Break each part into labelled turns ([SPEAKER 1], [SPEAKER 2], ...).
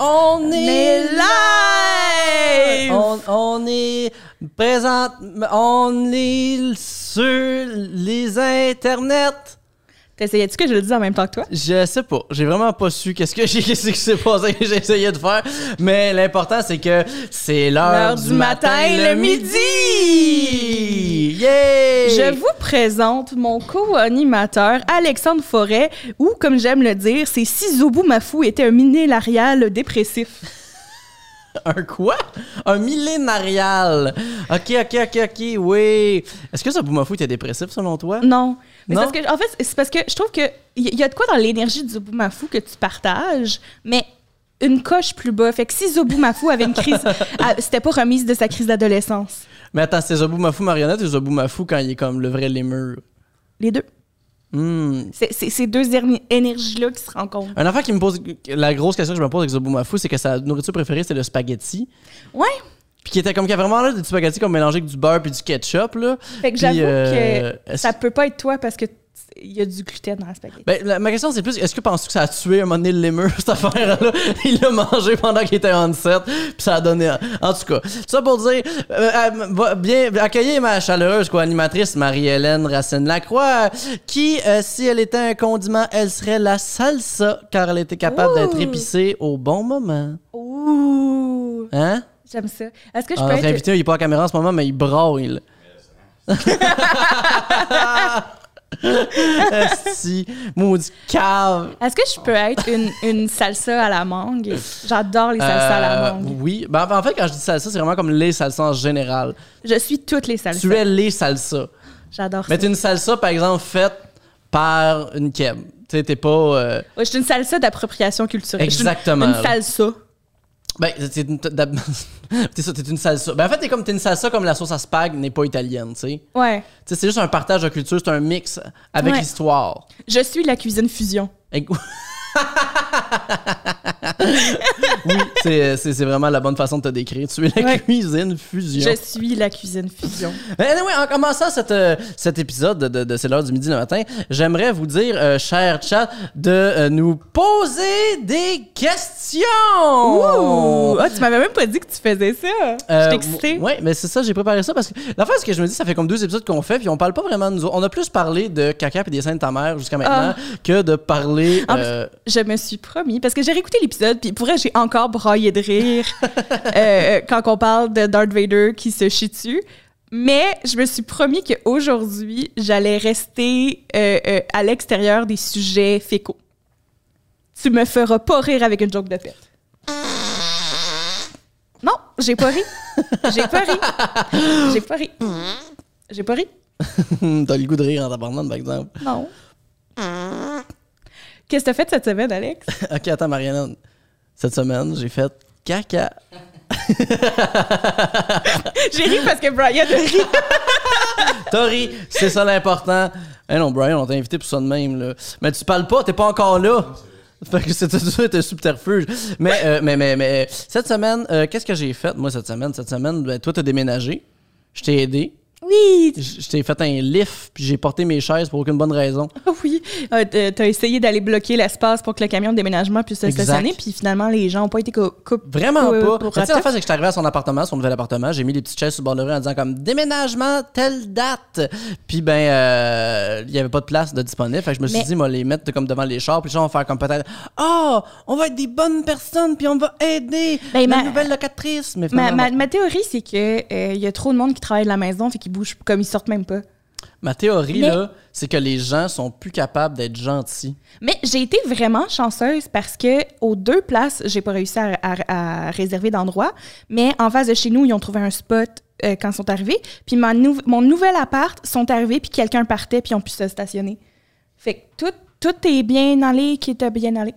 [SPEAKER 1] On
[SPEAKER 2] Mais
[SPEAKER 1] est live! On, on est présent, on est sur les internets.
[SPEAKER 2] T'essayais-tu que je le dise en même temps que toi?
[SPEAKER 1] Je sais pas, j'ai vraiment pas su qu'est-ce que j'ai, qu'est-ce qui s'est passé que j'essayais de faire, mais l'important c'est que c'est l'heure
[SPEAKER 2] L'heure
[SPEAKER 1] du,
[SPEAKER 2] du
[SPEAKER 1] matin,
[SPEAKER 2] matin,
[SPEAKER 1] le
[SPEAKER 2] le
[SPEAKER 1] midi. Yeah!
[SPEAKER 2] Je vous présente mon co-animateur Alexandre Forêt, ou comme j'aime le dire, c'est si Zoubou Mafou était un minéral dépressif.
[SPEAKER 1] Un quoi? Un millénarial. Ok, ok, ok, ok, oui. Est-ce que ça vous fou était dépressif selon toi?
[SPEAKER 2] Non. Mais c'est
[SPEAKER 1] Non?
[SPEAKER 2] Parce que, en fait, c'est parce que je trouve que il y, y a de quoi dans l'énergie du Zoubou Mafou que tu partages, mais une coche plus bas. Fait que si Zoubou Mafou avait une crise, ah, c'était pas remise de sa crise d'adolescence.
[SPEAKER 1] Mais attends, c'est Zobou Mafou marionnette ou Zobou Mafou quand il est comme le vrai lémur?
[SPEAKER 2] Les deux.
[SPEAKER 1] Hmm.
[SPEAKER 2] C'est c'est ces deux erni- énergies-là qui se rencontrent.
[SPEAKER 1] Un enfant qui me pose la grosse question que je me pose avec Zobou Mafou, c'est que sa nourriture préférée, c'est le spaghetti.
[SPEAKER 2] Ouais.
[SPEAKER 1] Puis qui était comme, qui a vraiment là, du spaghetti comme mélangé avec du beurre puis du ketchup, là.
[SPEAKER 2] Fait que
[SPEAKER 1] Puis,
[SPEAKER 2] j'avoue
[SPEAKER 1] euh,
[SPEAKER 2] que
[SPEAKER 1] est-ce-
[SPEAKER 2] ça peut pas être toi parce que t- il y a du gluten dans la spaghetti.
[SPEAKER 1] Ben, la- ma question, c'est plus, est-ce que penses que ça a tué un moment donné le lémur, cette affaire-là? Il l'a mangé pendant qu'il était en set, puis ça a donné... En tout cas, ça pour dire, euh, euh, va- bien, accueillez ma chaleureuse co-animatrice Marie-Hélène Racine-Lacroix, qui, euh, si elle était un condiment, elle serait la salsa, car elle était capable
[SPEAKER 2] Ouh.
[SPEAKER 1] d'être épicée au bon moment.
[SPEAKER 2] Ouh,
[SPEAKER 1] Hein?
[SPEAKER 2] j'aime ça. Est-ce que je
[SPEAKER 1] Ah,
[SPEAKER 2] peux
[SPEAKER 1] notre
[SPEAKER 2] être
[SPEAKER 1] invité, il est pas en caméra en ce moment, mais il braille. Esti, maudit cave.
[SPEAKER 2] Est-ce que je peux être une, une salsa à la mangue? J'adore les salsas à la
[SPEAKER 1] Euh,
[SPEAKER 2] mangue.
[SPEAKER 1] Oui. Ben, en fait, quand je dis salsa, c'est vraiment comme les salsas en général.
[SPEAKER 2] Je suis toutes les salsas.
[SPEAKER 1] Tu es les salsas.
[SPEAKER 2] J'adore ça.
[SPEAKER 1] Mais t'es une salsa, par exemple, faite par une keb. Tu sais, t'es pas. euh,
[SPEAKER 2] Ouais, je suis une salsa d'appropriation culturelle. Je suis une-
[SPEAKER 1] Exactement,
[SPEAKER 2] Une,
[SPEAKER 1] là.
[SPEAKER 2] salsa.
[SPEAKER 1] Ben, t'es une. t'es- T'es ça, t'es une salsa. Ben, en fait, t'es comme, t'es une salsa comme la sauce à spag n'est pas italienne, tu sais.
[SPEAKER 2] Ouais.
[SPEAKER 1] Tu sais, c'est juste un partage de culture, c'est un mix avec
[SPEAKER 2] Ouais.
[SPEAKER 1] l'histoire.
[SPEAKER 2] Je suis la cuisine fusion.
[SPEAKER 1] Et- oui, c'est c'est- c'est vraiment la bonne façon de te décrire. Tu es la
[SPEAKER 2] Ouais.
[SPEAKER 1] cuisine fusion.
[SPEAKER 2] Je suis la cuisine fusion.
[SPEAKER 1] Mais Ben, Anyway, en commençant cette, euh, cet épisode de, de C'est l'heure du midi le matin, j'aimerais vous dire, euh, cher chat, de euh, nous poser des questions!
[SPEAKER 2] Ouh! Ah, tu m'avais même pas dit que tu faisais ça. je
[SPEAKER 1] Oh! Euh,
[SPEAKER 2] suis excitée.
[SPEAKER 1] Oui, mais c'est ça, j'ai préparé ça parce que la fois, ce que je me dis, ça fait comme deux épisodes qu'on fait, puis on parle pas vraiment de nous autres. On a plus parlé de caca et des seins de ta mère
[SPEAKER 2] Ah.
[SPEAKER 1] jusqu'à maintenant que de parler.
[SPEAKER 2] En plus-
[SPEAKER 1] euh,
[SPEAKER 2] Je me suis promis, parce que j'ai réécouté l'épisode, puis pour vrai, j'ai encore braillé de rire euh, quand on parle de Darth Vader qui se chie dessus. Mais je me suis promis qu'aujourd'hui, j'allais rester euh, euh, à l'extérieur des sujets fécaux. Tu me feras pas rire avec une joke de pète. Non, j'ai pas ri. J'ai pas ri. J'ai pas ri. J'ai pas ri.
[SPEAKER 1] T'as le goût de rire en t'abandonnant, par exemple.
[SPEAKER 2] Non. Qu'est-ce que t'as fait cette semaine, Alex?
[SPEAKER 1] Ok, attends, Marianne. Cette semaine, j'ai fait caca.
[SPEAKER 2] J'ai ri parce que Brian a ri.
[SPEAKER 1] Tori, c'est ça l'important. Hey non, Brian, on t'a invité pour ça de même. Là. Mais tu parles pas, t'es pas encore là. Fait que c'est tout ça, t'es subterfuge. Mais, euh, mais, mais, mais, cette semaine, euh, qu'est-ce que j'ai fait, moi, cette semaine? Cette semaine, ben, toi, t'as déménagé. Je t'ai aidé.
[SPEAKER 2] Oui,
[SPEAKER 1] Je je t'ai fait un lift, puis j'ai porté mes chaises pour aucune bonne raison.
[SPEAKER 2] oui. Euh, t'as t'as essayé d'aller bloquer l'espace pour que le camion de déménagement puisse se
[SPEAKER 1] Exact.
[SPEAKER 2] stationner, puis finalement, les gens n'ont pas été coupés.
[SPEAKER 1] Vraiment
[SPEAKER 2] Ouais,
[SPEAKER 1] pas.
[SPEAKER 2] pour
[SPEAKER 1] Mais Tu sais, la
[SPEAKER 2] Rataf.
[SPEAKER 1] face, c'est que je suis arrivé à son appartement, son nouvel appartement, j'ai mis les petites chaises sur le bord de la rue en disant comme déménagement, telle date. Puis ben, euh, il y avait pas de place de disponible. Fait que je me suis
[SPEAKER 2] Mais-
[SPEAKER 1] dit, moi, les mettre comme devant les chars. Puis les gens vont faire comme peut-être, ah, on va être des bonnes personnes, puis on va aider
[SPEAKER 2] Ben,
[SPEAKER 1] la
[SPEAKER 2] ma-
[SPEAKER 1] nouvelle locatrice. Mais
[SPEAKER 2] Ma,
[SPEAKER 1] finalement,
[SPEAKER 2] ma-
[SPEAKER 1] non.
[SPEAKER 2] ma théorie, c'est que euh, il y a trop de monde qui travaille de la maison, fait qu'ils bougent comme ils sortent même pas.
[SPEAKER 1] Ma théorie,
[SPEAKER 2] Mais-
[SPEAKER 1] là, c'est que les gens sont plus capables d'être gentils.
[SPEAKER 2] Mais j'ai été vraiment chanceuse parce que aux deux places, j'ai pas réussi à, à- à réserver d'endroit, mais en face de chez nous, ils ont trouvé un spot euh, quand ils sont arrivés. Puis ma nou- mon nouvel appart sont arrivés, puis quelqu'un partait, puis ils ont pu se stationner. Fait que tout, tout est bien allé, qui était bien allé.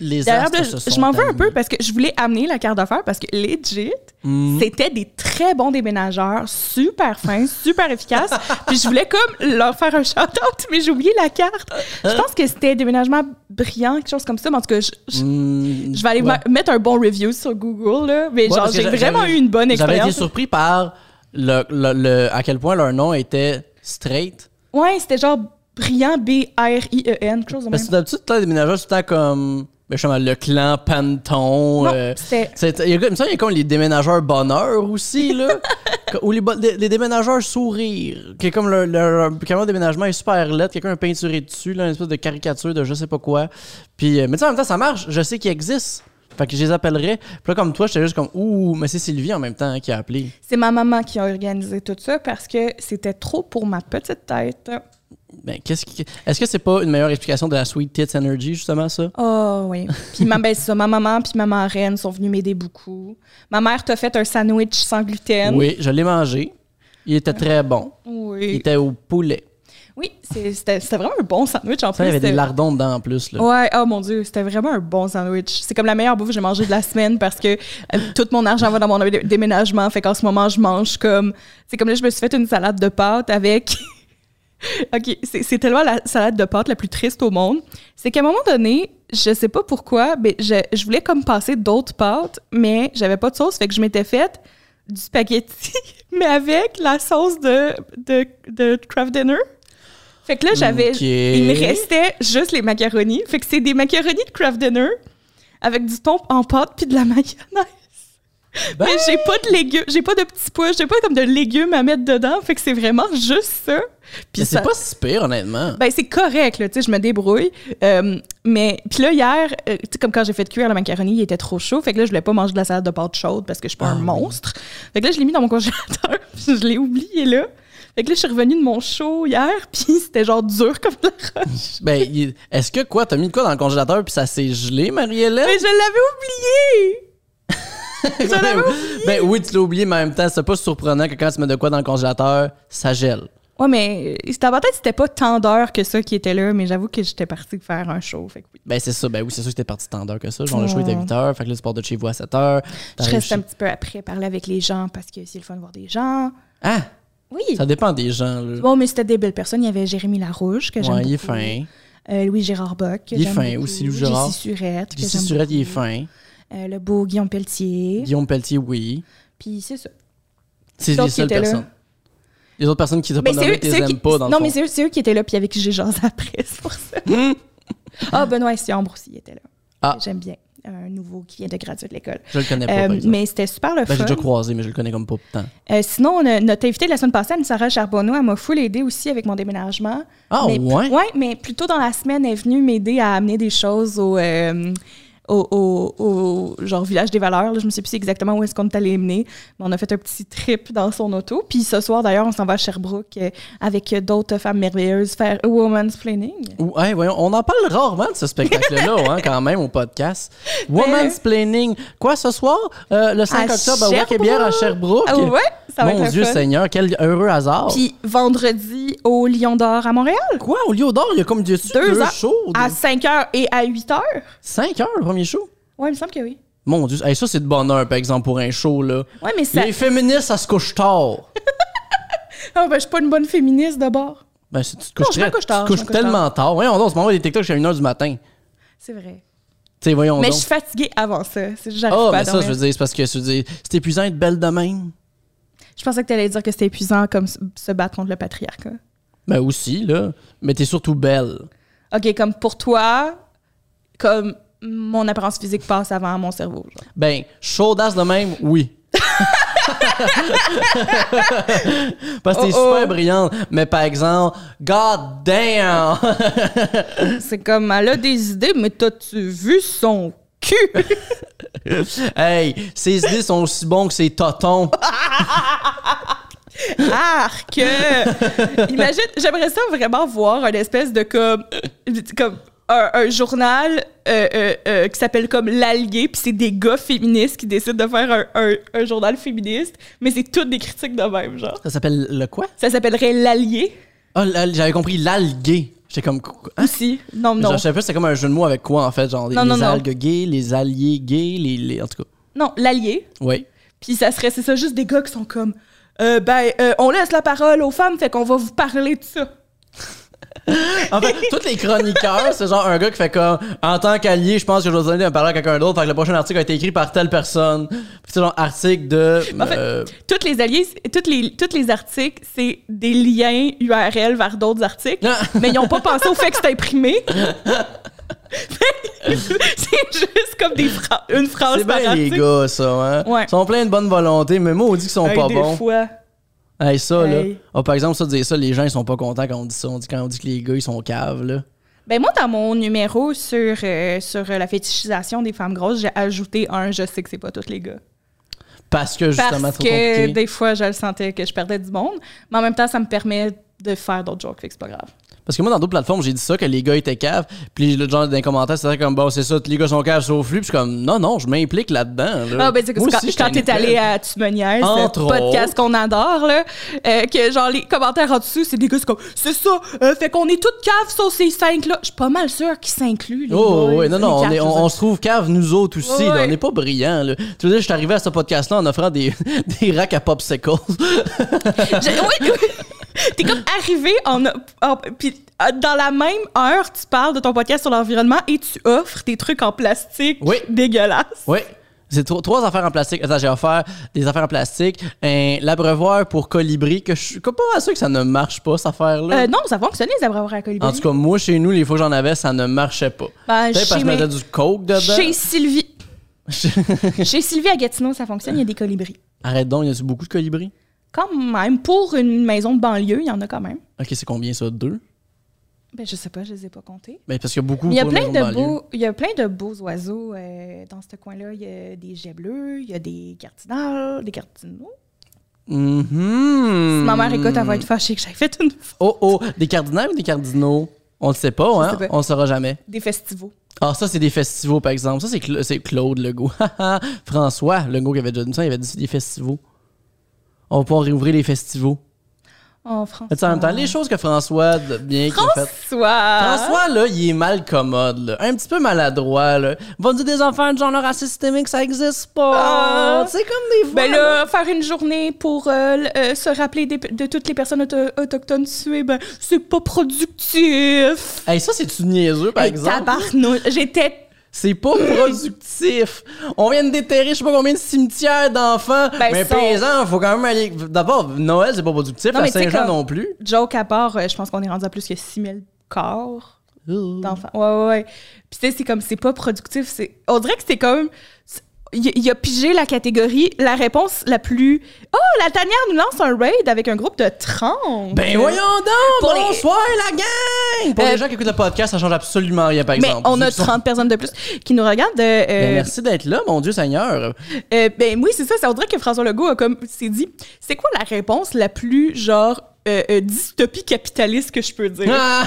[SPEAKER 1] Les
[SPEAKER 2] D'ailleurs,
[SPEAKER 1] astres
[SPEAKER 2] là,
[SPEAKER 1] se
[SPEAKER 2] je,
[SPEAKER 1] sont
[SPEAKER 2] je m'en veux un
[SPEAKER 1] amis.
[SPEAKER 2] peu parce que je voulais amener la carte d'affaires parce que legit,
[SPEAKER 1] Mm.
[SPEAKER 2] c'était des très bons déménageurs, super fins, super efficaces. puis je voulais comme leur faire un shout-out, mais j'ai oublié la carte.
[SPEAKER 1] Euh.
[SPEAKER 2] Je pense que c'était déménagement brillant, quelque chose comme ça. Mais en tout cas, je, je-
[SPEAKER 1] Hmm,
[SPEAKER 2] je vais aller
[SPEAKER 1] ouais.
[SPEAKER 2] ma- mettre un bon review sur Google. Là. Mais
[SPEAKER 1] Ouais,
[SPEAKER 2] genre,
[SPEAKER 1] parce que
[SPEAKER 2] j'ai
[SPEAKER 1] j'a-
[SPEAKER 2] vraiment
[SPEAKER 1] j'avais-
[SPEAKER 2] eu une bonne
[SPEAKER 1] J'avais été
[SPEAKER 2] expérience.
[SPEAKER 1] surpris par le, le- le- à quel point leur nom était straight.
[SPEAKER 2] Ouais, c'était genre brillant, B-R-I-E-N, E quelque chose de même.
[SPEAKER 1] Parce que d'habitude, là, les déménageurs, c'est tout le temps comme ben, justement, le clan Panton.
[SPEAKER 2] Non,
[SPEAKER 1] euh,
[SPEAKER 2] c'était-
[SPEAKER 1] c'est- il, y a, il me semble qu'il y a comme les déménageurs bonheur aussi, là. Que- ou les, bo- les- les déménageurs sourire. Qui est comme leur, leur, leur camion de déménagement est super laid. Quelqu'un a peinturé dessus, là, une espèce de caricature de je sais pas quoi. Puis, euh, mais tu sais, en même temps, ça marche. Je sais qu'ils existent. Fait que je les appellerais. Puis là, comme toi, j'étais juste comme, ouh, mais c'est Sylvie en même temps hein, qui a appelé.
[SPEAKER 2] C'est ma maman qui a organisé tout ça parce que c'était trop pour ma petite tête.
[SPEAKER 1] Ben, qu'est-ce qui- Est-ce que c'est pas une meilleure explication de la Sweet Tits Energy, justement, ça?
[SPEAKER 2] Oh oui. Puis ma, ben, c'est ça, ma maman puis ma marraine sont venues m'aider beaucoup. Ma mère t'a fait un sandwich sans gluten.
[SPEAKER 1] Oui, je l'ai mangé. Il était très bon. Il
[SPEAKER 2] Oui,
[SPEAKER 1] était au poulet.
[SPEAKER 2] oui c'est- c'était c'était vraiment un bon sandwich en
[SPEAKER 1] Ça,
[SPEAKER 2] plus.
[SPEAKER 1] il y avait des
[SPEAKER 2] c'était-
[SPEAKER 1] lardons dedans en plus. Là.
[SPEAKER 2] Ouais, oh mon Dieu, c'était vraiment un bon sandwich. C'est comme la meilleure bouffe que j'ai mangée de la semaine parce que euh, tout mon argent va dans mon dé- déménagement. Fait qu'en ce moment, je mange comme. C'est comme là, je me suis fait une salade de pâtes avec. OK, c'est c'est tellement la salade de pâtes la plus triste au monde. C'est qu'à un moment donné, je sais pas pourquoi, mais je, je voulais comme passer d'autres pâtes, mais j'avais pas de sauce. Fait que je m'étais faite du spaghetti, mais avec la sauce de, de, de Kraft Dinner. Fait que là, j'avais.
[SPEAKER 1] Ok.
[SPEAKER 2] Il me restait juste les macaronis. Fait que c'est des macaronis de Kraft Dinner avec du thon en pâte puis de la mayonnaise.
[SPEAKER 1] Ben!
[SPEAKER 2] Mais j'ai pas de légumes, j'ai pas de petits pois, j'ai pas comme de légumes à mettre dedans. Fait que c'est vraiment juste ça.
[SPEAKER 1] Puis
[SPEAKER 2] Puis
[SPEAKER 1] Ben, c'est
[SPEAKER 2] ça-
[SPEAKER 1] pas si pire, honnêtement.
[SPEAKER 2] ben, c'est correct, là, tu sais, je me débrouille. Euh, mais, puis là, hier, euh, tu sais, comme quand j'ai fait cuire le macaroni, il était trop chaud. Fait que là, je voulais pas manger de la salade de pâte chaude parce que je suis pas un monstre. Fait que là, je l'ai mis dans mon congélateur, puis je l'ai oublié là. Fait que là, je suis revenue de mon show hier, puis c'était genre dur comme la roche.
[SPEAKER 1] Ben, il- est-ce que quoi? T'as mis de quoi dans le congélateur puis ça s'est gelé, Marie-Hélène?
[SPEAKER 2] Mais je l'avais oublié! l'avais
[SPEAKER 1] ben, ben oui, tu l'as oublié, mais en même temps, c'est pas surprenant que quand tu mets de quoi dans le congélateur, ça gèle.
[SPEAKER 2] Ouais, mais euh, c'était en tête, c'était pas tant d'heures que ça qui était là, mais j'avoue que j'étais partie faire un show. Fait que oui.
[SPEAKER 1] Ben c'est ça, ben oui, c'est sûr que t'es parti tant d'heures que ça. Genre le show
[SPEAKER 2] Ouais.
[SPEAKER 1] était à 8 heures, fait que là, tu pars de chez vous à 7 heures.
[SPEAKER 2] Je
[SPEAKER 1] t'arrives
[SPEAKER 2] reste
[SPEAKER 1] chez-
[SPEAKER 2] un petit peu après, parler avec les gens parce que c'est le fun de voir des gens.
[SPEAKER 1] Ah!
[SPEAKER 2] Oui.
[SPEAKER 1] Ça dépend des gens, là.
[SPEAKER 2] Bon, mais c'était des belles personnes. Il y avait Jérémy Larouche, que j'aime
[SPEAKER 1] ouais, il est
[SPEAKER 2] beaucoup.
[SPEAKER 1] fin.
[SPEAKER 2] Euh, Louis-Gérard Bock, que
[SPEAKER 1] Il est
[SPEAKER 2] j'aime
[SPEAKER 1] fin
[SPEAKER 2] beaucoup.
[SPEAKER 1] aussi, Louis Gérard.
[SPEAKER 2] Jessie Surette, que
[SPEAKER 1] Jessie
[SPEAKER 2] j'aime
[SPEAKER 1] Surette, il est
[SPEAKER 2] beaucoup.
[SPEAKER 1] fin.
[SPEAKER 2] Euh, le beau Guillaume Pelletier.
[SPEAKER 1] Guillaume Pelletier, oui.
[SPEAKER 2] Puis c'est ça.
[SPEAKER 1] C'est
[SPEAKER 2] Donc,
[SPEAKER 1] les
[SPEAKER 2] il
[SPEAKER 1] seules
[SPEAKER 2] était là.
[SPEAKER 1] personnes. Les autres personnes qui t'ont pas
[SPEAKER 2] Mais c'est
[SPEAKER 1] nommé,
[SPEAKER 2] eux,
[SPEAKER 1] t'es
[SPEAKER 2] c'est eux qui...
[SPEAKER 1] aimes pas, dans le
[SPEAKER 2] non,
[SPEAKER 1] fond. Hmm.
[SPEAKER 2] mais c'est eux, c'est eux qui étaient là, puis avec qui j'ai jasé après, c'est pour ça. ah, Benoît Essiambre aussi il était là.
[SPEAKER 1] Ah.
[SPEAKER 2] J'aime bien. Un nouveau qui vient de graduer de l'école.
[SPEAKER 1] Je le connais pas,
[SPEAKER 2] Euh,
[SPEAKER 1] par exemple.
[SPEAKER 2] mais c'était super le
[SPEAKER 1] Ben, j'ai
[SPEAKER 2] fun.
[SPEAKER 1] déjà croisé, mais je le connais comme pas tant.
[SPEAKER 2] Euh, sinon, on a- notre invitée de la semaine passée, Anne-Sarah Charbonneau, elle m'a full aidée aussi avec mon déménagement.
[SPEAKER 1] Ah,
[SPEAKER 2] mais,
[SPEAKER 1] ouais?
[SPEAKER 2] Oui, mais plutôt dans la semaine, elle est venue m'aider à amener des choses au, euh, au, au- au, genre village des valeurs. là. Je ne sais plus exactement où est-ce qu'on est allé les mener, mais on a fait un petit trip dans son auto. Puis ce soir, d'ailleurs, on s'en va à Sherbrooke euh, avec euh, d'autres femmes merveilleuses faire a Woman's Planning.
[SPEAKER 1] Ou- hey, voyons, on en parle rarement de ce spectacle-là, hein, quand même, au podcast. Woman's Planning. Quoi, ce soir? Euh, le 5
[SPEAKER 2] Ben, À
[SPEAKER 1] octobre, à Wack et
[SPEAKER 2] Sherbrooke.
[SPEAKER 1] Bière à Sherbrooke.
[SPEAKER 2] Ah ouais, ça va
[SPEAKER 1] Mon
[SPEAKER 2] être
[SPEAKER 1] Dieu
[SPEAKER 2] le fun.
[SPEAKER 1] Seigneur, quel heureux hasard.
[SPEAKER 2] Puis vendredi au Lion d'Or à Montréal.
[SPEAKER 1] Quoi, au lieu d'or, il y a comme dessus
[SPEAKER 2] Deux
[SPEAKER 1] deux,
[SPEAKER 2] heures.
[SPEAKER 1] shows.
[SPEAKER 2] À 5 h et à 8 h.
[SPEAKER 1] 5 heures, le premier show.
[SPEAKER 2] Oui, il me semble que oui.
[SPEAKER 1] Mon Dieu, hey, ça, c'est de bonheur, par exemple, pour un show, là.
[SPEAKER 2] Oui, mais ça.
[SPEAKER 1] Les féministes, ça se couche tard.
[SPEAKER 2] Ah, ben, je suis pas une bonne féministe d'abord.
[SPEAKER 1] Ben, si tu te
[SPEAKER 2] Non,
[SPEAKER 1] couches,
[SPEAKER 2] je me
[SPEAKER 1] très-
[SPEAKER 2] couche tard,
[SPEAKER 1] tu te
[SPEAKER 2] je me
[SPEAKER 1] couches
[SPEAKER 2] couche
[SPEAKER 1] tellement tard. Voyons donc, on se m'envoie des TikToks jusqu'à 1h du matin.
[SPEAKER 2] C'est vrai.
[SPEAKER 1] Tu sais, voyons
[SPEAKER 2] Mais je
[SPEAKER 1] donc.
[SPEAKER 2] suis fatiguée avant ça. C'est- J'arrive
[SPEAKER 1] Ah,
[SPEAKER 2] pas à
[SPEAKER 1] mais ça,
[SPEAKER 2] dormir.
[SPEAKER 1] je veux dire, c'est parce que je veux dire, c'est épuisant être belle de même.
[SPEAKER 2] Je pensais que tu allais dire que c'était épuisant comme s- se battre contre le patriarcat.
[SPEAKER 1] Ben aussi, là. Mais t'es surtout belle.
[SPEAKER 2] OK, comme pour toi, comme mon apparence physique passe avant mon cerveau. genre.
[SPEAKER 1] Ben, chaudasse de même, oui. Parce que t'es
[SPEAKER 2] Oh, oh.
[SPEAKER 1] super brillante. Mais par exemple, God damn!
[SPEAKER 2] C'est comme, elle a des idées, mais t'as-tu vu son cul?
[SPEAKER 1] hey, ses idées sont aussi bons que ses totons.
[SPEAKER 2] Arc! Imagine, j'aimerais ça vraiment voir une espèce de comme, comme un, un journal euh, euh, euh, qui s'appelle comme L'Allié, puis c'est des gars féministes qui décident de faire un, un- un journal féministe, mais c'est toutes des critiques de même, genre.
[SPEAKER 1] Ça s'appelle le quoi?
[SPEAKER 2] Ça s'appellerait L'Allié
[SPEAKER 1] Ah, l'al- j'avais compris l'algué. J'étais comme. Hein?
[SPEAKER 2] aussi. Non, non.
[SPEAKER 1] Genre, je sais pas, c'est comme un jeu de mots avec quoi en fait? Genre, les-
[SPEAKER 2] Non, non,
[SPEAKER 1] les
[SPEAKER 2] non.
[SPEAKER 1] algues gays, les alliés gays, les, les- En tout cas,
[SPEAKER 2] Non, l'allié.
[SPEAKER 1] oui.
[SPEAKER 2] Puis ça serait, c'est ça, juste des gars qui sont comme, euh, ben, euh, on laisse la parole aux femmes, fait qu'on va vous parler de ça.
[SPEAKER 1] En fait, tous les chroniqueurs, c'est genre un gars qui fait comme en tant qu'allié, je pense que je dois donner un parler à quelqu'un d'autre. Fait que le prochain article a été écrit par telle personne. Puis c'est genre article de.
[SPEAKER 2] En fait,
[SPEAKER 1] euh,
[SPEAKER 2] Toutes les alliés, c'est- toutes les, toutes les articles, c'est des liens URL vers d'autres articles,
[SPEAKER 1] Ah.
[SPEAKER 2] mais ils n'ont pas pensé au fait que c'est imprimé. c'est juste comme des phra- une phrase
[SPEAKER 1] C'est bien
[SPEAKER 2] par
[SPEAKER 1] les
[SPEAKER 2] article.
[SPEAKER 1] gars, ça, hein?
[SPEAKER 2] Ouais.
[SPEAKER 1] Ils sont pleins de bonne volonté, mais moi, on dit qu'ils sont
[SPEAKER 2] Hey,
[SPEAKER 1] pas
[SPEAKER 2] des
[SPEAKER 1] bons.
[SPEAKER 2] fois.
[SPEAKER 1] Hey, ça, là.
[SPEAKER 2] Hey.
[SPEAKER 1] Ah, par exemple, ça, dire ça, les gens, ils sont pas contents quand on dit ça. On dit quand on dit que les gars, ils sont caves, là.
[SPEAKER 2] Ben moi, dans mon numéro sur, euh, sur euh, la fétichisation des femmes grosses, j'ai ajouté un « je sais que c'est pas tous les gars
[SPEAKER 1] Parce que, ». justement,
[SPEAKER 2] Parce
[SPEAKER 1] trop
[SPEAKER 2] que
[SPEAKER 1] compliqué.
[SPEAKER 2] des fois, je le sentais que je perdais du monde, mais en même temps, ça me permet de faire d'autres jokes, fait que c'est pas grave.
[SPEAKER 1] Parce que moi, dans d'autres plateformes, j'ai dit ça, que les gars étaient caves. Puis, le genre, dans les commentaires, c'était comme, bon, c'est ça, tous les gars sont caves sauf lui. Puis, je suis comme, non, non, je m'implique là-dedans. là.
[SPEAKER 2] Ah, ben, c'est que
[SPEAKER 1] Moi
[SPEAKER 2] quand,
[SPEAKER 1] aussi, je
[SPEAKER 2] quand
[SPEAKER 1] t'en
[SPEAKER 2] t'es
[SPEAKER 1] étais.
[SPEAKER 2] allé à Tu me niaises,
[SPEAKER 1] Entre
[SPEAKER 2] le podcast qu'on adore, là, euh, que genre les commentaires en dessous, c'est des gars, c'est comme c'est ça, euh, fait qu'on est toutes caves sur ces cinq-là. Je suis pas mal sûre qu'ils s'incluent. les
[SPEAKER 1] Oh,
[SPEAKER 2] boys,
[SPEAKER 1] ouais, non,
[SPEAKER 2] les
[SPEAKER 1] non, on,
[SPEAKER 2] quatre,
[SPEAKER 1] est-
[SPEAKER 2] je
[SPEAKER 1] on-
[SPEAKER 2] veux
[SPEAKER 1] on
[SPEAKER 2] dire.
[SPEAKER 1] se trouve cave, nous autres aussi.
[SPEAKER 2] Ouais,
[SPEAKER 1] là. on
[SPEAKER 2] ouais.
[SPEAKER 1] n'est pas brillants. Là. Tu veux dire, je suis arrivé à ce podcast-là en offrant des, des racks à popsicles.
[SPEAKER 2] J'ai- oui, oui. T'es comme arrivé en, en- puis, euh, dans la même heure, tu parles de ton podcast sur l'environnement et tu offres des trucs en plastique
[SPEAKER 1] Oui.
[SPEAKER 2] dégueulasses.
[SPEAKER 1] oui. C'est trois, trois affaires en plastique. Attends, j'ai offert des affaires en plastique, un l'abreuvoir pour colibri, que je suis comme pas mal sûr que ça ne marche pas, cette affaire-là.
[SPEAKER 2] Euh, non, ça fonctionne les abreuvoirs à colibri.
[SPEAKER 1] en tout cas, moi, chez nous, les fois que j'en avais, ça ne marchait pas.
[SPEAKER 2] Ben,
[SPEAKER 1] Peut-être
[SPEAKER 2] chez
[SPEAKER 1] parce que je
[SPEAKER 2] mes-
[SPEAKER 1] mettais du coke dedans.
[SPEAKER 2] Chez Sylvie. Chez Sylvie à Gatineau, ça fonctionne, il y a des colibris.
[SPEAKER 1] Arrête donc, y a-tu beaucoup de colibri?
[SPEAKER 2] Quand même, pour une maison de banlieue, il y en a quand même.
[SPEAKER 1] Ok, c'est combien ça? Deux?
[SPEAKER 2] Ben, je sais pas, je les ai pas comptés.
[SPEAKER 1] Ben, parce qu'il y a beaucoup
[SPEAKER 2] Il y, a
[SPEAKER 1] pour une
[SPEAKER 2] plein
[SPEAKER 1] maison
[SPEAKER 2] de
[SPEAKER 1] banlieue.
[SPEAKER 2] beaux, il y a plein de beaux oiseaux euh, dans ce coin-là. Il y a des jets bleus, il y a des cardinaux, des cardinaux.
[SPEAKER 1] Mhm.
[SPEAKER 2] Si ma mère écoute, elle va être fâchée que j'aille fait une
[SPEAKER 1] Oh oh, des cardinaux ou des cardinaux? On le sait pas, hein?
[SPEAKER 2] sais pas.
[SPEAKER 1] On le saura jamais.
[SPEAKER 2] des festivals.
[SPEAKER 1] Ah, ça, c'est des festivals, par exemple. Ça, c'est Cla- c'est Claude Legault. Haha. François Legault qui avait déjà dit ça, il avait dit des festivals. On va pouvoir réouvrir les festivals.
[SPEAKER 2] En France.
[SPEAKER 1] Mais tu sais, en même temps, les choses que François de bien qu'il a faites.
[SPEAKER 2] François!
[SPEAKER 1] François, là, il est mal commode, là. Un petit peu maladroit, là. Il va dire des enfants de genre racisme systémique, ça existe pas.
[SPEAKER 2] Ah.
[SPEAKER 1] C'est comme des fois.
[SPEAKER 2] Ben là, faire une journée pour euh, l- euh, se rappeler des- de toutes les personnes auto- autochtones tuées, ben, c'est pas productif!
[SPEAKER 1] Hey, ça, c'est-tu niaiseux, par
[SPEAKER 2] Hey,
[SPEAKER 1] exemple?
[SPEAKER 2] tabarnouche. J'étais
[SPEAKER 1] C'est pas productif. On vient de déterrer, je sais pas combien de cimetières d'enfants.
[SPEAKER 2] Ben,
[SPEAKER 1] mais
[SPEAKER 2] sont-
[SPEAKER 1] paysan, faut quand même aller. D'abord, Noël, c'est pas productif.
[SPEAKER 2] Non,
[SPEAKER 1] à
[SPEAKER 2] mais tu sais,
[SPEAKER 1] Saint-Jean
[SPEAKER 2] comme-
[SPEAKER 1] non plus.
[SPEAKER 2] joke à part, euh, je pense qu'on est rendu à plus que 6000 corps. d'enfants. Ouais, ouais, ouais. Puis tu sais, c'est comme, c'est pas productif. c'est- On dirait que c'est comme. c'est- Il il a pigé la catégorie, la réponse la plus. Oh, la tanière nous lance un raid avec un groupe de 30.
[SPEAKER 1] Ben voyons donc!
[SPEAKER 2] Pour les-
[SPEAKER 1] bonsoir, la gang! Pour
[SPEAKER 2] Euh,
[SPEAKER 1] les gens qui écoutent le podcast, ça change absolument rien, par
[SPEAKER 2] Mais
[SPEAKER 1] exemple.
[SPEAKER 2] on
[SPEAKER 1] Ceux
[SPEAKER 2] a
[SPEAKER 1] qui sont-
[SPEAKER 2] 30 personnes de plus qui nous regardent. euh,
[SPEAKER 1] Ben,
[SPEAKER 2] euh,
[SPEAKER 1] merci d'être là, mon Dieu Seigneur.
[SPEAKER 2] euh, ben oui, c'est ça. c'est- On dirait que François Legault a comme s'est dit c'est quoi la réponse la plus genre euh, euh, dystopie capitaliste que je peux dire
[SPEAKER 1] Ah.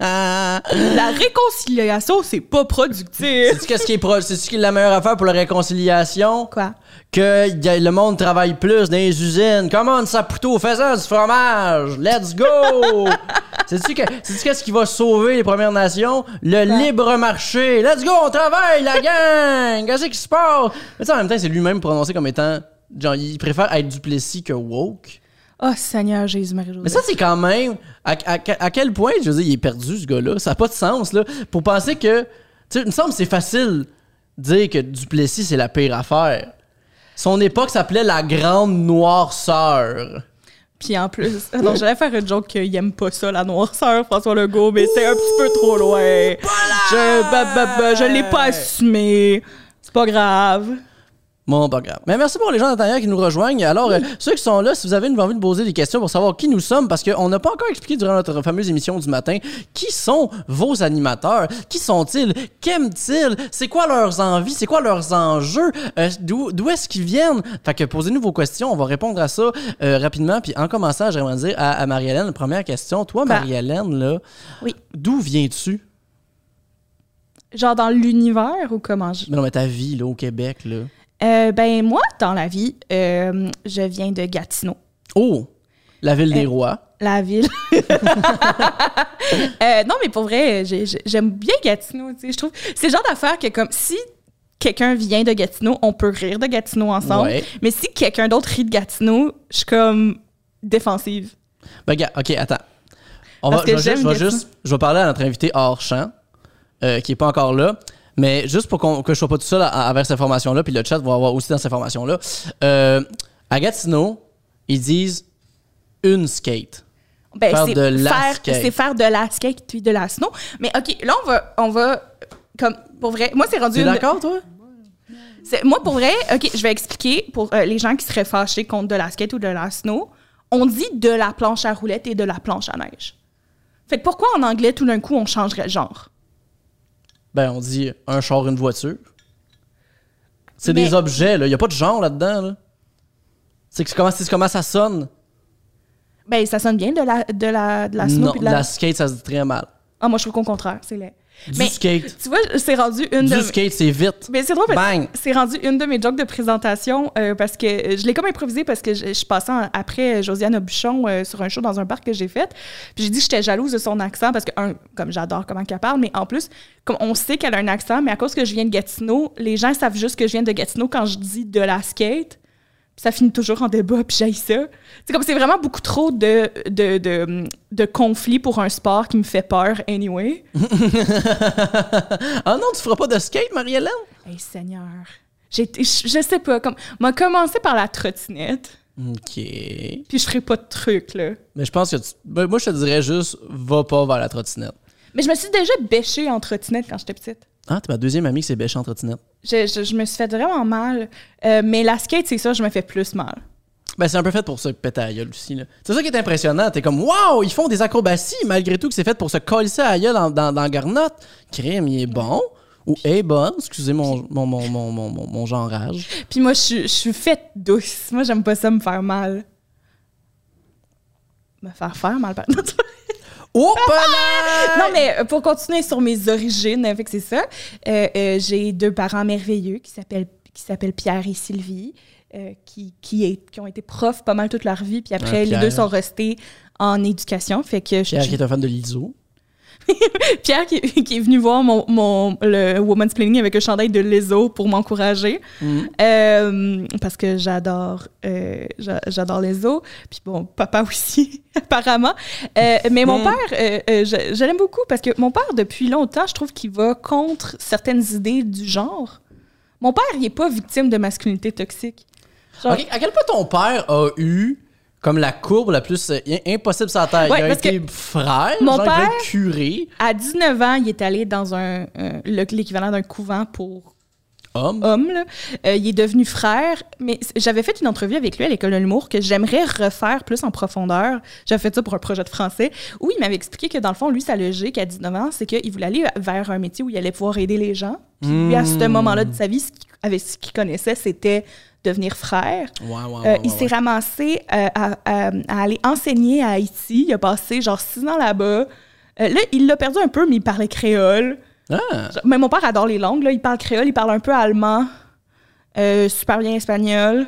[SPEAKER 2] La réconciliation, c'est pas productif.
[SPEAKER 1] C'est-tu qu'est-ce qui est, pro... c'est-tu qui est la meilleure affaire pour la réconciliation?
[SPEAKER 2] Quoi
[SPEAKER 1] Que y a- le monde travaille plus dans les usines. Commande ça plutôt, faisant du fromage. Let's go! Sais-tu que- sais-tu qu'est-ce qui va sauver les Premières Nations? Le
[SPEAKER 2] Quoi?
[SPEAKER 1] libre marché. Let's go, on travaille, la gang! Qu'est-ce qui se passe? Mais tu sais, en même temps, c'est lui-même prononcé comme étant. Genre, il préfère être duplessis que woke.
[SPEAKER 2] Oh Seigneur Jésus-Marie-Josée.
[SPEAKER 1] Mais ça, c'est quand même. À, à- à quel point, je veux dire, il est perdu, ce gars-là. Ça n'a pas de sens, là. Pour penser que. Tu sais, il me semble que c'est facile de dire que Duplessis, c'est la pire affaire. Son époque s'appelait la Grande Noire Sœur.
[SPEAKER 2] Puis en plus, Ah non, j'allais faire une joke qu'il aime pas ça, la noirceur, François Legault, mais c'est un petit peu trop loin. Je, bah, bah, bah, je l'ai pas assumé. C'est pas grave.
[SPEAKER 1] Bon, pas grave. Mais merci pour les gens d'intérieur qui nous rejoignent. Alors, euh, ceux qui sont là, si vous avez une- envie de poser des questions pour savoir qui nous sommes, parce qu'on n'a pas encore expliqué durant notre fameuse émission du matin, qui sont vos animateurs? Qui sont-ils? Qu'aiment-ils? C'est quoi leurs envies? C'est quoi leurs enjeux? Euh, D'où d'où est-ce qu'ils viennent? Fait que posez-nous vos questions. On va répondre à ça euh, rapidement. Puis en commençant, j'aimerais dire à, à Marie-Hélène, première question. Toi,
[SPEAKER 2] Quoi?
[SPEAKER 1] Marie-Hélène, là,
[SPEAKER 2] Oui.
[SPEAKER 1] d'où viens-tu?
[SPEAKER 2] Genre dans l'univers ou comment je.
[SPEAKER 1] Mais non, mais ta vie, là, au Québec, là.
[SPEAKER 2] Euh, ben, moi, dans la vie, euh, je viens de Gatineau,
[SPEAKER 1] Oh! La ville
[SPEAKER 2] Euh,
[SPEAKER 1] des rois.
[SPEAKER 2] la ville. Euh, non, mais pour vrai, j'ai- j'ai- j'aime bien Gatineau, tu sais, je trouve. C'est le genre d'affaire que, comme, si quelqu'un vient de Gatineau, on peut rire de Gatineau ensemble.
[SPEAKER 1] Ouais.
[SPEAKER 2] Mais si quelqu'un d'autre rit de Gatineau, je suis comme défensive.
[SPEAKER 1] Ben, gars, ok, attends. On va,
[SPEAKER 2] Parce que
[SPEAKER 1] je, vais juste,
[SPEAKER 2] j'aime
[SPEAKER 1] je vais
[SPEAKER 2] Gatsby.
[SPEAKER 1] juste- je vais parler à notre invité hors champ, euh, qui est pas encore là. Mais juste pour qu'on- que je sois pas tout seul à, à- avec cette formation-là, puis le chat va avoir aussi dans cette formation-là. Euh, à Gatineau, ils disent une skate.
[SPEAKER 2] Ben,
[SPEAKER 1] Faire
[SPEAKER 2] c'est
[SPEAKER 1] de la
[SPEAKER 2] faire,
[SPEAKER 1] skate.
[SPEAKER 2] c'est faire de la skate puis de la snow. Mais OK, là, on va, on va comme, pour vrai, moi, c'est rendu
[SPEAKER 1] T'es
[SPEAKER 2] une-
[SPEAKER 1] d'accord, toi?
[SPEAKER 2] c'est- Moi, pour vrai, OK, je vais expliquer pour euh, les gens qui seraient fâchés contre de la skate ou de la snow. On dit de la planche à roulettes et de la planche à neige. Fait que pourquoi en anglais, tout d'un coup, on changerait de genre?
[SPEAKER 1] Ben, on dit un char, une voiture. C'est
[SPEAKER 2] Mais-
[SPEAKER 1] des objets, là. Il a pas de genre là-dedans, là. C'est que c'est comment, c'est comment ça sonne.
[SPEAKER 2] Ben, ça sonne bien de la, de la, de la snow
[SPEAKER 1] non,
[SPEAKER 2] puis de la...
[SPEAKER 1] la skate, ça se dit très mal.
[SPEAKER 2] Ah, moi, je trouve qu'au contraire, c'est laid.
[SPEAKER 1] Du
[SPEAKER 2] Mais
[SPEAKER 1] skate.
[SPEAKER 2] tu vois, c'est rendu une de...
[SPEAKER 1] Du skate, c'est vite.
[SPEAKER 2] Mais Ben, c'est drôle parce que
[SPEAKER 1] Bang!
[SPEAKER 2] c'est rendu une de mes jokes de présentation euh, parce que euh, je l'ai comme improvisé parce que je, je suis passée en- après euh, Josiane Aubuchon euh, sur un show dans un parc que j'ai fait. Puis j'ai dit que j'étais jalouse de son accent parce que, un, comme j'adore comment qu'elle parle, mais en plus, comme on sait qu'elle a un accent, mais à cause que je viens de Gatineau, les gens savent juste que je viens de Gatineau quand je dis de la skate. Puis ça finit toujours en débat, puis j'aille ça. C'est comme c'est vraiment beaucoup trop de, de, de, de conflits pour un sport qui me fait peur anyway.
[SPEAKER 1] Ah non, tu feras pas de skate, Marie-Hélène?
[SPEAKER 2] Hey, Seigneur. J'ai été- je, je sais pas, comme. M'a commencé par la trottinette,
[SPEAKER 1] Ok.
[SPEAKER 2] puis je ferai pas de trucs, là.
[SPEAKER 1] Mais je pense que tu. ben, moi, je te dirais juste, va pas vers la trottinette.
[SPEAKER 2] Mais je me suis déjà bêchée en trottinette quand j'étais petite.
[SPEAKER 1] Ah, t'es ma deuxième amie qui s'est bêchée en trottinette.
[SPEAKER 2] Je, je- je me suis fait vraiment mal. Euh, mais la skate, c'est ça, je me fais plus mal.
[SPEAKER 1] Ben, c'est un peu fait pour se péter à la gueule aussi. là. C'est ça qui est impressionnant. T'es comme, waouh, ils font des acrobaties malgré tout que c'est fait pour se coller ça à la gueule dans, dans, dans Garnotte. Crime, il est bon. Ou est bonne. Excusez mon, mon, mon, mon, mon, mon, mon genrage.
[SPEAKER 2] Puis moi, je, suis- je suis faite douce. Moi, j'aime pas ça me faire mal. Me faire faire mal, pardon.
[SPEAKER 1] Oh,
[SPEAKER 2] non, mais euh, pour continuer sur mes origines, euh, fait que c'est ça. euh, euh, j'ai deux parents merveilleux qui s'appellent qui s'appellent Pierre et Sylvie, euh, qui, qui, est- qui ont été profs pas mal toute leur vie, puis après,
[SPEAKER 1] Ah,
[SPEAKER 2] les
[SPEAKER 1] Pierre.
[SPEAKER 2] deux sont restés en éducation. Fait que je-
[SPEAKER 1] Pierre qui est un fan de l'ISO.
[SPEAKER 2] Pierre qui, qui est venu voir mon, mon, le Woman's Planning avec un chandail de Lizzo pour m'encourager.
[SPEAKER 1] Mm.
[SPEAKER 2] Euh, parce que j'adore euh, j'a- j'adore Lizzo. Puis bon, papa aussi, apparemment. Euh, mais mon
[SPEAKER 1] Mm.
[SPEAKER 2] père, euh, euh, je, je l'aime beaucoup parce que mon père, depuis longtemps, je trouve qu'il va contre certaines idées du genre. Mon père, il n'est pas victime de masculinité toxique. Genre-
[SPEAKER 1] Ok, à quel point ton père a eu comme la courbe la plus euh, i- impossible sur la terre?
[SPEAKER 2] Ouais,
[SPEAKER 1] il a
[SPEAKER 2] parce
[SPEAKER 1] été frère,
[SPEAKER 2] mon
[SPEAKER 1] genre, il voulait
[SPEAKER 2] père-
[SPEAKER 1] être curé,
[SPEAKER 2] À 19 ans, il est allé dans un, un- le- l'équivalent d'un couvent pour
[SPEAKER 1] homme.
[SPEAKER 2] homme. là. Euh, il est devenu frère, mais c- j'avais fait une entrevue avec lui à l'école de l'humour que j'aimerais refaire plus en profondeur. J'avais fait ça pour un projet de français où il m'avait expliqué que dans le fond, lui, sa logique à 19 ans, c'est qu'il voulait aller vers un métier où il allait pouvoir aider les gens. Puis lui, à ce
[SPEAKER 1] Mm.
[SPEAKER 2] moment-là de sa vie, ce qu'il- avec ce qu'il connaissait, c'était devenir frère.
[SPEAKER 1] Ouais, ouais, ouais,
[SPEAKER 2] Euh,
[SPEAKER 1] Oh, ouais,
[SPEAKER 2] il s'est
[SPEAKER 1] ouais.
[SPEAKER 2] ramassé euh, à, à- à aller enseigner à Haïti. Il a passé genre six ans là-bas. Euh, là, il l'a perdu un peu, mais il parlait créole.
[SPEAKER 1] Ah,
[SPEAKER 2] Genre, Mais mon père adore les langues. Là. Il parle créole, il parle un peu allemand, euh, super bien espagnol.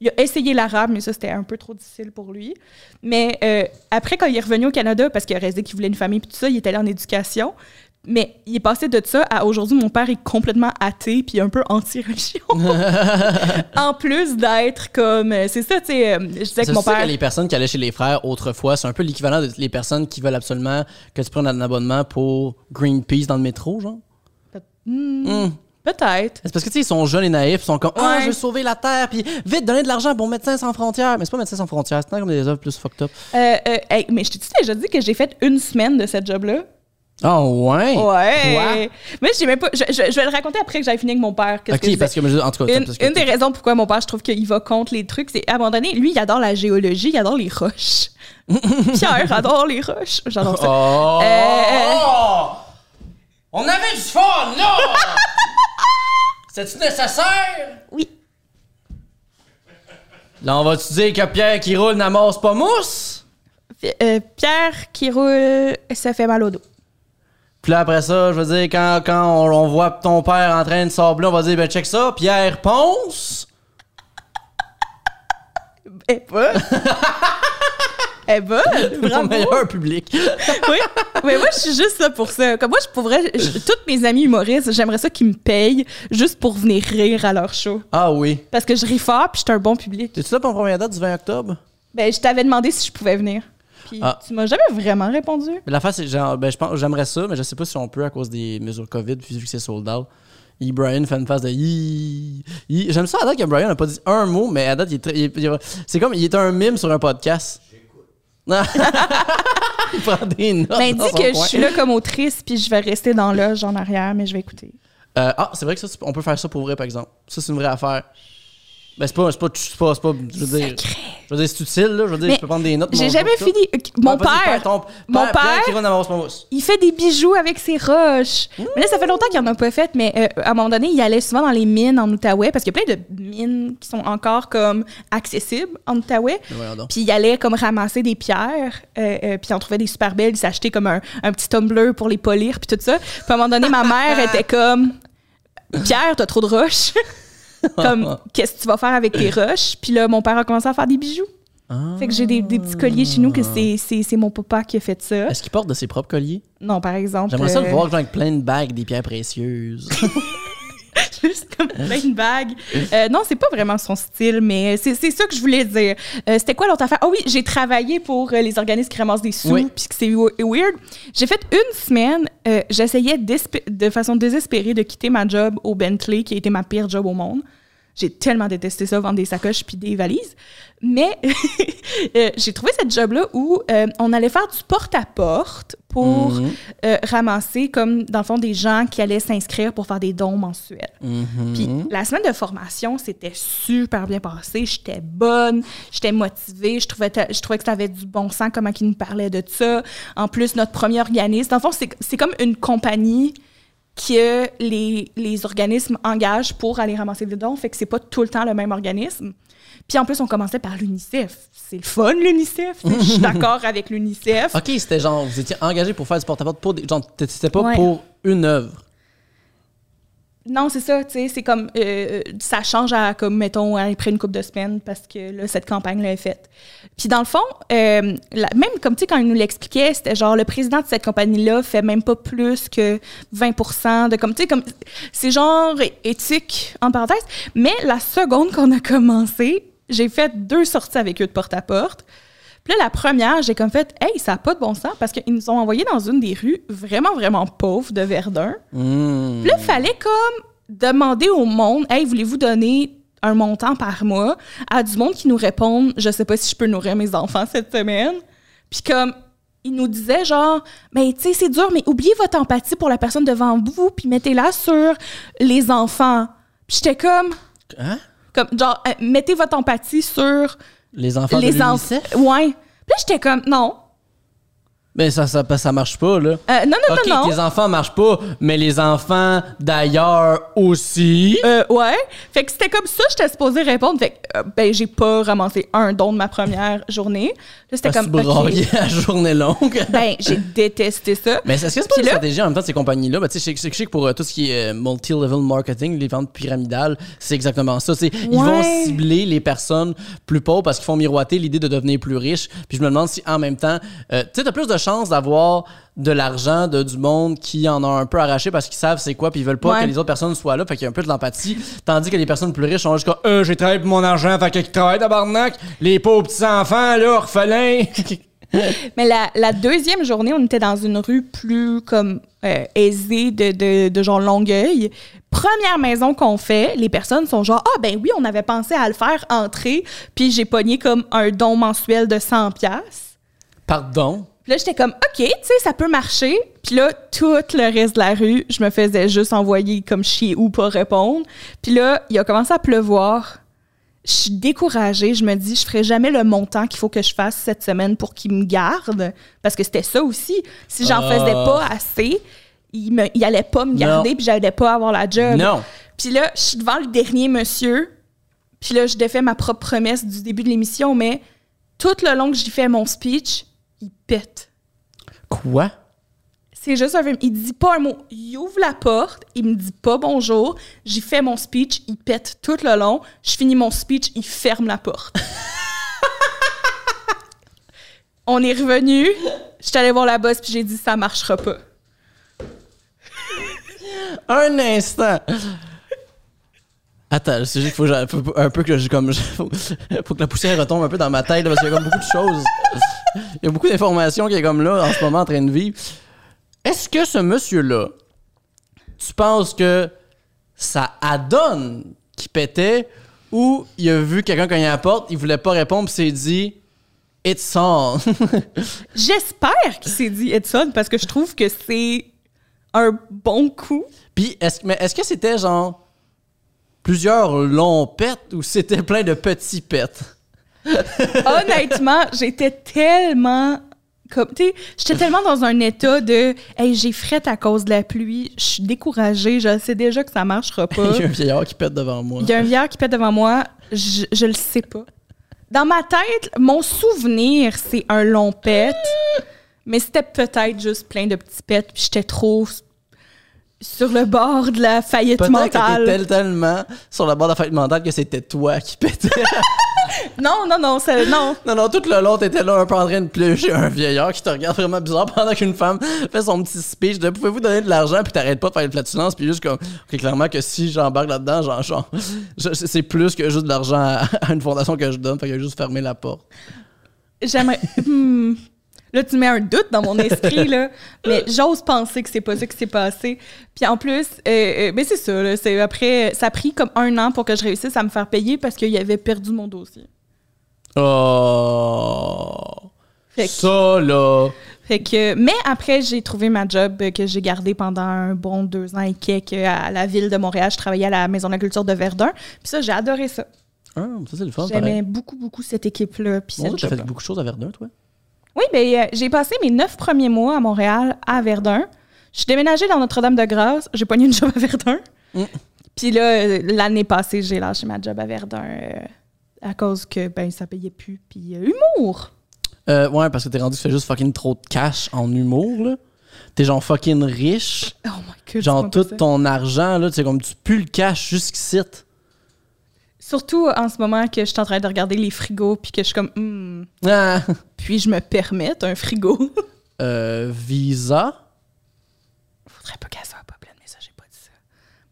[SPEAKER 2] Il a essayé l'arabe, mais ça, c'était un peu trop difficile pour lui. Mais euh, après, quand il est revenu au Canada, parce qu'il a resté qu'il voulait une famille, puis tout ça, il est allé en éducation. Mais il est passé de ça à aujourd'hui, mon père est complètement athée, puis un peu anti-religion. en plus d'être comme. euh, C'est ça, tu sais, euh, je disais que
[SPEAKER 1] C'est
[SPEAKER 2] mon
[SPEAKER 1] sûr
[SPEAKER 2] père.
[SPEAKER 1] que les personnes qui allaient chez les frères autrefois, c'est un peu l'équivalent des personnes qui veulent absolument que tu prennes un abonnement pour Greenpeace dans le métro, genre.
[SPEAKER 2] Hmm,
[SPEAKER 1] Hmm.
[SPEAKER 2] Peut-être.
[SPEAKER 1] C'est parce que, tu sais, ils sont jeunes et naïfs, ils sont comme, ah,
[SPEAKER 2] Ouais.
[SPEAKER 1] je veux sauver la Terre, puis vite, donner de l'argent pour Médecins sans frontières. Mais c'est pas Médecins sans frontières, c'est tant comme des œuvres plus fucked up.
[SPEAKER 2] Euh, euh, hey, mais je t'ai déjà dit que j'ai fait une semaine de cette job-là.
[SPEAKER 1] Oh, ouais!
[SPEAKER 2] Ah, Ouais. Mais j'ai même pas. Je, je- je vais le raconter après que j'aille finir avec mon père. qu'est-ce
[SPEAKER 1] Ok,
[SPEAKER 2] que je
[SPEAKER 1] parce
[SPEAKER 2] fais.
[SPEAKER 1] que, mais je- en tout cas,
[SPEAKER 2] une,
[SPEAKER 1] parce que-
[SPEAKER 2] une des raisons pourquoi mon père, je trouve qu'il va contre les trucs, c'est à un moment donné, lui, il adore la géologie, il adore les roches. Pierre adore les roches. J'adore ça.
[SPEAKER 1] Oh!
[SPEAKER 2] Euh,
[SPEAKER 1] On avait du fun, là! C'est-tu nécessaire?
[SPEAKER 2] Oui.
[SPEAKER 1] Là, on va-tu dire que Pierre qui roule n'amasse pas mousse?
[SPEAKER 2] Fi- euh, Pierre qui roule, ça fait mal au dos.
[SPEAKER 1] Puis là, après ça, je veux dire, quand, quand on, on voit ton père en train de sabler, on va dire, ben, check ça, Pierre Ponce.
[SPEAKER 2] Eh ben. Eh ben,
[SPEAKER 1] Mon
[SPEAKER 2] bravo.
[SPEAKER 1] meilleur public.
[SPEAKER 2] oui. Mais moi, je suis juste là pour ça. Comme moi, je pourrais. je- toutes mes amis humoristes, j'aimerais ça qu'ils me payent juste pour venir rire à leur show.
[SPEAKER 1] Ah oui.
[SPEAKER 2] Parce que je ris fort, puis je suis un bon public.
[SPEAKER 1] T'es-tu là pour la première date du 20 octobre?
[SPEAKER 2] Ben, je t'avais demandé si je pouvais venir. Puis
[SPEAKER 1] Ah.
[SPEAKER 2] tu m'as jamais vraiment répondu.
[SPEAKER 1] Mais l'affaire, c'est genre, ben, je pense, j'aimerais ça, mais je sais pas si on peut à cause des mesures COVID, puis vu que c'est sold out. Et Brian fait une face de Hi, hi. J'aime ça à date que Brian n'a pas dit un mot, mais à date, il est très- il est- il est- c'est comme, il est un mime sur un podcast. Il prend des notes.
[SPEAKER 2] Ben,
[SPEAKER 1] Ah, dans
[SPEAKER 2] dis
[SPEAKER 1] son
[SPEAKER 2] que je
[SPEAKER 1] coin.
[SPEAKER 2] suis là comme autrice, puis je vais rester dans l'âge en arrière, mais je vais écouter.
[SPEAKER 1] Euh, ah, c'est vrai que ça, c'est- on peut faire ça pour vrai, par exemple. Ça, c'est une vraie affaire. Ben, c'est pas, c'est pas, c'est pas, c'est pas, je veux dire, je veux dire, c'est utile, là. Je veux dire,
[SPEAKER 2] Mais
[SPEAKER 1] je peux prendre des notes.
[SPEAKER 2] J'ai
[SPEAKER 1] mon-
[SPEAKER 2] jamais
[SPEAKER 1] tout.
[SPEAKER 2] fini. Ok, Mon
[SPEAKER 1] Ah, vas-y,
[SPEAKER 2] père,
[SPEAKER 1] ton-
[SPEAKER 2] mon père-
[SPEAKER 1] Pierre qui run avant mousse.
[SPEAKER 2] il fait des bijoux avec ses roches.
[SPEAKER 1] Mmh.
[SPEAKER 2] Mais là, ça fait longtemps qu'il en a pas fait, mais euh, à un moment donné, il allait souvent dans les mines en Outaouais, parce qu'il y a plein de mines qui sont encore comme accessibles en Outaouais.
[SPEAKER 1] Mais voyons donc.
[SPEAKER 2] Puis il allait comme ramasser des pierres, euh, euh, puis il en trouvait des super belles, il s'achetait comme un, un petit tumbler pour les polir, puis tout ça. Puis à un moment donné, ma mère était comme Pierre, t'as trop de roches. comme, qu'est-ce que tu vas faire avec tes roches? Puis là, mon père a commencé à faire des bijoux. Fait que j'ai des, des petits colliers chez nous que
[SPEAKER 1] Ah.
[SPEAKER 2] c'est- c'est c'est mon papa qui a fait ça.
[SPEAKER 1] Est-ce qu'il porte de ses propres colliers?
[SPEAKER 2] Non, par exemple.
[SPEAKER 1] J'aimerais ça le
[SPEAKER 2] euh,
[SPEAKER 1] voir genre, avec plein de bagues, des pierres précieuses.
[SPEAKER 2] juste comme plein de bagues. Euh, non, c'est pas vraiment son style, mais c'est c'est ça que je voulais dire. Euh, C'était quoi l'autre affaire? Ah oui, j'ai travaillé pour euh, les organismes qui ramassent des sous,
[SPEAKER 1] Oui.
[SPEAKER 2] puis que c'est we- weird. J'ai fait une semaine, euh, j'essayais d'esp- de façon désespérée de quitter ma job au Bentley, qui a été ma pire job au monde. J'ai tellement détesté ça, vendre des sacoches puis des valises. Mais euh, j'ai trouvé cette job-là où euh, on allait faire du porte-à-porte pour euh, ramasser, comme dans le fond, des gens qui allaient s'inscrire pour faire des dons mensuels. Puis la semaine de formation, c'était super bien passé. J'étais bonne, j'étais motivée, je trouvais, ta- je trouvais que ça avait du bon sens, comment ils nous parlaient de ça. En plus, notre premier organisme, dans le fond, c'est c'est comme une compagnie que les, les organismes engagent pour aller ramasser des dons, fait que c'est pas tout le temps le même organisme. Puis en plus, on commençait par l'UNICEF. C'est le fun, l'UNICEF. Je suis d'accord avec l'UNICEF.
[SPEAKER 1] ok, c'était genre, vous étiez engagé pour faire du porte-à-porte pour des. Genre, t- c'était pas
[SPEAKER 2] Ouais.
[SPEAKER 1] pour une œuvre.
[SPEAKER 2] Non, c'est ça, tu sais, c'est comme euh, ça change à comme mettons après une coupe de semaines parce que là cette campagne là est faite. Puis dans le fond, euh, la- même comme tu sais quand il nous l'expliquait, c'était genre le président de cette compagnie là fait même pas plus que 20 de comme tu sais comme c'est genre éthique en parenthèse, mais la seconde qu'on a commencé, j'ai fait deux sorties avec eux de porte à porte. Puis là, la première, j'ai comme fait, hey, ça n'a pas de bon sens parce qu'ils nous ont envoyés dans une des rues vraiment, vraiment pauvres de Verdun.
[SPEAKER 1] Hmm.
[SPEAKER 2] Puis là, il fallait comme demander au monde, hey, voulez-vous donner un montant par mois à du monde qui nous répond, je sais pas si je peux nourrir mes enfants cette semaine. Puis comme il nous disait genre, mais tu sais, c'est dur, mais oubliez votre empathie pour la personne devant vous, puis mettez-la sur les enfants. Puis j'étais comme,
[SPEAKER 1] Hein?
[SPEAKER 2] comme genre, euh, mettez votre empathie sur
[SPEAKER 1] Les enfants de
[SPEAKER 2] les
[SPEAKER 1] l'UNICEF?
[SPEAKER 2] enfants. Ouais. Puis là, j'étais comme, non.
[SPEAKER 1] Mais Ben, ça, ça, ça marche pas, là.
[SPEAKER 2] Euh, non, non,
[SPEAKER 1] Ok,
[SPEAKER 2] non, non.
[SPEAKER 1] les enfants marchent pas, mais les enfants d'ailleurs aussi.
[SPEAKER 2] Euh, ouais. Fait que c'était comme ça, j'étais supposée répondre. Fait que, euh, ben, j'ai pas ramassé un don de ma première journée. Là, c'était
[SPEAKER 1] Parce
[SPEAKER 2] comme.
[SPEAKER 1] que
[SPEAKER 2] ok.
[SPEAKER 1] brailler à journée longue.
[SPEAKER 2] Ben, j'ai détesté ça.
[SPEAKER 1] Mais est-ce que c'est pas
[SPEAKER 2] Puis
[SPEAKER 1] une
[SPEAKER 2] là-
[SPEAKER 1] stratégie en même temps de ces compagnies-là? Ben, tu sais, je sais- je sais que pour euh, tout ce qui est euh, multi-level marketing, les ventes pyramidales, c'est exactement ça. tu sais. Ils vont
[SPEAKER 2] Ouais.
[SPEAKER 1] cibler les personnes plus pauvres parce qu'ils font miroiter l'idée de devenir plus riche. Puis je me demande si en même temps, euh, tu sais, t'as plus de chances d'avoir de l'argent de du monde qui en a un peu arraché parce qu'ils savent c'est quoi puis ils veulent pas
[SPEAKER 2] Ouais.
[SPEAKER 1] que les autres personnes soient là fait qu'il y a un peu de l'empathie tandis que les personnes plus riches sont juste comme euh, j'ai travaillé pour mon argent fait que qui travaille tabarnak les pauvres petits enfants là orphelins
[SPEAKER 2] Mais la, la deuxième journée, on était dans une rue plus comme euh, aisée de, de, de genre Longueuil. Première maison qu'on fait, les personnes sont genre ah ben oui, on avait pensé à le faire entrer, puis j'ai pogné comme un don mensuel de 100 pièces.
[SPEAKER 1] pardon
[SPEAKER 2] Puis là, j'étais comme, OK, tu sais, ça peut marcher. Puis là, tout le reste de la rue, je me faisais juste envoyer comme chier ou pas répondre. Puis là, il a commencé à pleuvoir. Je suis découragée. Je me dis, je ferai jamais le montant qu'il faut que je fasse cette semaine pour qu'il me garde. Parce que c'était ça aussi. Si j'en
[SPEAKER 1] Ah.
[SPEAKER 2] faisais pas assez, il, me, il allait pas me garder, puis j'allais pas avoir la job.
[SPEAKER 1] non
[SPEAKER 2] Puis là, je suis devant le dernier monsieur. Puis là, je défais ma propre promesse du début de l'émission, mais tout le long que j'y fais mon speech, il pète.
[SPEAKER 1] quoi
[SPEAKER 2] C'est juste un film. Il dit pas un mot. Il ouvre la porte, il me dit pas bonjour. J'y fais mon speech, il pète tout le long. Je finis mon speech, il ferme la porte. On est revenu. Je suis allée voir la boss, puis j'ai dit ça marchera pas.
[SPEAKER 1] Un instant. Attends, c'est juste qu'il faut, que j'a- faut- faut un peu que je comme je- faut, faut que la poussière retombe un peu dans ma tête là, parce qu'il y a comme beaucoup de choses. Il y a beaucoup d'informations qui est comme là en ce moment en train de vivre. Est-ce que ce monsieur là, tu penses que ça adonne qui pétait ou il a vu quelqu'un cogner à la porte, il voulait pas répondre, puis s'est dit Edson.
[SPEAKER 2] J'espère qu'il s'est dit Edson parce que je trouve que c'est un bon coup.
[SPEAKER 1] Puis, est-ce mais est-ce que c'était genre plusieurs longs pets ou c'était plein de petits pets?
[SPEAKER 2] Honnêtement, j'étais tellement comme tu sais, j'étais tellement dans un état de hey, j'ai frette à cause de la pluie, je suis découragée, je sais déjà que ça marchera pas.
[SPEAKER 1] Il y a un vieillard qui pète devant moi.
[SPEAKER 2] Il y a un vieillard qui pète devant moi, je, je le sais pas. Dans ma tête, mon souvenir, c'est un long pet, mais c'était peut-être juste plein de petits pets, puis j'étais trop s- sur le bord de la faillite
[SPEAKER 1] Peut-être que
[SPEAKER 2] mentale.
[SPEAKER 1] t'étais tellement sur la barre de la fête mentale que c'était toi qui pétait.
[SPEAKER 2] Non, non, non, ça, non.
[SPEAKER 1] non, non, tout le long, t'étais là un peu en train de plucher un vieillard qui te regarde vraiment bizarre pendant qu'une femme fait son petit speech de « Pouvez-vous donner de l'argent? » Puis t'arrêtes pas de faire une flatulence, puis juste comme... Ok, clairement que si j'embarque là-dedans, genre, genre, je- c'est plus que juste de l'argent à, à une fondation que je donne, fait que j'ai juste fermé la porte.
[SPEAKER 2] J'aimerais. Hmm. Là, tu mets un doute dans mon esprit, là. Mais j'ose penser que c'est pas ça qui s'est passé. Puis en plus, euh, euh, ben c'est ça, là, c'est après, ça a pris comme un an pour que je réussisse à me faire payer parce qu'il avait perdu mon dossier.
[SPEAKER 1] Oh...
[SPEAKER 2] Fait que-
[SPEAKER 1] Ça, là...
[SPEAKER 2] Fait que, mais après, j'ai trouvé ma job euh, que j'ai gardée pendant un bon deux ans et quelques euh, à la ville de Montréal. Je travaillais à la Maison de la Culture de Verdun. Puis ça, j'ai adoré ça.
[SPEAKER 1] Ah, ça, c'est le fun,
[SPEAKER 2] J'aimais
[SPEAKER 1] pareil.
[SPEAKER 2] beaucoup, beaucoup cette équipe-là. Puis
[SPEAKER 1] Mon
[SPEAKER 2] cette
[SPEAKER 1] Dieu, t'as
[SPEAKER 2] job-là.
[SPEAKER 1] fait beaucoup de choses à Verdun, toi?
[SPEAKER 2] Oui, ben, euh, j'ai passé mes neuf premiers mois à Montréal, à Verdun. Je suis déménagée dans Notre-Dame-de-Grâce. J'ai pogné une job à Verdun.
[SPEAKER 1] Mm.
[SPEAKER 2] Puis là, euh, l'année passée, j'ai lâché ma job à Verdun euh, à cause que ben ça payait plus. Puis euh, humour!
[SPEAKER 1] Euh, ouais, parce que t'es rendu que tu fais juste fucking trop de cash en humour, là. T'es genre fucking riche.
[SPEAKER 2] Oh my god!
[SPEAKER 1] Genre
[SPEAKER 2] dis-moi
[SPEAKER 1] tout
[SPEAKER 2] pas ça.
[SPEAKER 1] ton argent, là, tu sais, comme tu pues le cash jusqu'ici.
[SPEAKER 2] Surtout en ce moment que je suis en train de regarder les frigos puis que je suis comme Hmm,
[SPEAKER 1] Ah.
[SPEAKER 2] puis je me permette un frigo.
[SPEAKER 1] Euh, visa.
[SPEAKER 2] Faudrait pas qu'elle soit pas pleine, mais ça j'ai pas dit ça.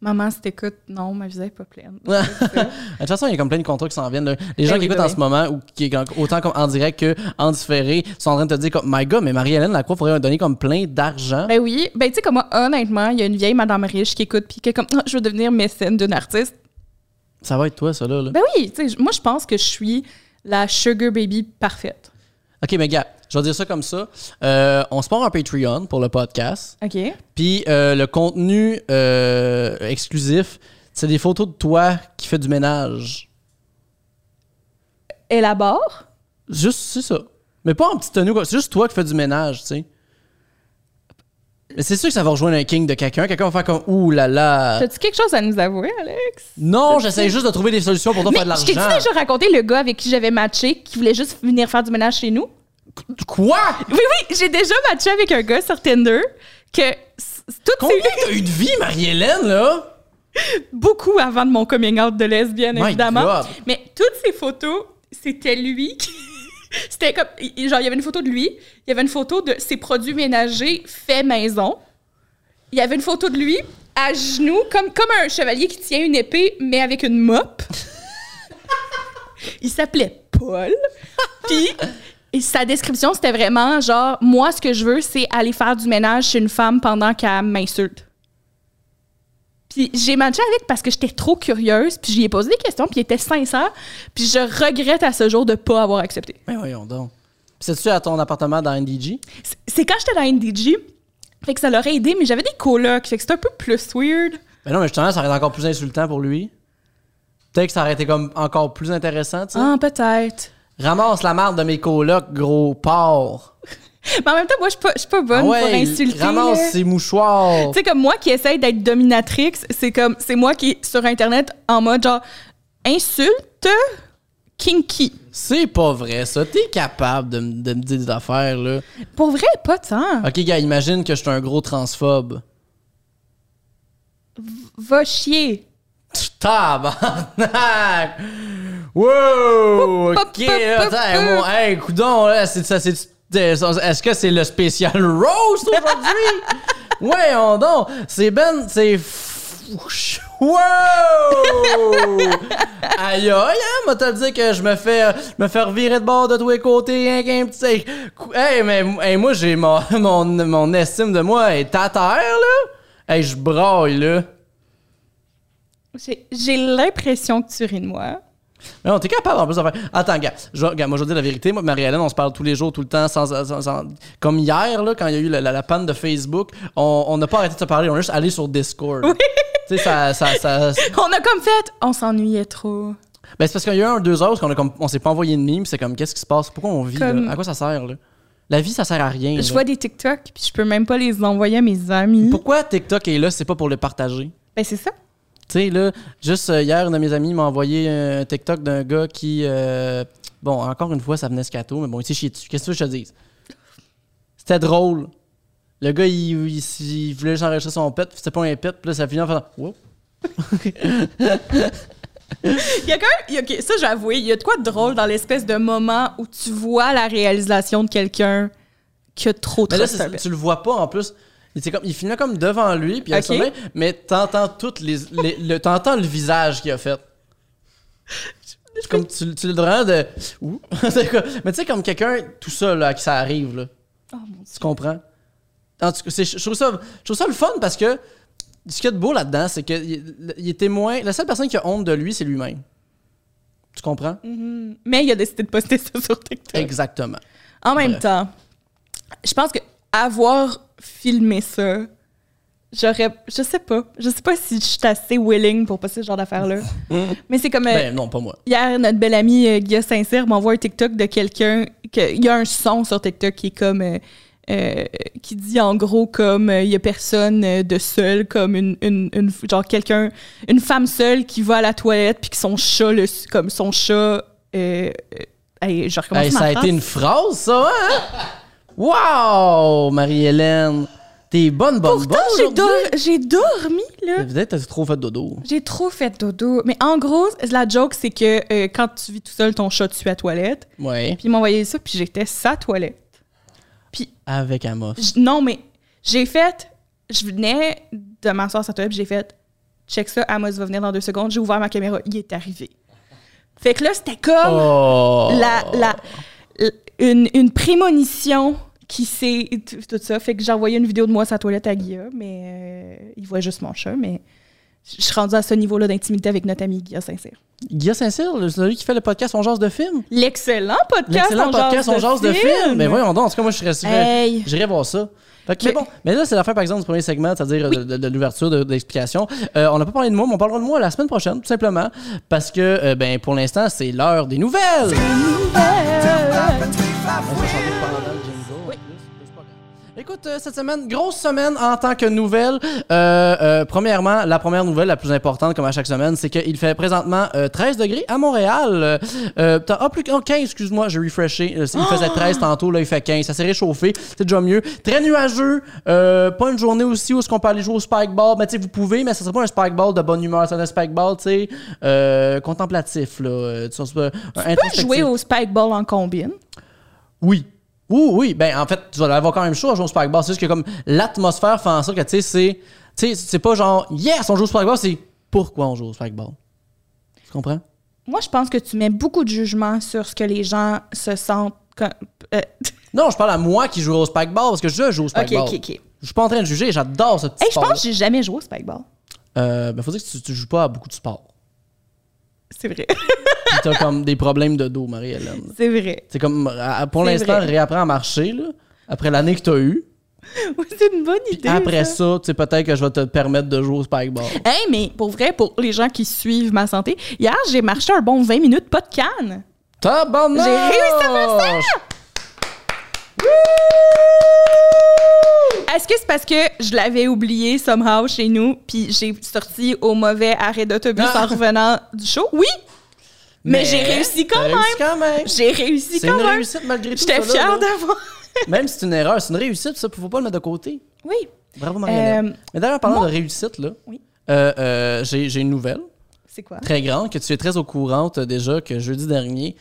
[SPEAKER 2] Maman, si t'écoutes, non, ma visée est pas pleine.
[SPEAKER 1] Ah. de toute façon, il y a comme plein de contrats qui s'en viennent. là. Les gens
[SPEAKER 2] Eh
[SPEAKER 1] qui
[SPEAKER 2] oui,
[SPEAKER 1] écoutent
[SPEAKER 2] ben
[SPEAKER 1] en
[SPEAKER 2] oui.
[SPEAKER 1] ce moment, ou qui autant comme en direct que en différé, sont en train de te dire comme My God, mais Marie-Hélène Lacroix pourrait donner comme plein d'argent.
[SPEAKER 2] Ben oui. Ben, tu sais, comme moi, honnêtement, il y a une vieille madame riche qui écoute puis qui est comme, Ah, je veux devenir mécène d'une artiste.
[SPEAKER 1] Ça va être toi, ça là. là.
[SPEAKER 2] Ben oui, tu sais, moi, je pense que je suis la sugar baby parfaite.
[SPEAKER 1] Ok, mais gars, je vais dire ça comme ça. Euh, on se part un Patreon pour le podcast.
[SPEAKER 2] OK?
[SPEAKER 1] Puis euh, le contenu euh, exclusif, c'est des photos de toi qui fait du ménage.
[SPEAKER 2] Élabore.
[SPEAKER 1] Juste, c'est ça. Mais pas en petite tenue, quoi. C'est juste toi qui fais du ménage, tu sais. Mais c'est sûr que ça va rejoindre un king de quelqu'un. Quelqu'un va faire comme Ouh là là.
[SPEAKER 2] T'as-tu quelque chose à nous avouer, Alex?
[SPEAKER 1] Non, j'essaie juste de trouver des solutions pour toi
[SPEAKER 2] Mais
[SPEAKER 1] faire de
[SPEAKER 2] je t'ai-tu
[SPEAKER 1] l'argent.
[SPEAKER 2] déjà raconté le gars avec qui j'avais matché qui voulait juste venir faire du ménage chez nous?
[SPEAKER 1] Quoi
[SPEAKER 2] Oui, oui, j'ai déjà matché avec un gars sur Tinder que s- toutes
[SPEAKER 1] Combien
[SPEAKER 2] ces...
[SPEAKER 1] t'as eu de vie, Marie-Hélène, là
[SPEAKER 2] beaucoup avant de mon coming out de lesbienne,
[SPEAKER 1] My
[SPEAKER 2] évidemment.
[SPEAKER 1] God.
[SPEAKER 2] Mais toutes ces photos, c'était lui qui. c'était comme. il- Genre, il y avait une photo de lui, il y avait une photo de ses produits ménagers faits maison. Il y avait une photo de lui à genoux, comme, comme un chevalier qui tient une épée, mais avec une mop. il s'appelait Paul. Puis. et sa description, c'était vraiment genre, moi, ce que je veux, c'est aller faire du ménage chez une femme pendant qu'elle m'insulte. Puis j'ai matché avec parce que j'étais trop curieuse, puis j'y ai posé des questions, puis il était sincère, puis je regrette à ce jour de pas avoir accepté.
[SPEAKER 1] Mais Ben voyons donc. C'est-tu à ton appartement dans NDG
[SPEAKER 2] C'est- C'est quand j'étais dans NDG, fait que ça l'aurait aidé, mais j'avais des colocs, fait que c'était un peu plus weird.
[SPEAKER 1] Mais Ben non, mais justement, ça aurait été encore plus insultant pour lui. Peut-être que ça aurait été comme encore plus intéressant, tu sais.
[SPEAKER 2] Ah, peut-être.
[SPEAKER 1] Ramasse la marde de mes colocs, gros porc. Ah
[SPEAKER 2] Mais en même temps, moi, je suis pas, je suis pas bonne pour insulter.
[SPEAKER 1] ramasse
[SPEAKER 2] là.
[SPEAKER 1] ses mouchoirs.
[SPEAKER 2] Tu sais, comme moi qui essaye d'être dominatrix, c'est comme, c'est moi qui, sur Internet, en mode genre, insulte, kinky.
[SPEAKER 1] C'est pas vrai, ça. T'es capable de, m- de me dire des affaires, là.
[SPEAKER 2] Pour vrai, pas tant.
[SPEAKER 1] Ok, gars, imagine que je suis un gros transphobe.
[SPEAKER 2] Va chier.
[SPEAKER 1] Tabarnak! Wow!
[SPEAKER 2] Poup, poup,
[SPEAKER 1] Ok, là,
[SPEAKER 2] poup,
[SPEAKER 1] attends,
[SPEAKER 2] poup.
[SPEAKER 1] mon- hey, coudon, là, c'est ça, c'est c'est- Est-ce que c'est le spécial roast aujourd'hui? ouais, on donc! C'est ben, c'est. f- Wow! aïe aïe, hein, m'a te dit que je me fais euh, je me fais revirer de bord de tous les côtés, hein, qu'un petit. hey, cou- Hey, mais hey, moi j'ai mon, mon mon estime de moi est à terre là. Hey, je braille là.
[SPEAKER 2] J'ai j'ai l'impression que tu ris de moi.
[SPEAKER 1] Mais on t'es capable en plus de faire. Attends, gars, je, gars, moi je vais dire la vérité. Moi, Marie-Hélène, on se parle tous les jours, tout le temps, sans, sans- sans- comme hier, là, quand il y a eu la, la- la panne de Facebook, on on n'a pas arrêté de se parler, on est juste allé sur Discord. Tu sais, ça, ça, ça-
[SPEAKER 2] On a comme fait, on s'ennuyait trop.
[SPEAKER 1] Ben, c'est parce qu'il y a eu un, deux heures où on, a comme- on s'est pas envoyé de mime, c'est comme, qu'est-ce qui se passe? Pourquoi on vit?
[SPEAKER 2] Comme-
[SPEAKER 1] là? À quoi ça sert, là? La vie, ça sert à rien.
[SPEAKER 2] Je
[SPEAKER 1] là.
[SPEAKER 2] vois des TikTok, puis je peux même pas les envoyer à mes amis.
[SPEAKER 1] Pourquoi TikTok est là, c'est pas pour le partager?
[SPEAKER 2] Ben, c'est ça.
[SPEAKER 1] Tu sais, là, juste euh, hier, une de mes amies m'a envoyé un TikTok d'un gars qui. euh, bon, encore une fois, ça venait scato, mais bon, il s'est chié dessus. Qu'est-ce que tu veux que je te dise? C'était drôle. Le gars, il, il, il voulait juste enregistrer son pet, puis c'était pas un pet, puis là, ça finit en faisant. Wow.
[SPEAKER 2] Il y a quand même, il y a- ok, ça j'avoue, il y a de quoi de drôle dans l'espèce de moment où tu vois la réalisation de quelqu'un qui a trop
[SPEAKER 1] Mais
[SPEAKER 2] trop
[SPEAKER 1] là,
[SPEAKER 2] de
[SPEAKER 1] c'est-
[SPEAKER 2] service.
[SPEAKER 1] tu le vois pas en plus. Il, était comme, il finit comme devant lui, puis il a
[SPEAKER 2] Ok.
[SPEAKER 1] sommeil, mais t'entends toutes les, les- le, t'entends le visage qu'il a fait. C'est Comme tu, tu le rends de. Ouh. C'est quoi? mais tu sais, comme quelqu'un tout seul là, à qui ça arrive, là.
[SPEAKER 2] Oh, mon Dieu.
[SPEAKER 1] Tu comprends? En tout cas, c'est- je, trouve ça, je trouve ça le fun parce que ce qu'il y a de beau là-dedans, c'est qu'il il est témoin. La seule personne qui a honte de lui, c'est lui-même. Tu comprends?
[SPEAKER 2] Mais il a décidé de poster ça sur TikTok.
[SPEAKER 1] Exactement.
[SPEAKER 2] En même
[SPEAKER 1] Bref.
[SPEAKER 2] temps, je pense que avoir filmé ça, j'aurais, je sais pas, je sais pas si je suis assez willing pour passer ce genre d'affaire là. Mais c'est comme euh,
[SPEAKER 1] Ben non, pas moi.
[SPEAKER 2] Hier, notre bel ami euh, Guillaume Saint-Cyr m'envoie un TikTok de quelqu'un. que- Il y a un son sur TikTok qui est comme. euh, euh, qui dit en gros comme euh, il y a personne euh, de seul, comme une. une- une- genre quelqu'un. Une femme seule qui va à la toilette puis que son chat, le, su- comme son chat. euh, euh, hey, je recommence
[SPEAKER 1] Hey,
[SPEAKER 2] ma
[SPEAKER 1] ça a été
[SPEAKER 2] phrase.
[SPEAKER 1] une phrase, ça, hein? wow! Marie-Hélène! T'es bonne, bonne,
[SPEAKER 2] Pourtant,
[SPEAKER 1] bonne!
[SPEAKER 2] j'ai,
[SPEAKER 1] aujourd'hui.
[SPEAKER 2] dor- j'ai dormi, là.
[SPEAKER 1] Peut-être que t'as trop fait de dodo.
[SPEAKER 2] J'ai trop fait dodo. Mais en gros, la joke, c'est que euh, quand tu vis tout seul, ton chat, tu es à la toilette.
[SPEAKER 1] Ouais.
[SPEAKER 2] Puis il m'envoyait ça, puis j'étais sa toilette.
[SPEAKER 1] Avec Amos.
[SPEAKER 2] J- Non, mais j'ai fait. Je venais de m'asseoir sur la toilette, puis j'ai fait. Check ça, Amos va venir dans deux secondes. J'ai ouvert ma caméra, il est arrivé. Fait que là, c'était comme
[SPEAKER 1] Oh!
[SPEAKER 2] la, la, l- une, une prémonition qui s'est. tout- Tout ça. Fait que j'ai envoyé une vidéo de moi sur la toilette à Guilla, mais euh, il voit juste mon chat, mais je je suis rendue à ce niveau-là d'intimité avec notre ami Guilla Saint-Cyr.
[SPEAKER 1] Guillaume Saint-Cyr, le- celui qui fait le podcast On jase de film?
[SPEAKER 2] L'excellent podcast,
[SPEAKER 1] L'excellent
[SPEAKER 2] on
[SPEAKER 1] podcast
[SPEAKER 2] jase
[SPEAKER 1] On jase de film! Mais voyons donc, en tout cas, moi, je serais.
[SPEAKER 2] Hey.
[SPEAKER 1] J'irai voir ça. Fait que c'est
[SPEAKER 2] Mais-
[SPEAKER 1] bon. Mais là, c'est la fin, par exemple, du premier segment, c'est-à-dire euh, de, de- de l'ouverture, de, de l'explication. Euh, on n'a pas parlé de moi, mais on parlera de moi la semaine prochaine, tout simplement. Parce que, euh, ben, pour l'instant, c'est l'heure des nouvelles!
[SPEAKER 2] Oui.
[SPEAKER 1] Écoute, euh, cette semaine, grosse semaine en tant que nouvelle. Euh, euh, premièrement, la première nouvelle, la plus importante, comme à chaque semaine, c'est qu'il fait présentement euh, 13 degrés à Montréal. Euh, euh, t'as- ah, plus que- oh, 15, excuse-moi, j'ai refreshé. Euh,
[SPEAKER 2] Oh!
[SPEAKER 1] Il faisait 13 tantôt, là, il fait 15. Ça s'est réchauffé, c'est déjà mieux. Très nuageux, euh, pas une journée aussi où est-ce qu'on peut aller jouer au spikeball. Mais tu sais, vous pouvez, mais ça serait pas un spikeball de bonne humeur, c'est un spikeball, tu sais, euh, contemplatif, là. euh, tu sais, euh,
[SPEAKER 2] Peut
[SPEAKER 1] introspectif.
[SPEAKER 2] jouer au spikeball en combine.
[SPEAKER 1] Oui. Oui, oui. Ben, en fait, tu vas l'avoir quand même chaud à jouer au Spike Ball. C'est juste que comme l'atmosphère fait en sorte que, tu sais, c'est. Tu sais, c'est pas genre, yes, on joue au Spike Ball, c'est pourquoi on joue au Spike Ball. Tu comprends?
[SPEAKER 2] Moi, je pense que tu mets beaucoup de jugement sur ce que les gens se sentent. Comme, euh,
[SPEAKER 1] Non, je parle à moi qui joue au Spike Ball parce que je joue au Spike
[SPEAKER 2] Ok,
[SPEAKER 1] Ball.
[SPEAKER 2] ok, ok.
[SPEAKER 1] Je suis pas en train de juger, j'adore ce petit
[SPEAKER 2] Hey, je
[SPEAKER 1] sport.
[SPEAKER 2] pense que j'ai jamais joué au spikeball.
[SPEAKER 1] Euh, ben, faut dire que tu, tu joues pas à beaucoup de sports.
[SPEAKER 2] C'est vrai.
[SPEAKER 1] Puis t'as comme des problèmes de dos, Marie-Hélène.
[SPEAKER 2] C'est vrai.
[SPEAKER 1] C'est comme, à- à- pour
[SPEAKER 2] C'est
[SPEAKER 1] l'instant,
[SPEAKER 2] vrai.
[SPEAKER 1] réapprends à marcher, là, après l'année que t'as eue.
[SPEAKER 2] Oui, c'est une bonne idée.
[SPEAKER 1] Après ça, tu sais, peut-être que je vais te permettre de jouer au Spike Ball.
[SPEAKER 2] Hey, mais pour vrai, pour les gens qui suivent ma santé, hier, j'ai marché un bon 20 minutes, pas de canne.
[SPEAKER 1] Tabarnak!
[SPEAKER 2] J'ai réussi à faire ça! Est-ce que c'est parce que je l'avais oublié somehow chez nous, puis j'ai sorti au mauvais arrêt d'autobus
[SPEAKER 1] Ah.
[SPEAKER 2] en revenant du show? Oui! Mais, j'ai réussi quand
[SPEAKER 1] t'as
[SPEAKER 2] même!
[SPEAKER 1] réussi quand même.
[SPEAKER 2] J'ai réussi
[SPEAKER 1] C'est
[SPEAKER 2] quand
[SPEAKER 1] une
[SPEAKER 2] même!
[SPEAKER 1] réussite malgré tout.
[SPEAKER 2] J'étais
[SPEAKER 1] ça, là,
[SPEAKER 2] fière
[SPEAKER 1] là.
[SPEAKER 2] d'avoir.
[SPEAKER 1] Même si c'est une erreur, c'est une réussite, ça, faut pas le mettre de côté.
[SPEAKER 2] Oui.
[SPEAKER 1] Bravo, Marianne.
[SPEAKER 2] Euh,
[SPEAKER 1] Mais d'ailleurs, en parlant de réussite, là,
[SPEAKER 2] Oui.
[SPEAKER 1] euh, euh, j'ai j'ai une nouvelle
[SPEAKER 2] C'est quoi?
[SPEAKER 1] très grande que tu es très au courant euh, déjà que jeudi dernier.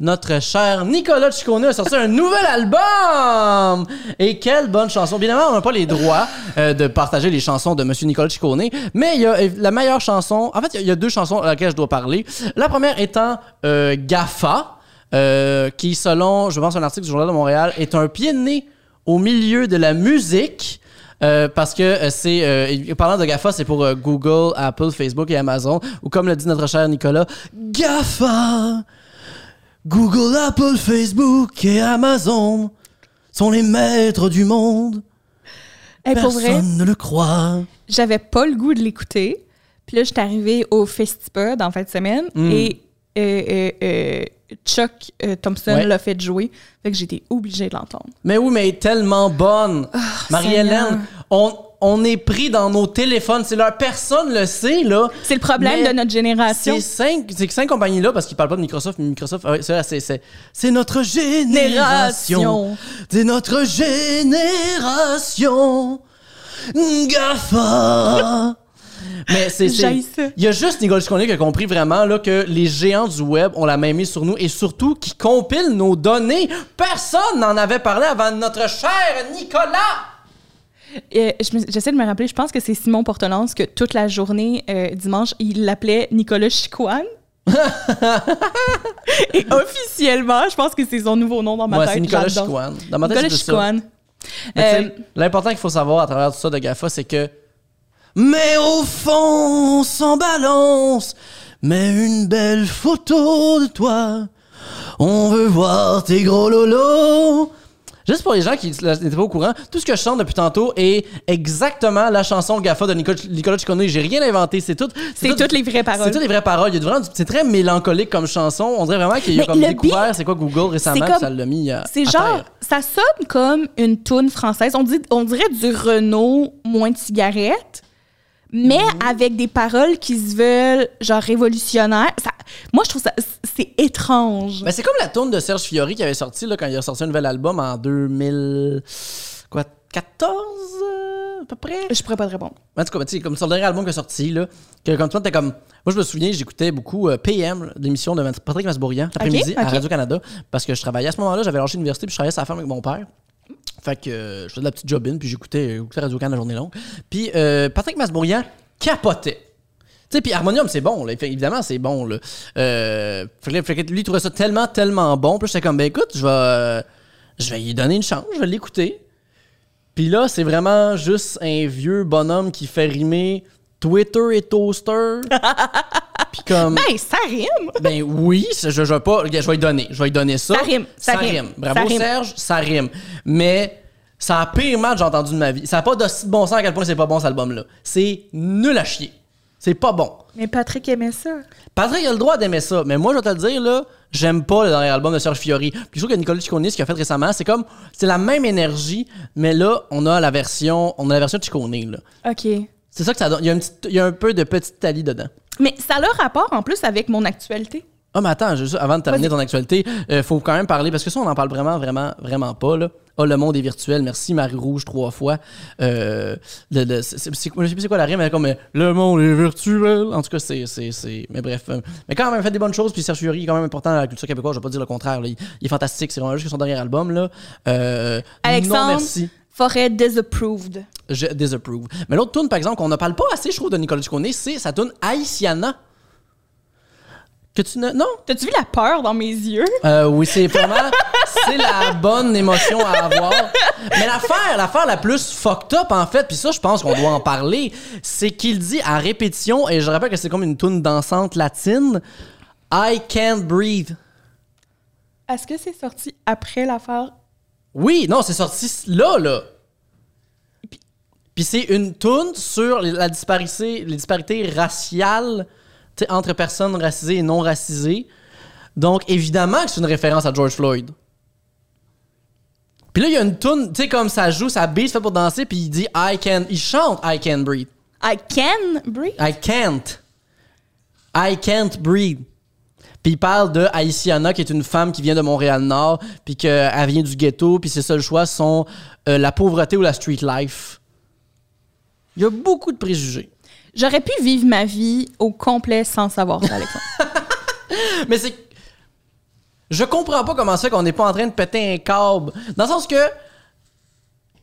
[SPEAKER 1] Notre cher Nicolas Ciccone a sorti un nouvel album! Et quelle bonne chanson! Bien évidemment, on n'a pas les droits euh, de partager les chansons de Monsieur Nicolas Ciccone, mais il y a euh, la meilleure chanson. En fait, il y a- il y, a deux chansons à laquelle je dois parler. La première étant euh, GAFA, euh, qui, selon, je pense, un article du Journal de Montréal, est un pied de nez au milieu de la musique. euh, parce que euh, c'est. euh, et parlant de GAFA, c'est pour euh, Google, Apple, Facebook et Amazon. Ou comme le dit notre cher Nicolas, GAFA! Google, Apple, Facebook et Amazon sont les maîtres du monde.
[SPEAKER 2] Hey, Eh, pour
[SPEAKER 1] Personne
[SPEAKER 2] vrai,
[SPEAKER 1] ne le croit.
[SPEAKER 2] j'avais pas le goût de l'écouter. Puis là, j'étais arrivée au Festipod en fin de semaine
[SPEAKER 1] Mm.
[SPEAKER 2] et euh, euh, euh, Chuck euh, Thompson
[SPEAKER 1] Ouais.
[SPEAKER 2] l'a fait jouer. Fait que j'étais obligée de l'entendre.
[SPEAKER 1] Mais oui, mais elle est tellement bonne.
[SPEAKER 2] Ah, Seigneur.
[SPEAKER 1] Marie-Hélène, on, on est pris dans nos téléphones. C'est leur personne le sait, là.
[SPEAKER 2] C'est le problème
[SPEAKER 1] Mais
[SPEAKER 2] de notre génération.
[SPEAKER 1] Ces cinq, ces cinq compagnies-là, parce qu'ils parlent pas de Microsoft, mais Microsoft, ah oui, c'est, c'est, c'est, c'est notre génération.
[SPEAKER 2] Génération.
[SPEAKER 1] C'est notre génération. GAFA. mais c'est, c'est,
[SPEAKER 2] J'haïs ça.
[SPEAKER 1] il y a juste Nicole Chiconier qui a compris vraiment là, que les géants du web ont la main mise sur nous et surtout qui compilent nos données. Personne n'en avait parlé avant notre cher Nicolas.
[SPEAKER 2] Euh, je me- J'essaie de me rappeler, je pense que c'est Simon Portelance que toute la journée, euh, dimanche, il l'appelait Nicolas Chicoine. Et officiellement, je pense que c'est son nouveau nom dans ma
[SPEAKER 1] Moi,
[SPEAKER 2] tête.
[SPEAKER 1] c'est Nicolas
[SPEAKER 2] j'adore.
[SPEAKER 1] Chicoine. Dans ma tête,
[SPEAKER 2] Nicolas
[SPEAKER 1] c'est plus ça.
[SPEAKER 2] Chicoine.
[SPEAKER 1] Mais tu
[SPEAKER 2] Euh,
[SPEAKER 1] sais, L'important qu'il faut savoir à travers tout ça de GAFA, c'est que. Mais au fond, on s'en balance, mais une belle photo de toi. On veut voir tes gros lolos. Juste pour les gens qui la- n'étaient pas au courant, tout ce que je chante depuis tantôt est exactement la chanson GAFA de Nico- Nicolas Ciccone. J'ai rien inventé, c'est tout.
[SPEAKER 2] C'est toutes les vraies
[SPEAKER 1] C'est
[SPEAKER 2] paroles.
[SPEAKER 1] toutes les vraies paroles. Il y a du- vraiment du- c'est très mélancolique comme chanson. On dirait vraiment qu'il a
[SPEAKER 2] Mais
[SPEAKER 1] comme
[SPEAKER 2] le
[SPEAKER 1] découvert c'est quoi Google récemment,
[SPEAKER 2] comme-
[SPEAKER 1] puis ça l'a mis à
[SPEAKER 2] C'est
[SPEAKER 1] à
[SPEAKER 2] genre,
[SPEAKER 1] terre.
[SPEAKER 2] ça sonne comme une toune française. On, dit, on dirait du Renault moins de cigarettes, mais
[SPEAKER 1] Mhm.
[SPEAKER 2] avec des paroles qui se veulent genre révolutionnaires. Ça- moi, je trouve ça, c'est étrange.
[SPEAKER 1] Ben, c'est comme la tourne de Serge Fiori qui avait sorti là, quand il a sorti un nouvel album en 2014 euh, à peu près.
[SPEAKER 2] je pourrais pas te répondre.
[SPEAKER 1] En tout cas, ben, tu sais, comme sur le dernier album qu'il a sorti, là, que comme toi, t'es comme. Moi, je me souviens, j'écoutais beaucoup euh, PM, l'émission de Mat- Patrick Masbourian, l'après-midi, à
[SPEAKER 2] ok.
[SPEAKER 1] Radio-Canada, parce que je travaillais à ce moment-là, j'avais lâché l'université, puis je travaillais à la ferme avec mon père. Fait que euh, je faisais de la petite jobine, puis j'écoutais j'écoutais Radio-Canada la journée longue. Puis euh, Patrick Masbourian capotait. Tu sais, puis Harmonium, c'est bon, là. Fait- évidemment, c'est bon, là. Euh, fait, que- fait que lui, il trouvait ça tellement, tellement bon. Puis là, j'étais comme, ben écoute, je vais, euh, je vais y donner une chance, je vais l'écouter. Puis là, c'est vraiment juste un vieux bonhomme qui fait rimer Twitter et Toaster. puis comme,
[SPEAKER 2] Ben, ça rime!
[SPEAKER 1] ben oui, ça, je, je vais pas, je vais lui donner, je vais lui donner ça.
[SPEAKER 2] Ça rime, ça rime,
[SPEAKER 1] Bravo
[SPEAKER 2] ça rime.
[SPEAKER 1] Serge, ça rime. Mais c'est la pire match que j'ai entendu de ma vie. Ça n'a pas de si bon sens à quel point c'est pas bon cet album-là. C'est nul à chier. C'est pas bon.
[SPEAKER 2] Mais Patrick aimait ça.
[SPEAKER 1] Patrick a le droit d'aimer ça, mais moi, je vais te le dire, là, j'aime pas le dernier album de Serge Fiori. Puis je trouve que Nicolas Ciccone, ce qu'il a fait récemment, c'est comme, c'est la même énergie, mais là, on a la version, on a la version Ciccone, là.
[SPEAKER 2] OK.
[SPEAKER 1] C'est ça que ça donne. Il y a, un petit- il y a un peu de petite talie dedans.
[SPEAKER 2] Mais ça a rapport en plus avec mon actualité.
[SPEAKER 1] Ah, mais attends, juste avant de terminer ton actualité, euh, faut quand même parler, parce que ça, on en parle vraiment, vraiment, vraiment pas, là. Ah, le monde est virtuel, merci Marie-Rouge trois fois. Euh, le- le- c'est- c'est- c'est- je sais plus c'est quoi la rime, mais comme euh, le monde est virtuel. En tout cas, c'est. c'est- c'est- Mais bref. euh, mais quand même, fait des bonnes choses, puis Serge Fiori est quand même important dans la culture québécoise, je vais pas dire le contraire. là. Il, il est fantastique, c'est vraiment juste son dernier album, là. Euh,
[SPEAKER 2] Alexandre
[SPEAKER 1] Non, merci.
[SPEAKER 2] Forêt disapproved.
[SPEAKER 1] Je disapprove. Mais l'autre tune, par exemple, qu'on ne parle pas assez, je trouve, de Nicolas Duconé, c'est sa tune Haïtiana. Que tu ne. Non?
[SPEAKER 2] T'as-tu vu la peur dans mes yeux?
[SPEAKER 1] Euh, oui, c'est vraiment. c'est la bonne émotion à avoir. Mais l'affaire, l'affaire la plus fucked up, en fait, puis ça, je pense qu'on doit en parler, c'est qu'il dit à répétition, et je rappelle que c'est comme une tune dansante latine, I can't breathe.
[SPEAKER 2] Est-ce que c'est sorti après l'affaire?
[SPEAKER 1] Oui, non, c'est sorti là, là. Puis c'est une toune sur les- la disparité, les disparités raciales tu sais, entre personnes racisées et non racisées. Donc, évidemment que c'est une référence à George Floyd. Puis là, il y a une toune, tu sais, comme ça joue, ça bise, fait pour danser, puis il dit I can. Il chante I can breathe.
[SPEAKER 2] I can breathe.
[SPEAKER 1] I can't. I can't breathe. Puis il parle de Haïtiana, qui est une femme qui vient de Montréal-Nord, puis qu'elle vient du ghetto, puis ses seuls choix sont euh, la pauvreté ou la street life. Il y a beaucoup de préjugés.
[SPEAKER 2] J'aurais pu vivre ma vie au complet sans savoir ça, Alexandre.
[SPEAKER 1] Mais c'est. Je comprends pas comment ça fait qu'on n'est pas en train de péter un câble. Dans le sens que.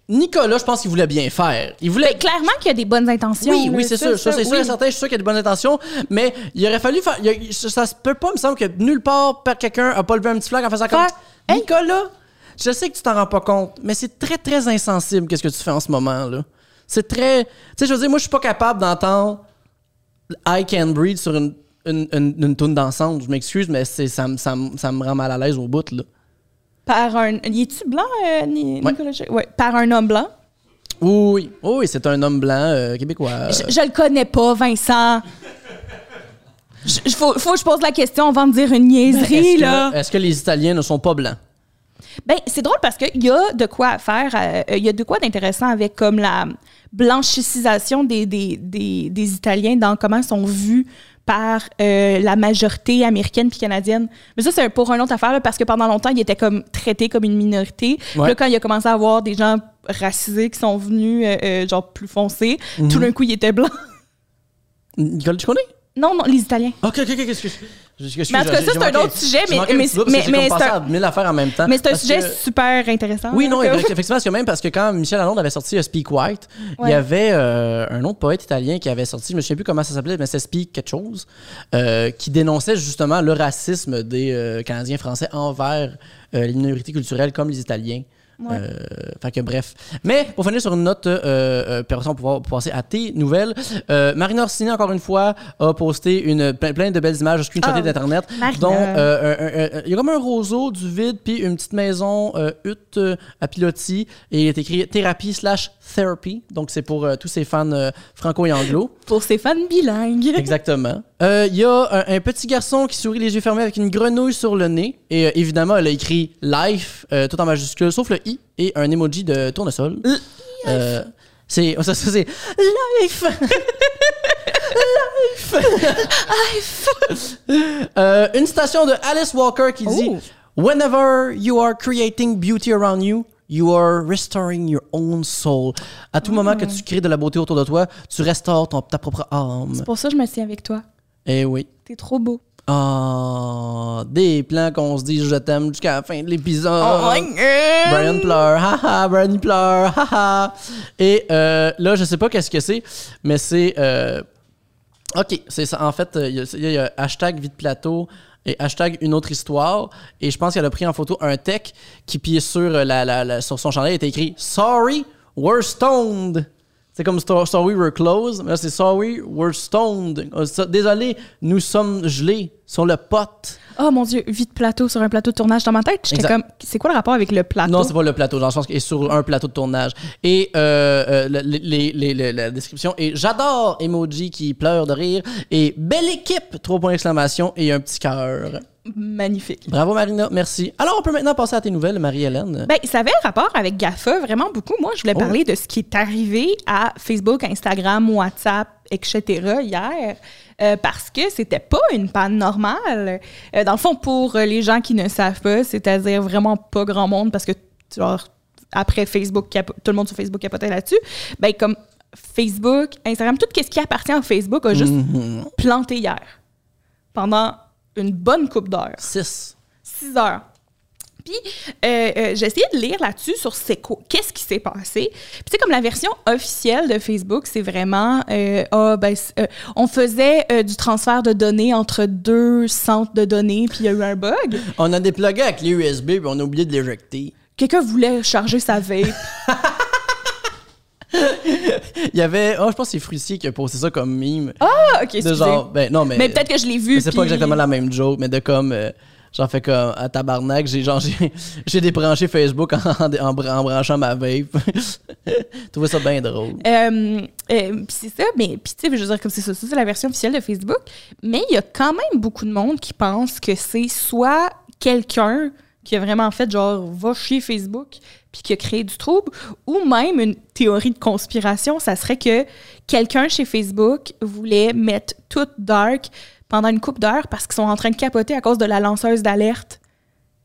[SPEAKER 1] Nicolas, je pense qu'il voulait bien faire. Il voulait.
[SPEAKER 2] Mais clairement qu'il y a des bonnes intentions.
[SPEAKER 1] Oui,
[SPEAKER 2] là.
[SPEAKER 1] oui, c'est sûr. Ça, c'est sûr et
[SPEAKER 2] oui.
[SPEAKER 1] certain. Je suis sûr qu'il y a de bonnes intentions. Mais il aurait fallu faire. il y a- ça, ça se peut pas, il me semble que nulle part per- quelqu'un a pas levé un petit flag en faisant comme.
[SPEAKER 2] Faire,
[SPEAKER 1] hein?
[SPEAKER 2] hey.
[SPEAKER 1] Nicolas, je sais que tu t'en rends pas compte, mais c'est très, très insensible qu'est-ce que tu fais en ce moment, là. C'est très. Tu sais, je veux dire, moi, je suis pas capable d'entendre I Can Breathe sur une, une, une, une toune d'ensemble. Je m'excuse, mais c'est, ça, me- ça, me- ça me rend mal à l'aise au bout, là.
[SPEAKER 2] Par un. Il est-tu blanc, euh, Ni-
[SPEAKER 1] Ouais.
[SPEAKER 2] Nicolas? J- Ouais, par un homme blanc.
[SPEAKER 1] Oui, oui, oui, oui, c'est un homme blanc euh, québécois. euh,
[SPEAKER 2] Je, je le connais pas, Vincent. Je, je- faut, faut que je pose la question avant de dire une niaiserie,
[SPEAKER 1] Euh, Ben, est-ce,
[SPEAKER 2] là.
[SPEAKER 1] que, est-ce que les Italiens ne sont pas blancs?
[SPEAKER 2] Ben, c'est drôle parce qu'il y a de quoi à faire, euh, il y a de quoi d'intéressant avec comme la blanchicisation des, des, des, des Italiens dans comment ils sont vus par euh, la majorité américaine puis canadienne. Mais ça, c'est pour une autre affaire, là, parce que pendant longtemps, ils étaient comme traités comme une minorité. Puis
[SPEAKER 1] Ouais.
[SPEAKER 2] là, quand il a commencé à avoir des gens racisés qui sont venus, euh, euh, genre, plus foncés,
[SPEAKER 1] Mhm.
[SPEAKER 2] tout d'un coup, ils étaient blancs.
[SPEAKER 1] Nicole, tu connais?
[SPEAKER 2] Non, non, les Italiens.
[SPEAKER 1] Ok, ok, ok, excuse. excuse
[SPEAKER 2] Mais en tout cas, ça, c'est un autre sujet, mais- mais- mais- mais c'est
[SPEAKER 1] c'est
[SPEAKER 2] un-
[SPEAKER 1] à mille affaires en même temps.
[SPEAKER 2] Mais c'est
[SPEAKER 1] Ah,
[SPEAKER 2] un
[SPEAKER 1] Parce
[SPEAKER 2] sujet
[SPEAKER 1] que-
[SPEAKER 2] super intéressant.
[SPEAKER 1] Oui,
[SPEAKER 2] là,
[SPEAKER 1] non,
[SPEAKER 2] comme-
[SPEAKER 1] eff- effectivement, parce que même parce que quand Michel Allende avait sorti euh, Speak White, il
[SPEAKER 2] Ouais.
[SPEAKER 1] y avait euh, un autre poète italien qui avait sorti, je me souviens plus comment ça s'appelait, mais c'est Speak quelque chose, euh, qui dénonçait justement le racisme des euh, Canadiens français envers euh, les minorités culturelles comme les Italiens.
[SPEAKER 2] Ouais.
[SPEAKER 1] Euh, fait que bref. Mais pour finir sur une note, euh, euh, personne pour pouvoir passer à tes nouvelles, euh, Marina Orsini, encore une fois, a posté une, plein, plein de belles images screenshotées
[SPEAKER 2] Ah oui.
[SPEAKER 1] d'Internet.
[SPEAKER 2] Marina.
[SPEAKER 1] dont euh, un- un- un- il y a comme un roseau, du vide, puis une petite maison euh, hutte euh, à pilotis. Et il est écrit thérapie slash therapy. Donc, c'est pour euh, tous ces fans euh, franco et anglo.
[SPEAKER 2] Pour ces fans bilingues.
[SPEAKER 1] Exactement. Euh, Il y a un, un petit garçon qui sourit les yeux fermés avec une grenouille sur le nez. Et euh, évidemment, elle a écrit Life euh, tout en majuscule, sauf le I et un emoji de tournesol. Euh, c'est. Ça, ça, c'est. Life! Life! Life! Euh, une citation de Alice Walker qui dit
[SPEAKER 2] Oh.
[SPEAKER 1] Whenever you are creating beauty around you, you are restoring your own soul. À tout moment que tu crées de la beauté autour de toi, tu restaures ton, ta propre âme.
[SPEAKER 2] Pour ça, je me tiens avec toi.
[SPEAKER 1] Eh oui.
[SPEAKER 2] T'es trop beau.
[SPEAKER 1] Ah, des plans qu'on se dit je t'aime jusqu'à la fin de l'épisode. Brian pleure, haha, Brian il pleure, haha. Et euh, là, je sais pas qu'est-ce que c'est, mais c'est. euh, ok, c'est ça. En fait, euh, il y, a- il y a hashtag vide plateau et hashtag une autre histoire. Et je pense qu'elle a pris en photo un tech qui, puis sur, euh, la, la- la- sur son chandail, était écrit Sorry, we're stoned. C'est comme Stor- Sorry, we're closed. Mais là, c'est Sorry, we're stoned. Euh, so- Désolé, nous sommes gelés sur le pot.
[SPEAKER 2] Oh mon Dieu, vie de plateau sur un plateau de tournage dans ma tête. J'étais
[SPEAKER 1] Exact.
[SPEAKER 2] comme, c'est quoi le rapport avec le plateau?
[SPEAKER 1] Non, c'est pas le plateau, dans le sens qu'il est sur un plateau de tournage. Et euh, euh, le- les- les- les- la description est J'adore Emoji qui pleure de rire et Belle équipe Trois points d'exclamation et un petit cœur.
[SPEAKER 2] Magnifique.
[SPEAKER 1] Bravo Marina, merci. Alors on peut maintenant passer à tes nouvelles, Marie-Hélène.
[SPEAKER 2] Ben, ça avait un rapport avec GAFA vraiment beaucoup. Moi, je voulais
[SPEAKER 1] Oh.
[SPEAKER 2] parler de ce qui est arrivé à Facebook, Instagram, WhatsApp, etc. hier. euh, parce que c'était pas une panne normale. Euh, dans le fond, pour euh, les gens qui ne savent pas, c'est-à-dire vraiment pas grand monde, parce que genre, après Facebook, capo- tout le monde sur Facebook capotait là-dessus, ben comme Facebook, Instagram, tout ce qui appartient à Facebook a juste planté hier pendant une bonne coupe d'heures.
[SPEAKER 1] 6.
[SPEAKER 2] 6 heures. Puis, euh, euh, j'ai essayé de lire là-dessus sur c'est quoi- qu'est-ce qui s'est passé. Puis, c'est comme la version officielle de Facebook, c'est vraiment, euh, ah, ben, c'est- euh, on faisait euh, du transfert de données entre deux centres de données, puis il y a eu un bug.
[SPEAKER 1] On a déplugué avec les USB puis on a oublié de l'éjecter.
[SPEAKER 2] Quelqu'un voulait charger sa vape.
[SPEAKER 1] Il y avait. Oh, je pense que c'est Frussier qui a posté ça comme mime.
[SPEAKER 2] Ah, OK,
[SPEAKER 1] de
[SPEAKER 2] excusez.
[SPEAKER 1] genre. Ben non, mais.
[SPEAKER 2] mais peut-être que je l'ai vu.
[SPEAKER 1] Mais C'est pas
[SPEAKER 2] puis-
[SPEAKER 1] exactement la même joke, mais de comme. euh, J'en fais comme à tabarnak, j'ai genre j'ai- j'ai débranché Facebook en, en, bran- en branchant ma vape. Je trouvais ça bien drôle.
[SPEAKER 2] Euh, euh, puis c'est ça, mais puis tu sais, je veux dire, comme c'est ça, ça, c'est la version officielle de Facebook. Mais il y a quand même beaucoup de monde qui pense que c'est soit quelqu'un qui a vraiment fait genre va chier Facebook puis qui a créé du trouble, ou même une théorie de conspiration, ça serait que quelqu'un chez Facebook voulait mettre tout dark pendant une coupe d'heures parce qu'ils sont en train de capoter à cause de la lanceuse d'alerte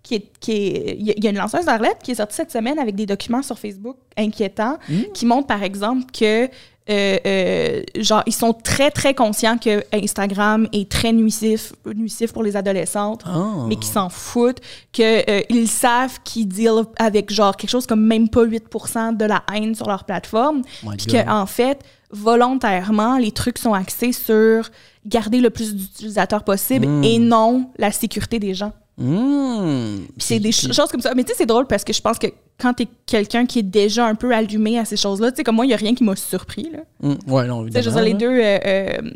[SPEAKER 2] qui est- qui est- il y a- il y a une lanceuse d'alerte qui est sortie cette semaine avec des documents sur Facebook inquiétants
[SPEAKER 1] Hmm.
[SPEAKER 2] qui montrent par exemple que euh, euh, genre ils sont très très conscients que Instagram est très nuisif nuisif pour les adolescentes
[SPEAKER 1] Ah.
[SPEAKER 2] mais qui s'en foutent que euh, ils savent qu'ils deal avec genre quelque chose comme même pas 8% de la haine sur leur plateforme
[SPEAKER 1] Oh My
[SPEAKER 2] puis
[SPEAKER 1] God.
[SPEAKER 2] que en fait volontairement les trucs sont
[SPEAKER 1] Hmm.
[SPEAKER 2] axés sur garder le plus d'utilisateurs possible et non la sécurité des gens
[SPEAKER 1] Mmh.
[SPEAKER 2] Puis c'est des ch- choses comme ça. Mais tu sais, c'est drôle parce que je pense que quand t'es quelqu'un qui est déjà un peu allumé à ces choses-là, tu sais, comme moi, il n'y a rien qui m'a surpris. Là.
[SPEAKER 1] Mmh. Ouais, non,
[SPEAKER 2] Tu sais,
[SPEAKER 1] évidemment.
[SPEAKER 2] je veux dire, les
[SPEAKER 1] là.
[SPEAKER 2] deux, euh,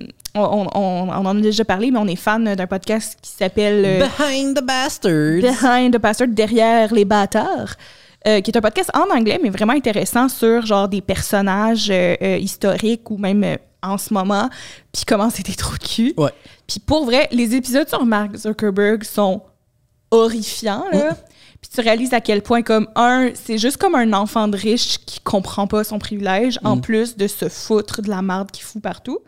[SPEAKER 2] euh, on, on- on- on en a déjà parlé, mais on est fan d'un podcast qui s'appelle euh,
[SPEAKER 1] Behind the Bastards.
[SPEAKER 2] Behind the Bastard, derrière les bâtards, euh, qui est un podcast en anglais, mais vraiment intéressant sur genre des personnages euh, euh, historiques ou même euh, en ce moment, puis comment c'était trop de cul.
[SPEAKER 1] Ouais.
[SPEAKER 2] Puis pour vrai, les épisodes sur Mark Zuckerberg sont horrifiants, là. Puis tu réalises à quel point, comme, un, c'est juste comme un enfant de riche qui comprend pas son privilège, en plus de se foutre de la merde qu'il fout partout.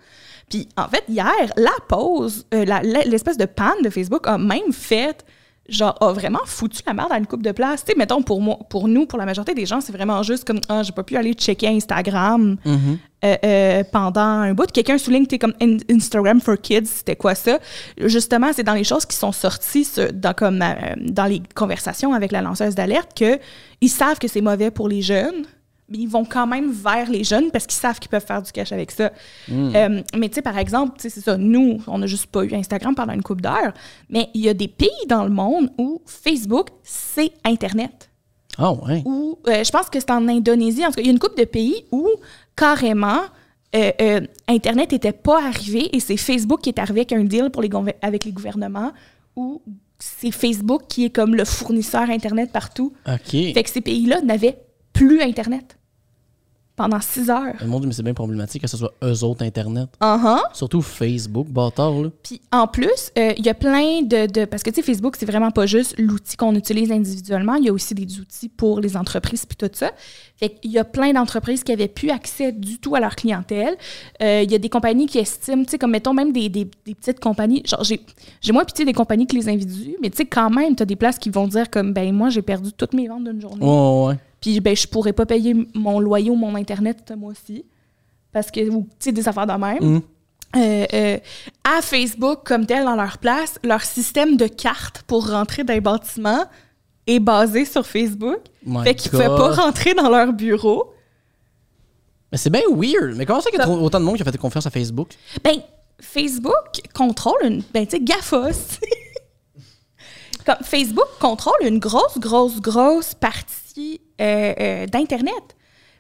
[SPEAKER 2] Puis en fait, hier, la pause, euh, la- la- l'espèce de panne de Facebook a même fait, genre, a vraiment foutu la merde à une coupe de place. Tu sais, mettons, pour, moi, pour nous, pour la majorité des gens, c'est vraiment juste comme, ah, j'ai pas pu aller checker Instagram
[SPEAKER 1] Mhm.
[SPEAKER 2] euh, euh, pendant un bout. Quelqu'un souligne que t'es comme In- Instagram for Kids, c'était quoi ça? Justement, c'est dans les choses qui sont sorties ce- dans, comme, euh, dans les conversations avec la lanceuse d'alerte que ils savent que c'est mauvais pour les jeunes, mais ils vont quand même vers les jeunes parce qu'ils savent qu'ils peuvent faire du cash avec ça. Euh, mais tu sais, par exemple, tu sais, c'est ça, nous, on n'a juste pas eu Instagram pendant une couple d'heures, mais il y a des pays dans le monde où Facebook, c'est Internet
[SPEAKER 1] Ah, ouais.
[SPEAKER 2] où, euh, je pense que c'est en Indonésie, en tout cas, il y a une couple de pays où carrément euh, euh, Internet n'était pas arrivé et c'est Facebook qui est arrivé avec un deal pour les gouver- avec les gouvernements où c'est Facebook qui est comme le fournisseur Internet partout.
[SPEAKER 1] OK.
[SPEAKER 2] Fait que ces pays-là n'avaient plus Internet pendant six heures.
[SPEAKER 1] Mon Dieu, mais c'est bien problématique que ce soit eux autres Internet.
[SPEAKER 2] Uh-huh.
[SPEAKER 1] Surtout Facebook, bâtard, là.
[SPEAKER 2] Puis en plus, euh, il y a plein de, de- parce que tu sais Facebook c'est vraiment pas juste l'outil qu'on utilise individuellement, il y a aussi des outils pour les entreprises puis tout ça. Fait qu'il y a plein d'entreprises qui avaient plus accès du tout à leur clientèle. Euh, Il y a des compagnies qui estiment, tu sais comme mettons même des, des- des petites compagnies, genre j'ai j'ai moins pitié des compagnies que les individus, mais tu sais quand même tu as des places qui vont dire comme ben moi j'ai perdu toutes mes ventes d'une journée.
[SPEAKER 1] Ouais, ouais, ouais.
[SPEAKER 2] Puis ben je pourrais pas payer m- mon loyer ou mon internet moi aussi parce que ou, tu sais des affaires de même.
[SPEAKER 1] Mm.
[SPEAKER 2] Euh, euh, à Facebook comme tel dans leur place, leur système de cartes pour rentrer dans les bâtiments est basé sur Facebook.
[SPEAKER 1] Oh My
[SPEAKER 2] fait qu'ils pouvaient
[SPEAKER 1] God.
[SPEAKER 2] pas rentrer dans leur bureau.
[SPEAKER 1] Mais c'est bien weird. Mais comment ça qu'il y a
[SPEAKER 2] Ça-
[SPEAKER 1] trop- autant de monde qui a fait confiance à Facebook?
[SPEAKER 2] Ben, Facebook contrôle une. Ben, tu sais, GAFOS. Comme Facebook contrôle une grosse, grosse, grosse partie euh, euh, d'Internet.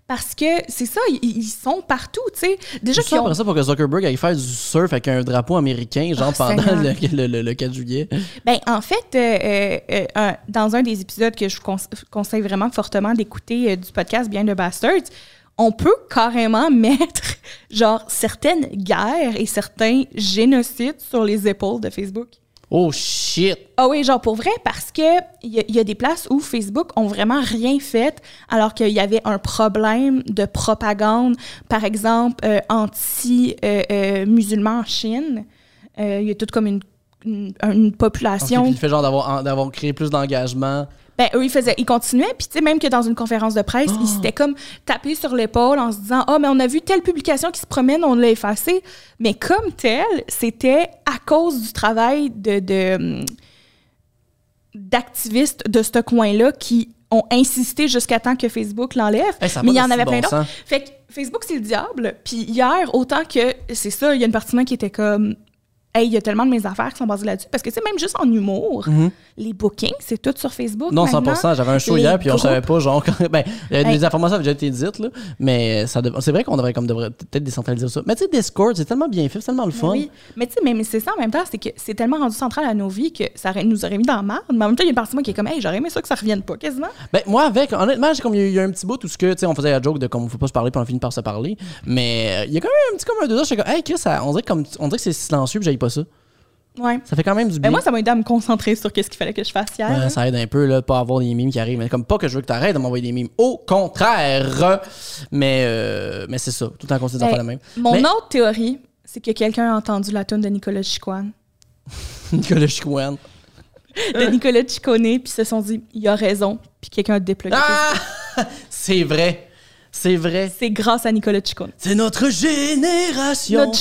[SPEAKER 2] Parce que c'est ça, ils- ils sont partout, tu sais. Déjà
[SPEAKER 1] Juste
[SPEAKER 2] qu'ils ont
[SPEAKER 1] après ça pour que Zuckerberg aille faire du surf avec un drapeau américain, genre
[SPEAKER 2] Oh,
[SPEAKER 1] pendant
[SPEAKER 2] Seigneur.
[SPEAKER 1] le, le- le- le 4 juillet.
[SPEAKER 2] Ben, en fait, euh, euh, euh, un- dans un des épisodes que je vous conse- conseille vraiment fortement d'écouter euh, du podcast Bien de Bastards, on peut carrément mettre genre certaines guerres et certains génocides sur les épaules de Facebook.
[SPEAKER 1] Oh shit!
[SPEAKER 2] Ah oui, genre pour vrai, parce que il y, a- il y a des places où Facebook ont vraiment rien fait, alors qu'il y avait un problème de propagande, par exemple euh, anti-musulman euh, en Chine. Euh, Il y a toute comme une, une- une
[SPEAKER 1] Ok,
[SPEAKER 2] population
[SPEAKER 1] puis le fait genre d'avoir en- d'avoir créé plus d'engagement.
[SPEAKER 2] ben, eux, ils faisaient, ils continuaient, puis tu sais, même que dans une conférence de presse,
[SPEAKER 1] Ah.
[SPEAKER 2] ils s'étaient comme tapés sur l'épaule en se disant Ah, mais on a vu telle publication qui se promène, on l'a effacée. Mais comme telle, c'était à cause du travail de. de, hum, d'activistes de ce coin-là qui ont insisté jusqu'à temps que Facebook l'enlève.
[SPEAKER 1] Hey, Eh, ça a
[SPEAKER 2] mais
[SPEAKER 1] pas
[SPEAKER 2] il y en
[SPEAKER 1] de si
[SPEAKER 2] avait
[SPEAKER 1] bon
[SPEAKER 2] plein d'autres.
[SPEAKER 1] sens.
[SPEAKER 2] Fait que Facebook, c'est le diable. Puis hier, autant que c'est ça, il y a une partie de moi qui était comme Hey, il y a tellement de mes affaires qui sont basées là-dessus. Parce que, tu sais, même juste en humour, les bookings, c'est tout sur Facebook.
[SPEAKER 1] Mhm. Non,
[SPEAKER 2] maintenant.
[SPEAKER 1] 100%. J'avais un show
[SPEAKER 2] Les
[SPEAKER 1] hier, puis on
[SPEAKER 2] groupes.
[SPEAKER 1] savait pas, genre, quand- ben, euh,
[SPEAKER 2] Hey.
[SPEAKER 1] les informations avaient déjà été dites, là, mais ça dev- c'est vrai qu'on devrait, comme, devrait peut-être décentraliser ça. Mais tu sais, Discord, c'est tellement bien fait, c'est tellement le
[SPEAKER 2] Ben
[SPEAKER 1] fun.
[SPEAKER 2] oui. Mais tu sais, mais, mais c'est ça en même temps, c'est que c'est tellement rendu central à nos vies que ça aurait- nous aurait mis dans la marde. Mais en même temps, il y a une partie de moi qui est comme, hey, j'aurais aimé ça que ça revienne pas quasiment.
[SPEAKER 1] Ben, moi, avec, honnêtement, j'ai comme, il y a eu- il y a eu un petit bout, tout ce que, tu sais, on faisait la joke de comme, faut pas se parler, puis on finit par se parler. Mais euh, il y a quand même un petit, comme, un deux heures, j'étais comme, hey, Chris, ça- on dirait, comme, on dirait que c'est silencieux, puis j'aille pas ça.
[SPEAKER 2] Ouais.
[SPEAKER 1] Ça fait quand même du bien.
[SPEAKER 2] Ben, moi, ça m'a aidé à me concentrer sur qu'est-ce qu'il fallait que je fasse hier.
[SPEAKER 1] Ouais,
[SPEAKER 2] là.
[SPEAKER 1] ça aide un peu, là, de pas avoir des mimes qui arrivent. Mais comme pas que je veux que t'arrêtes de m'envoyer des mimes. Au contraire! Mais, euh, mais c'est ça, tout en considérant pas
[SPEAKER 2] Ben,
[SPEAKER 1] la même.
[SPEAKER 2] Mon
[SPEAKER 1] Mais-
[SPEAKER 2] autre théorie, c'est que quelqu'un a entendu la tune de Nicolas Chicoine,
[SPEAKER 1] Nicolas Chicoine. Euh.
[SPEAKER 2] de Nicolas Chicone, puis se sont dit, il a raison, puis quelqu'un a déplogué.
[SPEAKER 1] Ah! C'est vrai. C'est vrai.
[SPEAKER 2] C'est grâce à Nicolas Ciccone.
[SPEAKER 1] C'est notre génération.
[SPEAKER 2] Notre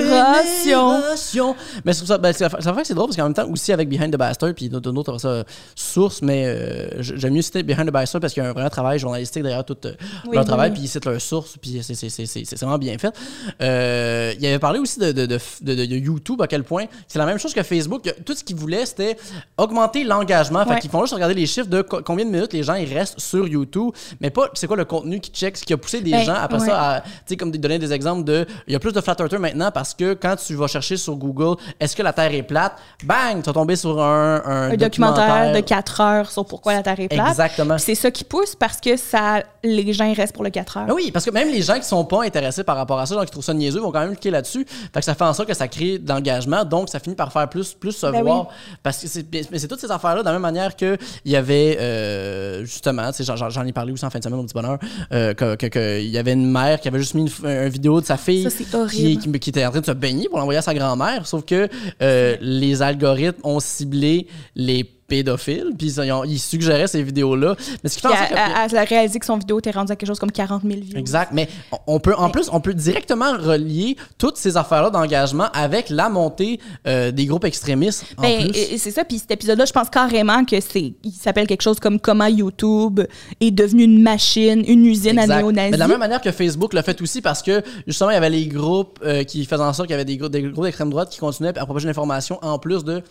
[SPEAKER 2] génération.
[SPEAKER 1] Notre génération. Mais je trouve ça, ben, c'est- ça fait que c'est drôle parce qu'en même temps, aussi avec Behind the Bastard, puis d'une autre après ça, euh, source, mais euh, j- j'aime mieux citer Behind the Bastard parce qu'il y a un vrai travail journalistique derrière tout euh,
[SPEAKER 2] Oui,
[SPEAKER 1] leur
[SPEAKER 2] oui,
[SPEAKER 1] travail,
[SPEAKER 2] oui.
[SPEAKER 1] puis ils citent leur source, puis c'est- c'est c'est- c'est- c'est vraiment bien fait. Euh, il avait parlé aussi de, de, de, de- de YouTube, à quel point c'est la même chose que Facebook. Tout ce qu'ils voulaient, c'était augmenter l'engagement. Fait
[SPEAKER 2] Ouais.
[SPEAKER 1] qu'ils font juste regarder les chiffres de co- combien de minutes les gens ils restent sur YouTube, mais pas c'est quoi le contenu qui check, ce qui a poussé des
[SPEAKER 2] Ben,
[SPEAKER 1] gens après
[SPEAKER 2] ouais.
[SPEAKER 1] ça à à- tu sais, comme de- donner des exemples de, il y a plus de flat earthers maintenant parce que quand tu vas chercher sur Google, est-ce que la Terre est plate, bang, tu vas tomber sur un, un
[SPEAKER 2] Un documentaire de 4 heures sur pourquoi la Terre est plate.
[SPEAKER 1] Exactement.
[SPEAKER 2] Puis C'est ça qui pousse parce que ça, les gens ils restent pour le 4 heures.
[SPEAKER 1] Ah oui, parce que même les gens qui sont pas intéressés par rapport à ça, donc qui trouvent ça niaiseux, vont quand même cliquer là-dessus. Fait que ça fait en sorte que ça crée de l'engagement, donc ça finit par faire plus, plus se
[SPEAKER 2] Ben
[SPEAKER 1] voir. Parce que c'est, mais c'est toutes ces affaires-là, de la même manière que il y avait, euh, justement, tu sais, j'en- j'en j'en ai parlé aussi en fin de semaine, mon petit bonheur, euh, que- que- que il y avait une mère qui avait juste mis une, f- une vidéo de sa fille
[SPEAKER 2] Ça, c'est
[SPEAKER 1] qui,
[SPEAKER 2] horrible.
[SPEAKER 1] qui- qui était en train de se baigner pour l'envoyer à sa grand-mère, sauf que euh, les algorithmes ont ciblé les pédophiles, puis ils, ont- ils suggéraient ces vidéos-là. Mais ce qui fait en
[SPEAKER 2] Puis
[SPEAKER 1] sorte que-
[SPEAKER 2] à, à- à réaliser que son vidéo était rendue à quelque chose comme 40 000 vues.
[SPEAKER 1] Exact, mais on- on peut en
[SPEAKER 2] Mais-
[SPEAKER 1] plus on peut directement relier toutes ces affaires-là d'engagement avec la montée euh, des groupes extrémistes en
[SPEAKER 2] Ben,
[SPEAKER 1] plus.
[SPEAKER 2] et- et c'est ça. Puis cet épisode-là, je pense carrément que c'est, il s'appelle quelque chose comme comment YouTube est devenu une machine, une usine
[SPEAKER 1] Exact.
[SPEAKER 2] à
[SPEAKER 1] Mais de la
[SPEAKER 2] néo-nazis.
[SPEAKER 1] même manière que Facebook le fait aussi parce que justement il y avait les groupes euh, qui faisaient en sorte qu'il y avait des groupes, des groupes d'extrême droite qui continuaient à propager l'information en plus de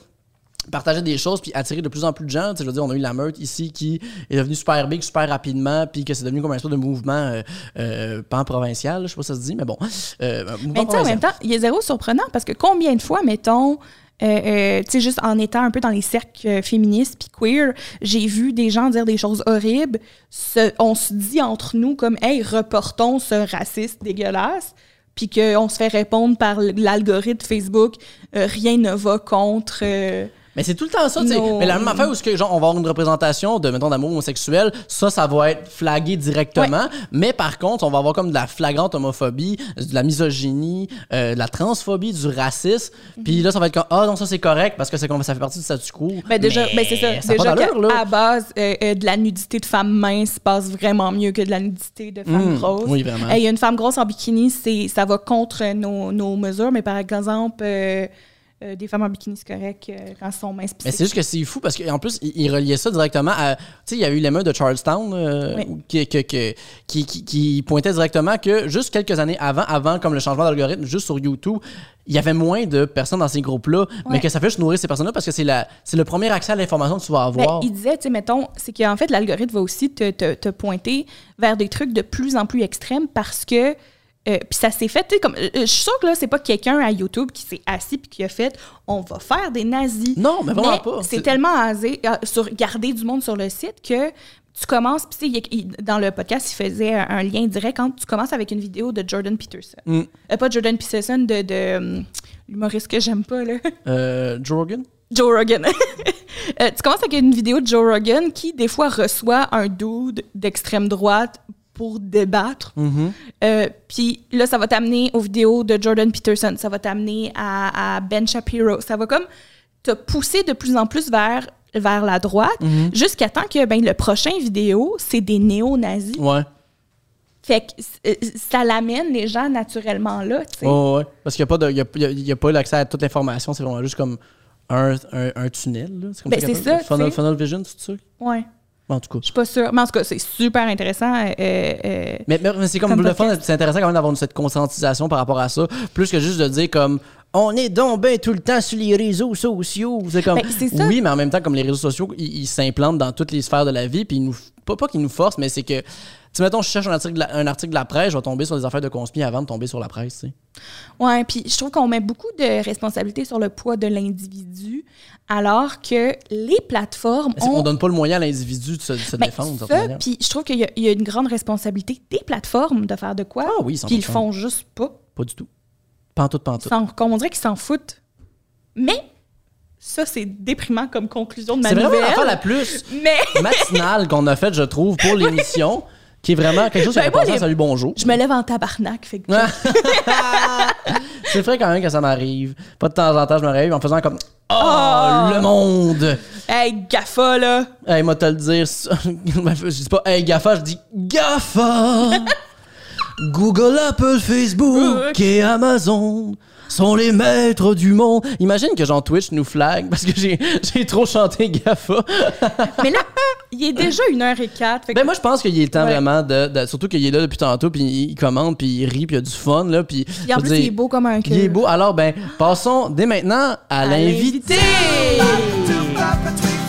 [SPEAKER 1] partager des choses puis attirer de plus en plus de gens. Tu sais, je veux dire, on a eu la meute ici qui est devenue super big, super rapidement, puis que c'est devenu comme un espèce de mouvement euh, euh, pan-provincial, je sais pas si ça se dit, mais bon. Euh, mouvement
[SPEAKER 2] Mais tu sais, en
[SPEAKER 1] provincial.
[SPEAKER 2] même temps, il est zéro surprenant parce que combien de fois, mettons, euh, euh, tu sais, juste en étant un peu dans les cercles euh, féministes puis queer, j'ai vu des gens dire des choses horribles. Se- on se dit entre nous comme, hey, reportons ce raciste dégueulasse. Puis qu'on se fait répondre par l- l'algorithme Facebook, euh, rien ne va contre. euh,
[SPEAKER 1] Mais c'est tout le temps ça, tu sais.
[SPEAKER 2] Non.
[SPEAKER 1] Mais la même affaire où ce que, genre, on va avoir une représentation de, mettons, d'amour homosexuel, ça, ça va être flagué directement. Mais par contre, on va avoir comme de la flagrante homophobie, de la misogynie, euh, de la transphobie, du racisme. Puis là, ça va être comme, ah non, ça c'est correct parce que c'est comme ça fait partie du statu quo.
[SPEAKER 2] Ben déjà, ben c'est ça.
[SPEAKER 1] a
[SPEAKER 2] déjà
[SPEAKER 1] pas d'allure,
[SPEAKER 2] qu'à-
[SPEAKER 1] là.
[SPEAKER 2] à base euh, euh, de la nudité de femmes minces passe vraiment mieux que de la nudité de femmes
[SPEAKER 1] Mm,
[SPEAKER 2] grosses.
[SPEAKER 1] oui, vraiment.
[SPEAKER 2] Hey, une femme grosse en bikini, c'est ça va contre nos, nos mesures, mais par exemple. euh, euh, des femmes en bikini, c'est correct euh, quand elles sont minces. pis
[SPEAKER 1] Mais c'est juste que c'est fou parce qu'en plus, il, il reliait ça directement à. Tu sais, il y a eu l'émeute de Charlestown euh,
[SPEAKER 2] Oui.
[SPEAKER 1] où- qui, que- que- qui, qui- qui pointait directement que juste quelques années avant, avant comme le changement d'algorithme, juste sur YouTube, il y avait moins de personnes dans ces groupes-là, mais
[SPEAKER 2] Ouais.
[SPEAKER 1] que ça fait juste nourrir ces personnes-là parce que c'est la- c'est le premier accès à l'information que tu vas
[SPEAKER 2] Ben,
[SPEAKER 1] avoir.
[SPEAKER 2] il disait, tu sais, mettons, c'est qu'en fait, l'algorithme va aussi te, te- te pointer vers des trucs de plus en plus extrêmes parce que. euh, puis ça s'est fait, tu sais, comme. euh, je suis sûre que là, c'est pas quelqu'un à YouTube qui s'est assis puis qui a fait on va faire des nazis.
[SPEAKER 1] Non, mais vraiment pas. C'est-
[SPEAKER 2] C'est tellement asé euh, sur garder du monde sur le site que. Tu commences, puis tu sais, il y a- il- dans le podcast, il faisait un, un lien direct quand tu commences avec une vidéo de Jordan Peterson.
[SPEAKER 1] Mm.
[SPEAKER 2] Euh, pas Jordan Peterson, de, de hum, l'humoriste que j'aime pas, là.
[SPEAKER 1] Euh, Joe Rogan?
[SPEAKER 2] Joe Rogan. Euh, tu commences avec une vidéo de Joe Rogan qui, des fois, reçoit un dude d'extrême droite pour débattre. Euh, Puis là, ça va t'amener aux vidéos de Jordan Peterson, ça va t'amener à, à Ben Shapiro, ça va comme te pousser de plus en plus vers, vers la droite jusqu'à temps que ben, le prochain vidéo, c'est des néo-nazis.
[SPEAKER 1] Ouais.
[SPEAKER 2] Fait que euh, ça l'amène les gens naturellement là. tu sais.
[SPEAKER 1] Ouais, ouais. Parce qu'il n'y a pas, de- il y a, il y a- il y a pas l'accès à toute l'information, c'est vraiment juste comme un, un- un tunnel. là. C'est comme
[SPEAKER 2] Ben,
[SPEAKER 1] qu'on
[SPEAKER 2] c'est
[SPEAKER 1] appelle-
[SPEAKER 2] ça,
[SPEAKER 1] Funnel,
[SPEAKER 2] tu sais.
[SPEAKER 1] funnel vision, c'est ça?
[SPEAKER 2] Ouais,
[SPEAKER 1] En tout cas.
[SPEAKER 2] je suis pas sûre. Mais en tout cas, c'est super intéressant. euh, euh,
[SPEAKER 1] Mais, mais- mais c'est comme,
[SPEAKER 2] Comme
[SPEAKER 1] le fun,
[SPEAKER 2] podcast.
[SPEAKER 1] c'est intéressant quand même d'avoir une- cette conscientisation par rapport à ça, plus que juste de dire comme on est donc ben tout le temps sur les réseaux sociaux. C'est comme
[SPEAKER 2] Ben, c'est ça.
[SPEAKER 1] oui, mais en même temps comme les réseaux sociaux, ils ils s'implantent dans toutes les sphères de la vie, puis ils nous pas, pas qu'ils nous forcent, mais c'est que tu mettons je cherche un article, de la, un article de la presse, je vais tomber sur des affaires de conspi avant de tomber sur la presse. tu sais.
[SPEAKER 2] Ouais, puis je trouve qu'on met beaucoup de responsabilité sur le poids de l'individu, alors que les plateformes
[SPEAKER 1] Parce qu'on
[SPEAKER 2] ont.
[SPEAKER 1] donne pas le moyen à l'individu de se, de se
[SPEAKER 2] Ben,
[SPEAKER 1] défendre. d'une certaine
[SPEAKER 2] ça,
[SPEAKER 1] manière.
[SPEAKER 2] puis je trouve qu'il y, a- il y a une grande responsabilité des plateformes de faire de quoi.
[SPEAKER 1] Ah oui, 100%.
[SPEAKER 2] Puis ils le font juste pas.
[SPEAKER 1] Pas du tout. Pantoute, pantoute.
[SPEAKER 2] Sans- comme on dirait qu'ils s'en foutent. Mais ça, c'est déprimant comme conclusion de ma
[SPEAKER 1] C'est
[SPEAKER 2] nouvelle.
[SPEAKER 1] vraiment l'affaire la plus
[SPEAKER 2] Mais
[SPEAKER 1] matinale qu'on a faite, je trouve, pour l'émission. Qui est vraiment quelque chose qui
[SPEAKER 2] Ben,
[SPEAKER 1] fait
[SPEAKER 2] moi,
[SPEAKER 1] penser à
[SPEAKER 2] les-
[SPEAKER 1] salut bonjour.
[SPEAKER 2] Je me lève en tabarnak. Fait que,
[SPEAKER 1] c'est vrai quand même que ça m'arrive. Pas de temps en temps, je me réveille en faisant comme Oh,
[SPEAKER 2] Oh!
[SPEAKER 1] le monde!
[SPEAKER 2] hey, GAFA, là.
[SPEAKER 1] Hey, moi, te le dire. ça- Ben, je dis pas Hey, GAFA, je dis GAFA! Google, Apple, Facebook
[SPEAKER 2] Facebook.
[SPEAKER 1] et Amazon sont les maîtres du monde. Imagine que genre Twitch nous flag parce que j'ai j'ai trop chanté GAFA.
[SPEAKER 2] Mais là, il est déjà 1h04. Fait que-
[SPEAKER 1] Ben moi je pense qu'il est temps
[SPEAKER 2] Ouais.
[SPEAKER 1] vraiment de, de- surtout qu'il est là depuis tantôt puis il commande puis il rit puis il y a du fun là puis
[SPEAKER 2] Puis
[SPEAKER 1] je
[SPEAKER 2] en
[SPEAKER 1] veux
[SPEAKER 2] plus,
[SPEAKER 1] dire,
[SPEAKER 2] il est beau comme un cul.
[SPEAKER 1] il est beau. Alors ben passons dès maintenant à, l'invité.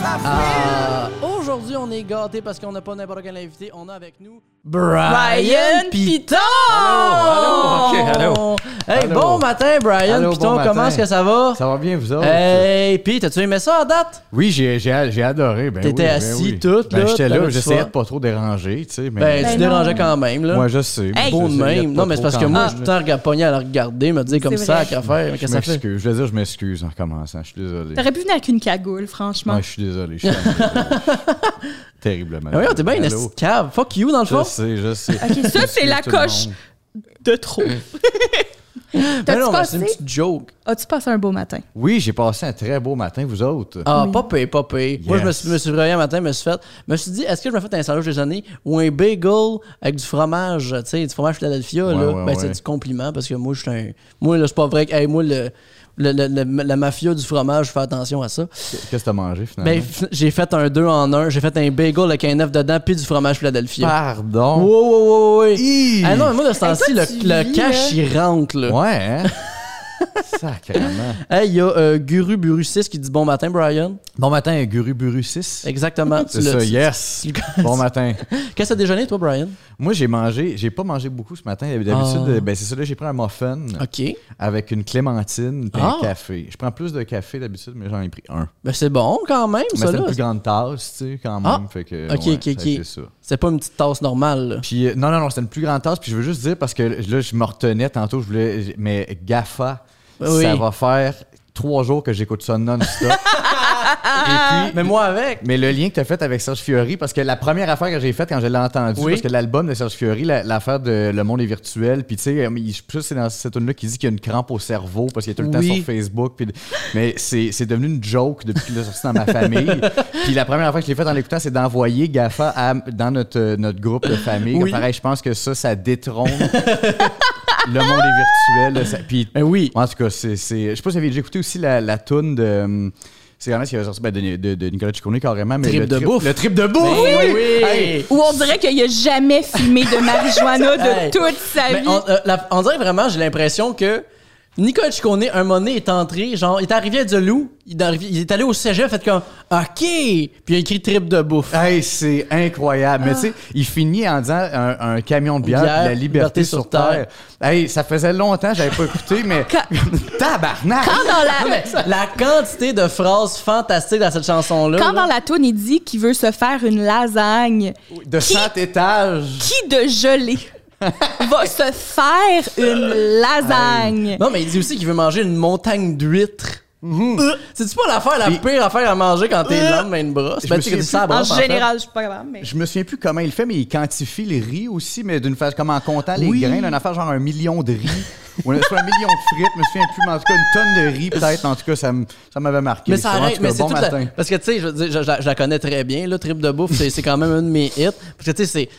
[SPEAKER 1] Ah, Aujourd'hui on est gâtés parce qu'on n'a pas n'importe quel invité, on a avec nous Brian
[SPEAKER 2] Brian
[SPEAKER 1] Piton.
[SPEAKER 2] Piton!
[SPEAKER 3] Allô, allô, ok, allô.
[SPEAKER 1] Hey
[SPEAKER 3] Allô.
[SPEAKER 1] bon matin Brian
[SPEAKER 3] Allô,
[SPEAKER 1] Piton,
[SPEAKER 3] bon matin.
[SPEAKER 1] comment est-ce que ça va?
[SPEAKER 3] Ça va bien, vous autres?
[SPEAKER 1] Hey, puis t'as-tu aimé ça à date?
[SPEAKER 3] Oui, j'ai j'ai- j'ai adoré. Ben
[SPEAKER 1] T'étais
[SPEAKER 3] oui, ben
[SPEAKER 1] assis
[SPEAKER 3] oui.
[SPEAKER 1] tout,
[SPEAKER 3] Ben,
[SPEAKER 1] là,
[SPEAKER 3] J'étais
[SPEAKER 1] t'avais
[SPEAKER 3] là,
[SPEAKER 1] du
[SPEAKER 3] j'essayais
[SPEAKER 1] soin.
[SPEAKER 3] de pas trop déranger, tu sais. Mais
[SPEAKER 1] Ben, tu
[SPEAKER 2] non.
[SPEAKER 1] dérangeais quand même là.
[SPEAKER 3] moi, je sais.
[SPEAKER 2] Hey!
[SPEAKER 1] Beau de
[SPEAKER 3] J'essayais
[SPEAKER 1] même.
[SPEAKER 3] pas
[SPEAKER 1] Non, mais c'est
[SPEAKER 3] trop
[SPEAKER 1] parce que
[SPEAKER 3] quand
[SPEAKER 1] moi,
[SPEAKER 3] même.
[SPEAKER 1] je me tard pogné à la regarder, me dire comme
[SPEAKER 2] C'est
[SPEAKER 1] ça,
[SPEAKER 2] vrai.
[SPEAKER 1] qu'à faire, mais
[SPEAKER 3] Je
[SPEAKER 1] qu'est-ce que ça fait?
[SPEAKER 3] m'excuse. Je veux dire, je m'excuse en commençant. Je suis désolé.
[SPEAKER 2] T'aurais pu venir avec une cagoule, franchement.
[SPEAKER 3] Ouais, je suis désolé. Je suis désolé. Terriblement.
[SPEAKER 1] Mais Ben voyons, t'es bien une
[SPEAKER 3] Allô?
[SPEAKER 1] petite cave. Fuck you, dans le fond.
[SPEAKER 3] Je sais, je sais.
[SPEAKER 2] Ok, ça, c'est
[SPEAKER 3] Excuse
[SPEAKER 2] la
[SPEAKER 3] tout le
[SPEAKER 2] coche
[SPEAKER 3] monde.
[SPEAKER 2] de trop.
[SPEAKER 1] Mais
[SPEAKER 2] T'as-tu
[SPEAKER 1] Ben non, mais c'est une
[SPEAKER 2] passé...
[SPEAKER 1] petite joke.
[SPEAKER 2] As-tu passé un beau matin?
[SPEAKER 3] Oui, j'ai passé un très beau matin, vous autres.
[SPEAKER 1] Ah, pas payé, pas payé. Moi, je me
[SPEAKER 3] Yes.
[SPEAKER 1] suis, me suis réveillé un matin, je me suis fait. Je me suis dit, est-ce que je me fais un sandwich déjeuner ou un bagel avec du fromage, tu sais, du fromage Philadelphia,
[SPEAKER 3] Ouais,
[SPEAKER 1] là?
[SPEAKER 3] ouais,
[SPEAKER 1] ben, c'est
[SPEAKER 3] ouais.
[SPEAKER 1] du compliment parce que moi, je suis un. Moi, là, c'est pas vrai que. Hey, moi, le, le- le- le- la mafia du fromage, je fais attention à ça.
[SPEAKER 3] Qu'est-ce que t'as mangé finalement?
[SPEAKER 1] Ben, f- j'ai fait un 2 en 1. J'ai fait un bagel avec un œuf dedans, puis du fromage Philadelphia. Ouais,
[SPEAKER 3] Pardon.
[SPEAKER 1] ouais, ouais, ouais.
[SPEAKER 3] Hi.
[SPEAKER 1] Ah non, mais moi, de ce temps-ci,
[SPEAKER 2] Ah, toi, tu
[SPEAKER 1] le, le
[SPEAKER 2] vis,
[SPEAKER 1] cash, il rentre, là.
[SPEAKER 3] Ouais, hein? Sacrément.
[SPEAKER 1] Hey, il y a euh, Guru Buru 6 qui dit bon matin, Brian.
[SPEAKER 3] Bon matin, Guru Buru 6.
[SPEAKER 1] Exactement. Tu
[SPEAKER 3] C'est
[SPEAKER 1] l'as
[SPEAKER 3] ça,
[SPEAKER 1] dit.
[SPEAKER 3] yes.
[SPEAKER 1] tu le-
[SPEAKER 3] Bon matin.
[SPEAKER 1] Qu'est-ce que t'as déjeuné, toi, Brian?
[SPEAKER 3] Moi, j'ai mangé, j'ai pas mangé beaucoup ce matin. D'habitude,
[SPEAKER 1] Ah.
[SPEAKER 3] ben, c'est ça, là, j'ai pris un muffin
[SPEAKER 1] OK.
[SPEAKER 3] avec une clémentine et
[SPEAKER 1] Ah.
[SPEAKER 3] un café. Je prends plus de café d'habitude, mais j'en ai pris un.
[SPEAKER 1] Ben, c'est bon, quand même,
[SPEAKER 3] Mais
[SPEAKER 1] ça,
[SPEAKER 3] c'était
[SPEAKER 1] là.
[SPEAKER 3] une plus grande tasse, tu sais, quand
[SPEAKER 1] Ah.
[SPEAKER 3] même. Fait que,
[SPEAKER 1] Ok,
[SPEAKER 3] ouais,
[SPEAKER 1] ok,
[SPEAKER 3] ça a
[SPEAKER 1] ok.
[SPEAKER 3] été ça.
[SPEAKER 1] C'est pas une petite tasse normale, là.
[SPEAKER 3] Puis, euh, non, non, non, c'était une plus grande tasse. Puis, je veux juste dire, parce que là, je me retenais tantôt, je voulais. j- Mais GAFA,
[SPEAKER 1] Oui.
[SPEAKER 3] ça va faire trois jours que j'écoute ça non-stop. et puis,
[SPEAKER 1] Mais moi, avec.
[SPEAKER 3] Mais le lien que tu as fait avec Serge Fiori, parce que la première affaire que j'ai faite quand je l'ai entendu,
[SPEAKER 1] Oui.
[SPEAKER 3] parce que l'album de Serge Fiori, la- l'affaire de Le Monde est virtuel, puis tu sais, euh, il- je pense que c'est dans cette tune là qu'il dit qu'il y a une crampe au cerveau parce qu'il est tout le temps
[SPEAKER 1] Oui.
[SPEAKER 3] sur Facebook. puis- mais c'est c'est devenu une joke depuis qu'il l'a sorti dans ma famille. puis la première affaire que j'ai faite en l'écoutant, c'est d'envoyer GAFA à- dans notre, euh, notre groupe de famille.
[SPEAKER 1] Oui.
[SPEAKER 3] Pareil, je pense que ça, ça détrône. Le monde est virtuel. ça- puis
[SPEAKER 1] Ben oui.
[SPEAKER 3] en tout cas, c'est. c'est- Je sais pas si vous avez déjà écouté aussi la, la toune de. hum, C'est vraiment ce qui avait sorti ben, de, de- de Nicolas Ciccone carrément. Mais
[SPEAKER 1] Trip
[SPEAKER 3] le
[SPEAKER 1] de bouffe.
[SPEAKER 3] Le trip de bouffe!
[SPEAKER 1] Ben oui.
[SPEAKER 3] Hey,
[SPEAKER 2] Ou on dirait qu'il a jamais fumé de marijuana de
[SPEAKER 1] Hey.
[SPEAKER 2] toute sa
[SPEAKER 1] Mais
[SPEAKER 2] vie.
[SPEAKER 1] on, euh, la- on dirait vraiment, j'ai l'impression que Nicolas Ciccone, un moment donné, est entré, genre, il est arrivé à Delou, il est, arrivé- il est allé au cégep, fait comme OK! Puis il a écrit trip de bouffe.
[SPEAKER 3] hey, c'est incroyable. Mais tu sais, il finit en disant un, un camion de bière,
[SPEAKER 1] Bière,
[SPEAKER 3] puis la liberté, sur, terre. Hey, ça faisait longtemps, j'avais pas écouté, mais. Tabarnak!
[SPEAKER 2] Quand dans la...
[SPEAKER 1] Ah, La quantité de phrases fantastiques dans cette chanson-là.
[SPEAKER 2] Quand
[SPEAKER 1] là.
[SPEAKER 2] dans la toune, il dit qu'il veut se faire une lasagne,
[SPEAKER 3] De 100 étages!
[SPEAKER 2] qui de gelée va se faire une lasagne?
[SPEAKER 1] Non, mais il dit aussi qu'il veut manger une montagne d'huîtres. Euh, C'est-tu pas l'affaire, la
[SPEAKER 3] Mhm. Puis- Euh,
[SPEAKER 1] pire affaire à manger quand t'es l'homme, mais une brosse?
[SPEAKER 3] Je
[SPEAKER 1] Ben,
[SPEAKER 3] me
[SPEAKER 1] tu sais que
[SPEAKER 3] souviens
[SPEAKER 1] tu sais à la
[SPEAKER 2] En
[SPEAKER 1] brosse, en fait.
[SPEAKER 2] général, je suis pas capable, mais...
[SPEAKER 3] Je me souviens plus comment il fait, mais il quantifie les riz aussi, mais d'une façon comme en comptant les
[SPEAKER 1] Oui.
[SPEAKER 3] grains, là, une affaire genre un million de riz. ou soit un million de frites, je me souviens plus, mais en tout cas une tonne de riz peut-être. En tout cas, ça, me- ça m'avait marqué.
[SPEAKER 1] Mais ça
[SPEAKER 3] En tout
[SPEAKER 1] arrête,
[SPEAKER 3] cas,
[SPEAKER 1] mais c'est
[SPEAKER 3] bon
[SPEAKER 1] toute la-
[SPEAKER 3] matin.
[SPEAKER 1] Parce que, tu sais, je, veux dire, je, je- je la connais très bien, là, Trip de bouffe, c'est c'est quand même un de mes hits. Parce que, tu sais, c'est...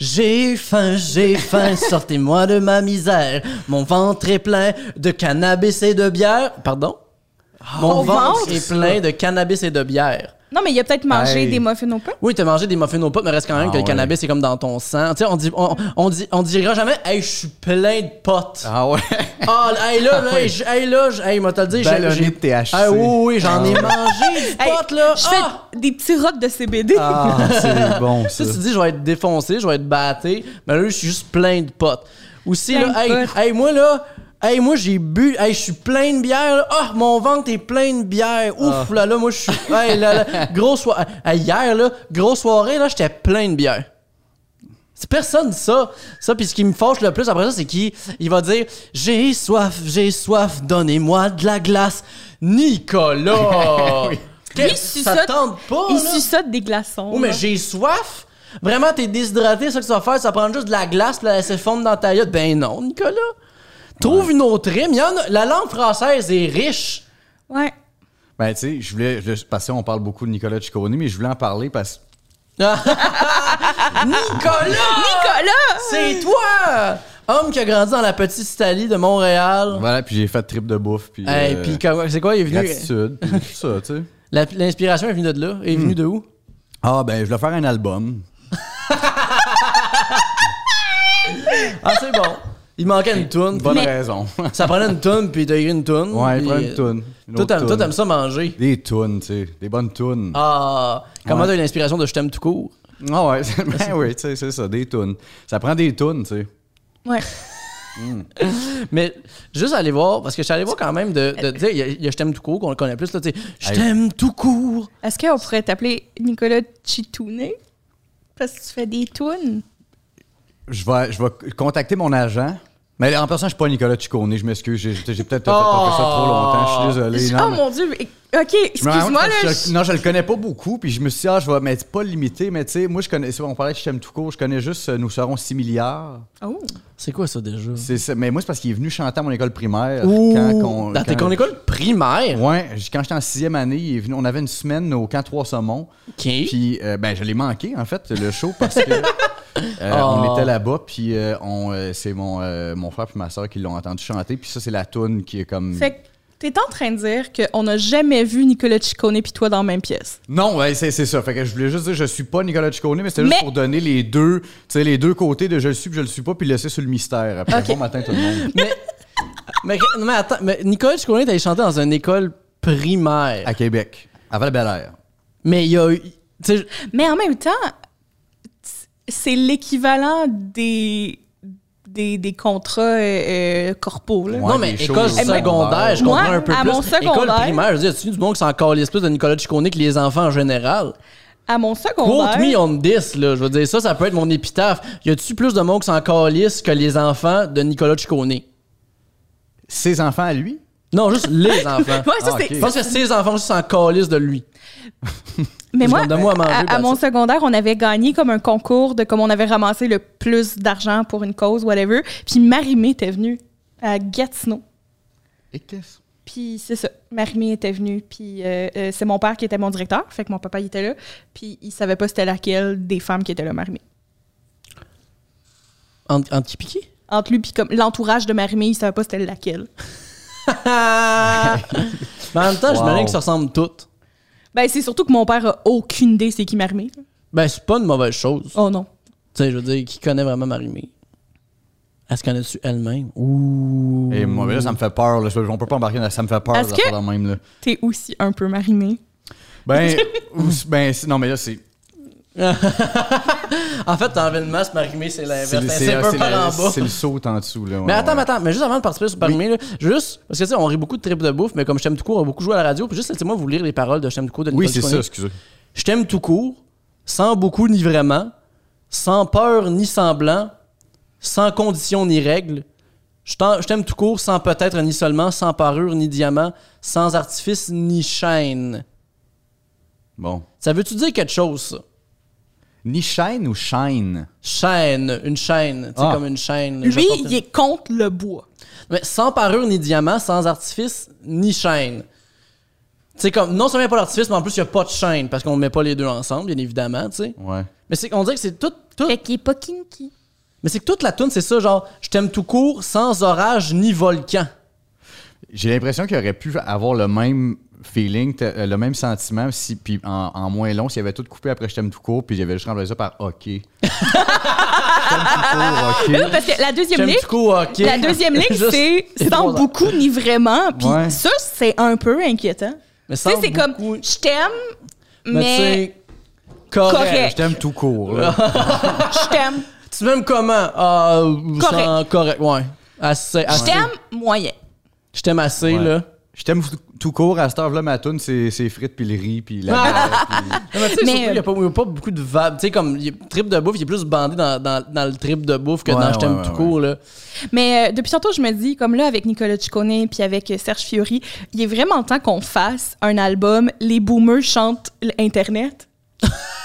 [SPEAKER 1] J'ai faim, j'ai faim, sortez-moi de ma misère. Mon ventre est plein de cannabis et de bière. Pardon?
[SPEAKER 3] Ah,
[SPEAKER 1] Mon
[SPEAKER 2] Mon
[SPEAKER 1] ventre,
[SPEAKER 2] ventre?
[SPEAKER 1] est plein de cannabis et de bière.
[SPEAKER 2] Non, mais il a peut-être mangé
[SPEAKER 3] Hey.
[SPEAKER 2] des muffins au pain.
[SPEAKER 1] Oui, t'as mangé des muffins aux potes, mais reste quand même
[SPEAKER 3] Ah
[SPEAKER 1] que le
[SPEAKER 3] ouais.
[SPEAKER 1] cannabis c'est comme dans ton sang. Tu sais, on, dit, on, on dit, on dira jamais, hey, je suis plein de potes.
[SPEAKER 3] Ah ouais.
[SPEAKER 1] Ah, hey là, là,
[SPEAKER 3] Ah ouais.
[SPEAKER 1] hey, je- hey là, je- hey, moi, t'as le dit, j'ai-
[SPEAKER 3] Ballonné
[SPEAKER 1] j'ai-
[SPEAKER 3] de THC.
[SPEAKER 1] Ah oui, oui, j'en ai
[SPEAKER 3] Ah.
[SPEAKER 1] mangé du pot, là.
[SPEAKER 2] je fais
[SPEAKER 1] Ah!
[SPEAKER 2] des petits rots de CBD.
[SPEAKER 3] Ah, c'est bon
[SPEAKER 1] Tu
[SPEAKER 3] ça.
[SPEAKER 1] sais, tu dis, je vais être défoncé, je vais être batté, mais là, je suis juste plein de potes. Aussi,
[SPEAKER 2] Plein
[SPEAKER 1] là,
[SPEAKER 2] de
[SPEAKER 1] hey,
[SPEAKER 2] potes.
[SPEAKER 1] hey, moi, là, hey, moi, j'ai bu, hey, je suis plein de bière, là. Ah, mon ventre est plein de bière. Ouf, là, là, moi, je suis, hey, là, là, grosse soirée. Hey, hier, là, grosse soirée, là, j'étais plein de bière. C'est Personne dit ça. Ça, puis ce qui me fâche le plus après ça, c'est qu'il il va dire J'ai soif, j'ai soif, donnez-moi de la glace. Nicolas!
[SPEAKER 2] Lui, il
[SPEAKER 1] Qu'est-ce-
[SPEAKER 2] suce
[SPEAKER 1] ça tente pas.
[SPEAKER 2] Il
[SPEAKER 1] là.
[SPEAKER 2] suce des glaçons.
[SPEAKER 1] Oh, mais
[SPEAKER 2] là.
[SPEAKER 1] j'ai soif. Vraiment, t'es déshydraté, c'est ça que tu vas faire, ça prend juste de la glace, la laisser fondre dans ta gueule. Ben non, Nicolas. Trouve une autre rime. Il y en a- La langue française est riche.
[SPEAKER 2] Ouais.
[SPEAKER 3] Ben, tu sais, je voulais. je- Parce qu'on parle beaucoup de Nicolas Ciccone, mais je voulais en parler parce que.
[SPEAKER 1] Nicolas!
[SPEAKER 2] Nicolas!
[SPEAKER 1] C'est toi! Homme qui a grandi dans la petite Italie de Montréal.
[SPEAKER 3] Voilà, puis j'ai fait trip de bouffe. Puis.
[SPEAKER 1] Hey,
[SPEAKER 3] euh,
[SPEAKER 1] puis comment- c'est quoi, il est venu?
[SPEAKER 3] Gratitude, puis tout ça, tu sais.
[SPEAKER 1] La- L'inspiration est venue de là. Elle est
[SPEAKER 3] Hmm.
[SPEAKER 1] venue de où?
[SPEAKER 3] Ah, ben, je voulais faire un album.
[SPEAKER 1] Ah, c'est bon. Il manquait une toune.
[SPEAKER 3] Bonne
[SPEAKER 2] Mais-
[SPEAKER 3] raison.
[SPEAKER 1] Ça prenait une toune, puis t'as écrit une toune.
[SPEAKER 3] ouais,
[SPEAKER 1] puis- euh,
[SPEAKER 3] prends une toune. une
[SPEAKER 1] Toi,
[SPEAKER 3] autre
[SPEAKER 1] t'aimes- toi,
[SPEAKER 3] toune.
[SPEAKER 1] t'aimes ça manger.
[SPEAKER 3] Des tunes, tu sais. Des bonnes tunes.
[SPEAKER 1] Ah, comment
[SPEAKER 3] Ouais.
[SPEAKER 1] t'as eu l'inspiration de Je t'aime tout court?
[SPEAKER 3] Ah ouais, c'est- ben oui, tu sais, c'est ça, des tunes. Ça prend des tunes, tu sais.
[SPEAKER 2] Ouais.
[SPEAKER 1] Mais juste aller voir, parce que je suis allé voir quand même de, de dire, il y a- il y, a Je t'aime tout court qu'on connaît plus, là, tu sais, Je
[SPEAKER 3] Hey.
[SPEAKER 1] t'aime tout court.
[SPEAKER 2] Est-ce qu'on pourrait t'appeler Nicolas Chitouné? Parce que tu fais des tunes.
[SPEAKER 3] Je vais, je vais contacter mon agent. Mais là, en personne, je suis pas Nicolas Ciccone, je m'excuse. J'ai j'ai peut-être
[SPEAKER 1] Oh!
[SPEAKER 3] fait ça trop longtemps, je suis désolé.
[SPEAKER 2] Je-
[SPEAKER 3] non,
[SPEAKER 2] oh
[SPEAKER 3] mais-
[SPEAKER 2] mon Dieu, mais- ok,
[SPEAKER 3] je me rends compte
[SPEAKER 2] excuse-moi
[SPEAKER 3] parce que
[SPEAKER 2] là.
[SPEAKER 3] je-
[SPEAKER 2] je-
[SPEAKER 3] Non, je le connais pas beaucoup, puis je me suis dit, ah, je vais, mais c'est pas limité, mais tu sais, moi, je connais, si on parlait de Chem tout court, je connais juste euh, Nous serons 6 milliards.
[SPEAKER 2] Oh.
[SPEAKER 1] C'est quoi ça déjà?
[SPEAKER 3] C'est ça, mais moi, c'est parce qu'il est venu chanter à mon école primaire. quand qu'on-
[SPEAKER 1] Ouh! Dans tes
[SPEAKER 3] quand-
[SPEAKER 1] qu'on école primaire?
[SPEAKER 3] Ouais, j- quand j'étais en sixième année, il est venu, on avait une semaine au camp Trois Saumons.
[SPEAKER 1] Ok.
[SPEAKER 3] Puis, euh, ben, je l'ai manqué, en fait, le show, parce que euh,
[SPEAKER 1] Oh.
[SPEAKER 3] on était là-bas, puis euh, on, euh, c'est mon, euh, mon frère puis ma soeur qui l'ont entendu chanter, puis ça, c'est la toune qui est comme.
[SPEAKER 2] Fait que t'es en train de dire qu'on n'a jamais vu Nicolas Ciccone puis toi dans la même pièce.
[SPEAKER 3] Non, ouais, c'est c'est ça. Fait que je voulais juste dire, je suis pas Nicolas Ciccone, mais c'était juste
[SPEAKER 2] Mais-
[SPEAKER 3] pour donner les deux, tu sais, les deux côtés de je le suis puis je le suis pas, puis laisser sur le mystère. Après,
[SPEAKER 2] Ok.
[SPEAKER 3] bon matin tout le monde.
[SPEAKER 1] Mais, mais, non, mais attends, mais Nicolas Ciccone, t'allais chanter dans une école primaire.
[SPEAKER 3] À Québec, à Val-Belair.
[SPEAKER 1] Mais il y a eu. tu sais,
[SPEAKER 2] Mais en même temps, c- c'est l'équivalent des, des, des contrats euh, euh, corpo. Là.
[SPEAKER 3] Ouais,
[SPEAKER 1] non, mais
[SPEAKER 3] des
[SPEAKER 1] école
[SPEAKER 3] choses
[SPEAKER 1] secondaire, je
[SPEAKER 2] Moi,
[SPEAKER 1] comprends un peu
[SPEAKER 2] à
[SPEAKER 1] plus.
[SPEAKER 2] mon
[SPEAKER 1] École
[SPEAKER 2] secondaire-
[SPEAKER 1] primaire, je veux dire, tu du monde qui s'en calisse plus de Nicolas Ciccone que les enfants en général?
[SPEAKER 2] À mon
[SPEAKER 1] Quote
[SPEAKER 2] secondaire,
[SPEAKER 1] me on this, là. Je veux dire, ça, ça peut être mon épitaphe. Y a-tu plus de monde qui s'en calisse que les enfants de Nicolas Ciccone?
[SPEAKER 3] Ses enfants à lui?
[SPEAKER 1] Non, juste les enfants.
[SPEAKER 2] Ouais, ça,
[SPEAKER 3] Ah,
[SPEAKER 2] c'est-
[SPEAKER 3] ok.
[SPEAKER 1] Je pense que ses enfants aussi s'en calissent de lui.
[SPEAKER 2] mais
[SPEAKER 1] je
[SPEAKER 2] moi,
[SPEAKER 1] me donne moi à manger,
[SPEAKER 2] à, à
[SPEAKER 1] ben,
[SPEAKER 2] mon
[SPEAKER 1] ça.
[SPEAKER 2] secondaire, on avait gagné comme un concours de comme on avait ramassé le plus d'argent pour une cause, whatever. Puis Marimé était venue à Gatineau.
[SPEAKER 3] Et qu'est-ce?
[SPEAKER 2] Puis c'est ça, Marimé était venue, puis euh, euh, c'est mon père qui était mon directeur, fait que mon papa il était là, puis il savait pas c'était laquelle des femmes qui étaient là, Marimé.
[SPEAKER 1] En, en qui piqué?
[SPEAKER 2] Entre lui puis comme l'entourage de Marimé, il savait pas c'était laquelle.
[SPEAKER 1] Mais en même temps, je
[SPEAKER 3] Wow.
[SPEAKER 1] me que ça ressemble toutes.
[SPEAKER 2] Ben, c'est surtout que mon père a aucune idée c'est qui Marimé. là.
[SPEAKER 1] Ben, c'est pas une mauvaise chose.
[SPEAKER 2] Oh non.
[SPEAKER 1] Tu sais, je veux dire, qui connaît vraiment Marimé? Est-ce qu'elle est elle-même? Ouh.
[SPEAKER 3] Et moi, mais là, ça me fait peur. Là. Je- On peut pas embarquer dans ça me fait peur.
[SPEAKER 2] Est-ce
[SPEAKER 3] cette
[SPEAKER 2] que-
[SPEAKER 3] affaire-là même, là.
[SPEAKER 2] T'es aussi un peu Marimé.
[SPEAKER 3] Ben, ou- ben, c'est- non, mais là, c'est.
[SPEAKER 1] En fait, t'as enlevé le masque, Marimé, c'est
[SPEAKER 3] C'est
[SPEAKER 1] l'inverse.
[SPEAKER 3] le-
[SPEAKER 1] Ben, C'est
[SPEAKER 3] c'est-
[SPEAKER 1] un peu
[SPEAKER 3] c'est
[SPEAKER 1] par
[SPEAKER 3] la-
[SPEAKER 1] en bas.
[SPEAKER 3] c'est le saut en dessous. Là, ouais,
[SPEAKER 1] Mais attends,
[SPEAKER 3] ouais.
[SPEAKER 1] mais attends, mais juste avant de participer sur Parimé, là, juste, parce que tu sais, on rit beaucoup de tripes de bouffe, mais comme je t'aime tout court, on a beaucoup joué à la radio, puis juste laissez-moi vous lire les paroles de Je t'aime tout court de
[SPEAKER 3] Oui,
[SPEAKER 1] Nicolas
[SPEAKER 3] c'est ça,
[SPEAKER 1] Ciccone.
[SPEAKER 3] excusez.
[SPEAKER 1] Je t'aime tout court, sans beaucoup ni vraiment, sans peur ni semblant, sans condition ni règle. Je t'en- je t'aime tout court, sans peut-être ni seulement, sans parure ni diamant, sans artifice ni chaîne.
[SPEAKER 3] Bon.
[SPEAKER 1] Ça veut-tu dire quelque chose, ça?
[SPEAKER 3] Ni chaîne ou shine?
[SPEAKER 1] Chaîne, une chaîne, tu sais,
[SPEAKER 3] Ah.
[SPEAKER 1] comme une chaîne. je
[SPEAKER 2] Lui,
[SPEAKER 1] vais porter-
[SPEAKER 2] il est contre le bois.
[SPEAKER 1] Mais sans parure ni diamant, sans artifice ni chaîne. Tu sais, comme, non seulement il n'y a pas d'artifice, mais en plus, il n'y a pas de chaîne, parce qu'on ne met pas les deux ensemble, bien évidemment, tu sais.
[SPEAKER 3] Ouais.
[SPEAKER 1] Mais c'est on dirait que c'est tout, tout
[SPEAKER 2] Fait qu'il est pas kinky.
[SPEAKER 1] Mais c'est que toute la toune, c'est ça, genre, je t'aime tout court, sans orage ni volcan.
[SPEAKER 3] J'ai l'impression qu'il aurait pu avoir le même feeling, t- euh, le même sentiment, si, puis en, en moins long, s'il avait tout coupé après Je t'aime tout court, puis j'avais juste remplacé ça par OK. Je t'aime tout court, OK.
[SPEAKER 2] Parce que la deuxième
[SPEAKER 1] J'aime
[SPEAKER 2] ligne,
[SPEAKER 1] tout court, ok.
[SPEAKER 2] la deuxième ligne,
[SPEAKER 1] Juste-
[SPEAKER 2] c'est
[SPEAKER 1] et
[SPEAKER 2] sans
[SPEAKER 1] trois-
[SPEAKER 2] beaucoup ni vraiment. Puis
[SPEAKER 3] Ouais.
[SPEAKER 2] ça, c'est un peu inquiétant.
[SPEAKER 1] Mais
[SPEAKER 2] Tu
[SPEAKER 1] sans
[SPEAKER 2] sais, c'est comme
[SPEAKER 1] beaucoup-
[SPEAKER 2] je t'aime, mais
[SPEAKER 1] Mais tu sais, correct.
[SPEAKER 2] Correct.
[SPEAKER 3] Je t'aime tout court. là.
[SPEAKER 2] je t'aime.
[SPEAKER 1] Tu m'aimes comment? Ah, euh,
[SPEAKER 2] Correct.
[SPEAKER 1] sans- correct, ouais. Assez,
[SPEAKER 2] Je
[SPEAKER 1] assez.
[SPEAKER 2] t'aime moyen.
[SPEAKER 1] Je t'aime assez,
[SPEAKER 3] Ouais.
[SPEAKER 1] là.
[SPEAKER 3] Je t'aime tout court, à cette heure-là, ma toune, c'est c'est frites, puis le riz, puis la bière, puis-
[SPEAKER 1] Non, mais tu sais,
[SPEAKER 2] Mais,
[SPEAKER 1] surtout, il n'y a,
[SPEAKER 2] euh,
[SPEAKER 1] pas- il y a pas beaucoup de vab. Tu sais, comme, il y a- trip de bouffe, il est plus bandé dans, dans, dans le trip de bouffe que
[SPEAKER 3] Ouais,
[SPEAKER 1] dans je t'aime
[SPEAKER 3] ouais,
[SPEAKER 1] tout
[SPEAKER 3] ouais,
[SPEAKER 1] court, là.
[SPEAKER 2] Mais euh, depuis tantôt, je me dis, comme là, avec Nicolas Ciccone puis avec euh, Serge Fiori, il est vraiment temps qu'on fasse un album Les boomers chantent l'Internet.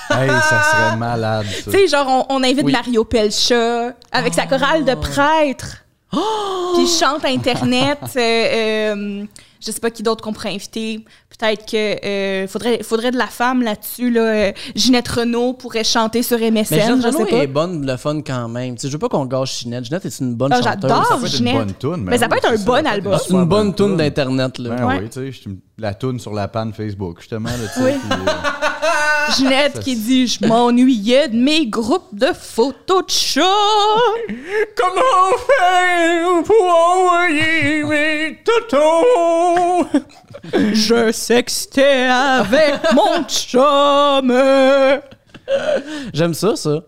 [SPEAKER 3] Hey, ça serait malade, ça.
[SPEAKER 2] Tu sais, genre, on, on invite
[SPEAKER 1] Oui. Ah.
[SPEAKER 2] Mario Pelcha avec sa chorale de prêtres.
[SPEAKER 1] Oh!
[SPEAKER 2] Puis il chante à Internet. euh, euh, je sais pas qui d'autre qu'on pourrait inviter. Peut-être que euh, faudrait, faudrait de la femme là-dessus. Là. Euh, Ginette Renault pourrait chanter sur MSN.
[SPEAKER 1] Mais Ginette
[SPEAKER 2] je sais
[SPEAKER 1] Renault
[SPEAKER 2] pas.
[SPEAKER 1] est bonne, le fun quand même. Tu sais, je veux pas qu'on gâche Ginette. Ginette est une bonne
[SPEAKER 2] Ah,
[SPEAKER 1] chanteuse.
[SPEAKER 2] j'adore.
[SPEAKER 3] Ça peut être une
[SPEAKER 2] Ginette.
[SPEAKER 3] bonne toune,
[SPEAKER 2] Mais ça peut
[SPEAKER 3] oui,
[SPEAKER 2] être un
[SPEAKER 3] c'est
[SPEAKER 2] bon
[SPEAKER 3] ça peut être
[SPEAKER 2] album.
[SPEAKER 1] C'est une bonne
[SPEAKER 3] toune.
[SPEAKER 1] toune d'Internet, là.
[SPEAKER 3] Ben
[SPEAKER 2] Ouais.
[SPEAKER 3] oui, tu sais, je suis- la toune sur la panne Facebook, justement. Là, tu
[SPEAKER 2] Oui.
[SPEAKER 3] sais, puis, euh,
[SPEAKER 2] Ginette qui dit Je m'ennuyais de mes groupes de photos de chats.
[SPEAKER 1] Comment faire pour envoyer mes totos?
[SPEAKER 2] Je sextais avec mon chum.
[SPEAKER 1] J'aime ça, ça.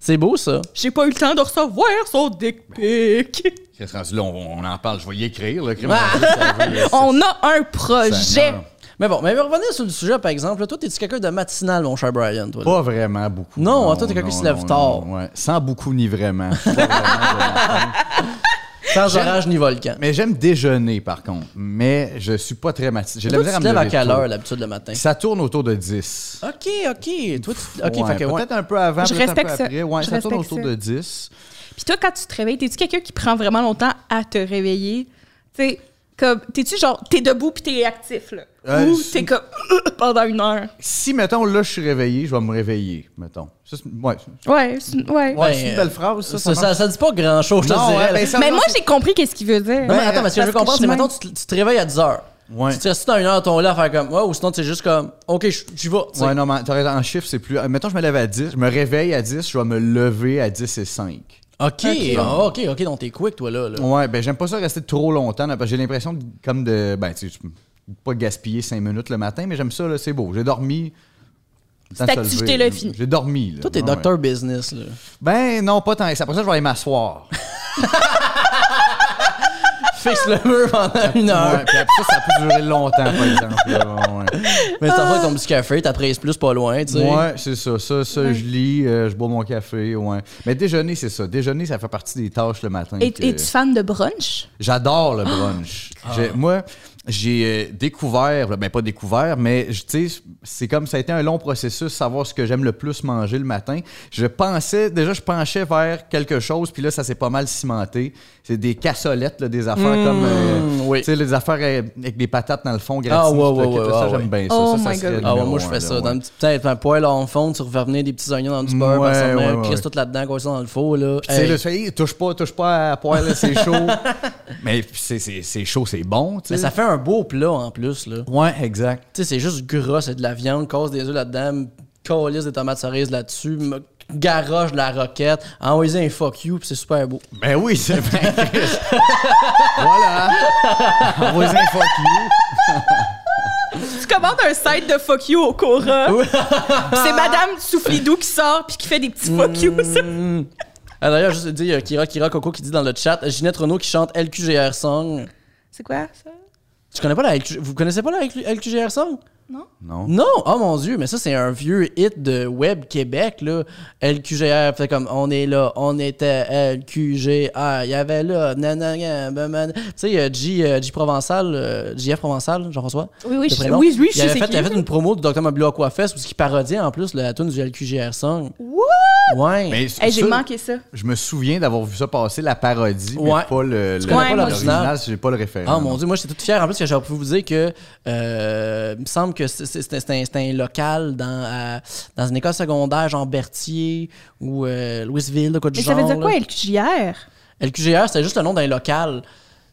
[SPEAKER 1] C'est beau, ça.
[SPEAKER 2] J'ai pas eu le temps de recevoir son dick pic.
[SPEAKER 3] Ça se rendu là, on, on en parle, je vais y écrire, le crime.
[SPEAKER 1] Ah!
[SPEAKER 2] On a un projet.
[SPEAKER 3] Seigneur.
[SPEAKER 1] Mais bon, mais revenir sur le sujet, par exemple, toi, t'es-tu quelqu'un de matinal, mon cher Brian, toi? là?
[SPEAKER 3] Pas vraiment beaucoup.
[SPEAKER 1] Non, toi, t'es quelqu'un qui se lève tard.
[SPEAKER 3] ouais. Sans beaucoup ni vraiment.
[SPEAKER 1] Sans
[SPEAKER 3] J'aime-
[SPEAKER 1] orage ni volcan.
[SPEAKER 3] mais j'aime déjeuner, par contre. Mais je suis pas très matin. J'ai de la
[SPEAKER 1] Toi,
[SPEAKER 3] misère
[SPEAKER 1] tu
[SPEAKER 3] à
[SPEAKER 1] te
[SPEAKER 3] me
[SPEAKER 1] lèves à
[SPEAKER 3] lever
[SPEAKER 1] quelle
[SPEAKER 3] tôt.
[SPEAKER 1] heure, l'habitude, le matin?
[SPEAKER 3] Ça tourne autour de 10.
[SPEAKER 1] OK, OK. Toi, tu... OK,
[SPEAKER 3] Ouais,
[SPEAKER 1] fait que, ouais.
[SPEAKER 3] peut-être un peu avant,
[SPEAKER 2] Je
[SPEAKER 3] peut-être un peu
[SPEAKER 2] respecte ça.
[SPEAKER 3] après. Ouais,
[SPEAKER 2] Je
[SPEAKER 3] ça tourne
[SPEAKER 2] respecte
[SPEAKER 3] autour
[SPEAKER 2] ça.
[SPEAKER 3] de 10.
[SPEAKER 2] Puis toi, quand tu te réveilles, t'es-tu quelqu'un qui prend vraiment longtemps à te réveiller? Tu sais, comme, t'es-tu genre, t'es debout puis t'es actif, là?
[SPEAKER 3] Euh,
[SPEAKER 2] Ou
[SPEAKER 3] c'est-
[SPEAKER 2] t'es comme, pendant une heure?
[SPEAKER 3] Si, mettons, là, je suis réveillé, je vais me réveiller, mettons. Ça, c'est- ouais.
[SPEAKER 2] Ouais, c'est- ouais.
[SPEAKER 1] Ouais,
[SPEAKER 3] c'est
[SPEAKER 1] euh,
[SPEAKER 3] une belle phrase, ça.
[SPEAKER 1] Ça,
[SPEAKER 3] ça
[SPEAKER 1] ça- ça dit pas grand-chose, je te
[SPEAKER 3] Non,
[SPEAKER 1] dirais.
[SPEAKER 3] ouais, ben,
[SPEAKER 1] là.
[SPEAKER 3] ça-
[SPEAKER 2] Mais
[SPEAKER 3] non,
[SPEAKER 2] moi,
[SPEAKER 3] c'est-
[SPEAKER 2] j'ai compris qu'est-ce qu'il veut dire.
[SPEAKER 1] Non, mais Ben, attends, mais ce que je veux
[SPEAKER 2] Parce
[SPEAKER 1] comprendre,
[SPEAKER 2] je
[SPEAKER 1] c'est
[SPEAKER 2] suis
[SPEAKER 1] maintenant
[SPEAKER 2] même-
[SPEAKER 1] tu, tu te réveilles à 10 heures.
[SPEAKER 3] Ouais.
[SPEAKER 1] Tu te restes à une heure à ton lit à faire comme, ouais, ou sinon, c'est juste comme, OK, je- j'y vais. tu sais.
[SPEAKER 3] Ouais, non, mais t'as raison, en chiffre, c'est plus. euh, Mettons, je me lève à 10, je me réveille à 10, je vais me lever à 10 et 5.
[SPEAKER 1] OK, ah, OK, OK, donc t'es quick, toi, là. là.
[SPEAKER 3] Ouais, ben, j'aime pas ça rester trop longtemps, là, parce que j'ai l'impression de- comme de. Ben, tu sais, je- pas gaspiller 5 minutes le matin, mais j'aime ça, là, c'est beau. J'ai dormi. le temps
[SPEAKER 2] Cette
[SPEAKER 3] de se lever,
[SPEAKER 2] activité-là
[SPEAKER 3] là.
[SPEAKER 2] est finie.
[SPEAKER 3] J'ai dormi, là.
[SPEAKER 1] Toi, t'es
[SPEAKER 3] Ouais,
[SPEAKER 1] docteur business, là.
[SPEAKER 3] ouais. Ben, non, pas tant. que ça. Après ça, je vais aller m'asseoir.
[SPEAKER 1] Fixe le mur pendant une heure.
[SPEAKER 3] Ouais, puis après ça, ça peut durer longtemps, par exemple. là, ouais.
[SPEAKER 1] Mais t'en fais ton petit café, t'apprises plus pas loin, tu sais.
[SPEAKER 3] Ouais, c'est ça. Ça, ça je lis, euh, je bois mon café. Ouais. Mais déjeuner, c'est ça. Déjeuner, ça fait partie des tâches le matin.
[SPEAKER 2] Et-
[SPEAKER 3] que-
[SPEAKER 2] Es-tu fan de brunch?
[SPEAKER 3] J'adore
[SPEAKER 1] Ah!
[SPEAKER 3] le brunch. J'ai- Moi, j'ai euh, découvert, ben pas découvert, mais je- tu sais, c'est comme ça a été un long processus, savoir ce que j'aime le plus manger le matin. Je pensais, déjà, je penchais vers quelque chose, puis là, ça s'est pas mal cimenté. C'est des cassolettes, là, des affaires comme. euh,
[SPEAKER 1] Hmm, oui.
[SPEAKER 3] Tu sais, les affaires euh, avec des patates dans le fond, gratinées.
[SPEAKER 1] Ah, ouais,
[SPEAKER 3] tout le
[SPEAKER 1] ouais,
[SPEAKER 3] kit,
[SPEAKER 1] ouais,
[SPEAKER 3] là, ça,
[SPEAKER 1] ouais,
[SPEAKER 3] j'aime
[SPEAKER 1] ouais.
[SPEAKER 3] bien ça.
[SPEAKER 2] Oh
[SPEAKER 3] ça, ça
[SPEAKER 2] my
[SPEAKER 3] serait
[SPEAKER 2] God.
[SPEAKER 3] le
[SPEAKER 1] Ah ouais,
[SPEAKER 3] numéro
[SPEAKER 1] moi je fais
[SPEAKER 3] un,
[SPEAKER 1] ça.
[SPEAKER 3] là,
[SPEAKER 1] Dans
[SPEAKER 3] ouais.
[SPEAKER 1] un petit, peut-être un poêle en fond, tu revenais des petits oignons dans du beurre,
[SPEAKER 3] Ouais,
[SPEAKER 1] parce que
[SPEAKER 3] ouais,
[SPEAKER 1] ouais,
[SPEAKER 3] ouais.
[SPEAKER 1] crisse tout là-dedans, quoi, ça dans le four, là.
[SPEAKER 3] Puis tu sais,
[SPEAKER 1] Hey.
[SPEAKER 3] là, tu fais, Hey, touche pas, touche pas à poil, là, c'est chaud. Mais puis c'est- c'est c'est chaud, c'est bon, tu
[SPEAKER 1] Mais
[SPEAKER 3] sais.
[SPEAKER 1] ça fait un beau plat en plus, là.
[SPEAKER 3] Ouais, exact.
[SPEAKER 1] Tu sais, c'est juste gras, c'est de la viande, cause des œufs là-dedans, colisse des tomates cerises là-dessus, me- garoche de la roquette, envoyez un fuck you, puis c'est super beau.
[SPEAKER 3] Ben oui, c'est bien Chris. Voilà. Envoyez un fuck you.
[SPEAKER 2] Tu commandes un site de fuck you au Cora. Puis c'est Madame Souflidou qui sort puis qui fait des petits fuck you. sur-
[SPEAKER 1] Ah, D'ailleurs, juste dire, il y a Kira Kira Coco qui dit dans le chat, Ginette Renault qui chante LQGR Song.
[SPEAKER 2] C'est quoi ça?
[SPEAKER 1] Tu connais pas la LQ... Vous connaissez pas la LQ- LQGR Song?
[SPEAKER 2] Non?
[SPEAKER 3] Non.
[SPEAKER 1] Non, oh mon dieu, mais ça c'est un vieux hit de Web Québec là, LQGR, fait comme on est là, on était LQGR, il y avait là, nanana, banan. tu sais euh, G, euh, G Provençal, euh, JF Provençal, Jean-François.
[SPEAKER 2] Oui, oui,
[SPEAKER 1] le
[SPEAKER 2] je-
[SPEAKER 1] prénom.
[SPEAKER 2] oui, oui, je
[SPEAKER 1] il avait
[SPEAKER 2] sais
[SPEAKER 1] fait,
[SPEAKER 2] qui,
[SPEAKER 1] il avait
[SPEAKER 2] là.
[SPEAKER 1] fait une promo du Dr Mobile Aquafest où il parodiait en plus la tune du LQGR song.
[SPEAKER 2] What?
[SPEAKER 1] Ouais.
[SPEAKER 3] Mais
[SPEAKER 2] Hey, j'ai
[SPEAKER 3] ça,
[SPEAKER 2] manqué ça.
[SPEAKER 3] Je me souviens d'avoir vu ça passer, la parodie,
[SPEAKER 1] Ouais.
[SPEAKER 3] mais pas le, le-
[SPEAKER 1] connais
[SPEAKER 2] pas l'original?
[SPEAKER 3] l'original, j'ai pas le référent.
[SPEAKER 1] Ah mon dieu, moi j'étais toute fière en plus que j'aurais pu vous dire que euh, il me semble que c'est- c'est- c'était c'était un, c'était un local dans, euh, dans une école secondaire genre Berthier ou euh, Louisville, de quoi du
[SPEAKER 2] Mais
[SPEAKER 1] genre.
[SPEAKER 2] ça veut dire
[SPEAKER 1] là.
[SPEAKER 2] quoi, LQJR?
[SPEAKER 1] LQGR, c'est juste le nom d'un local.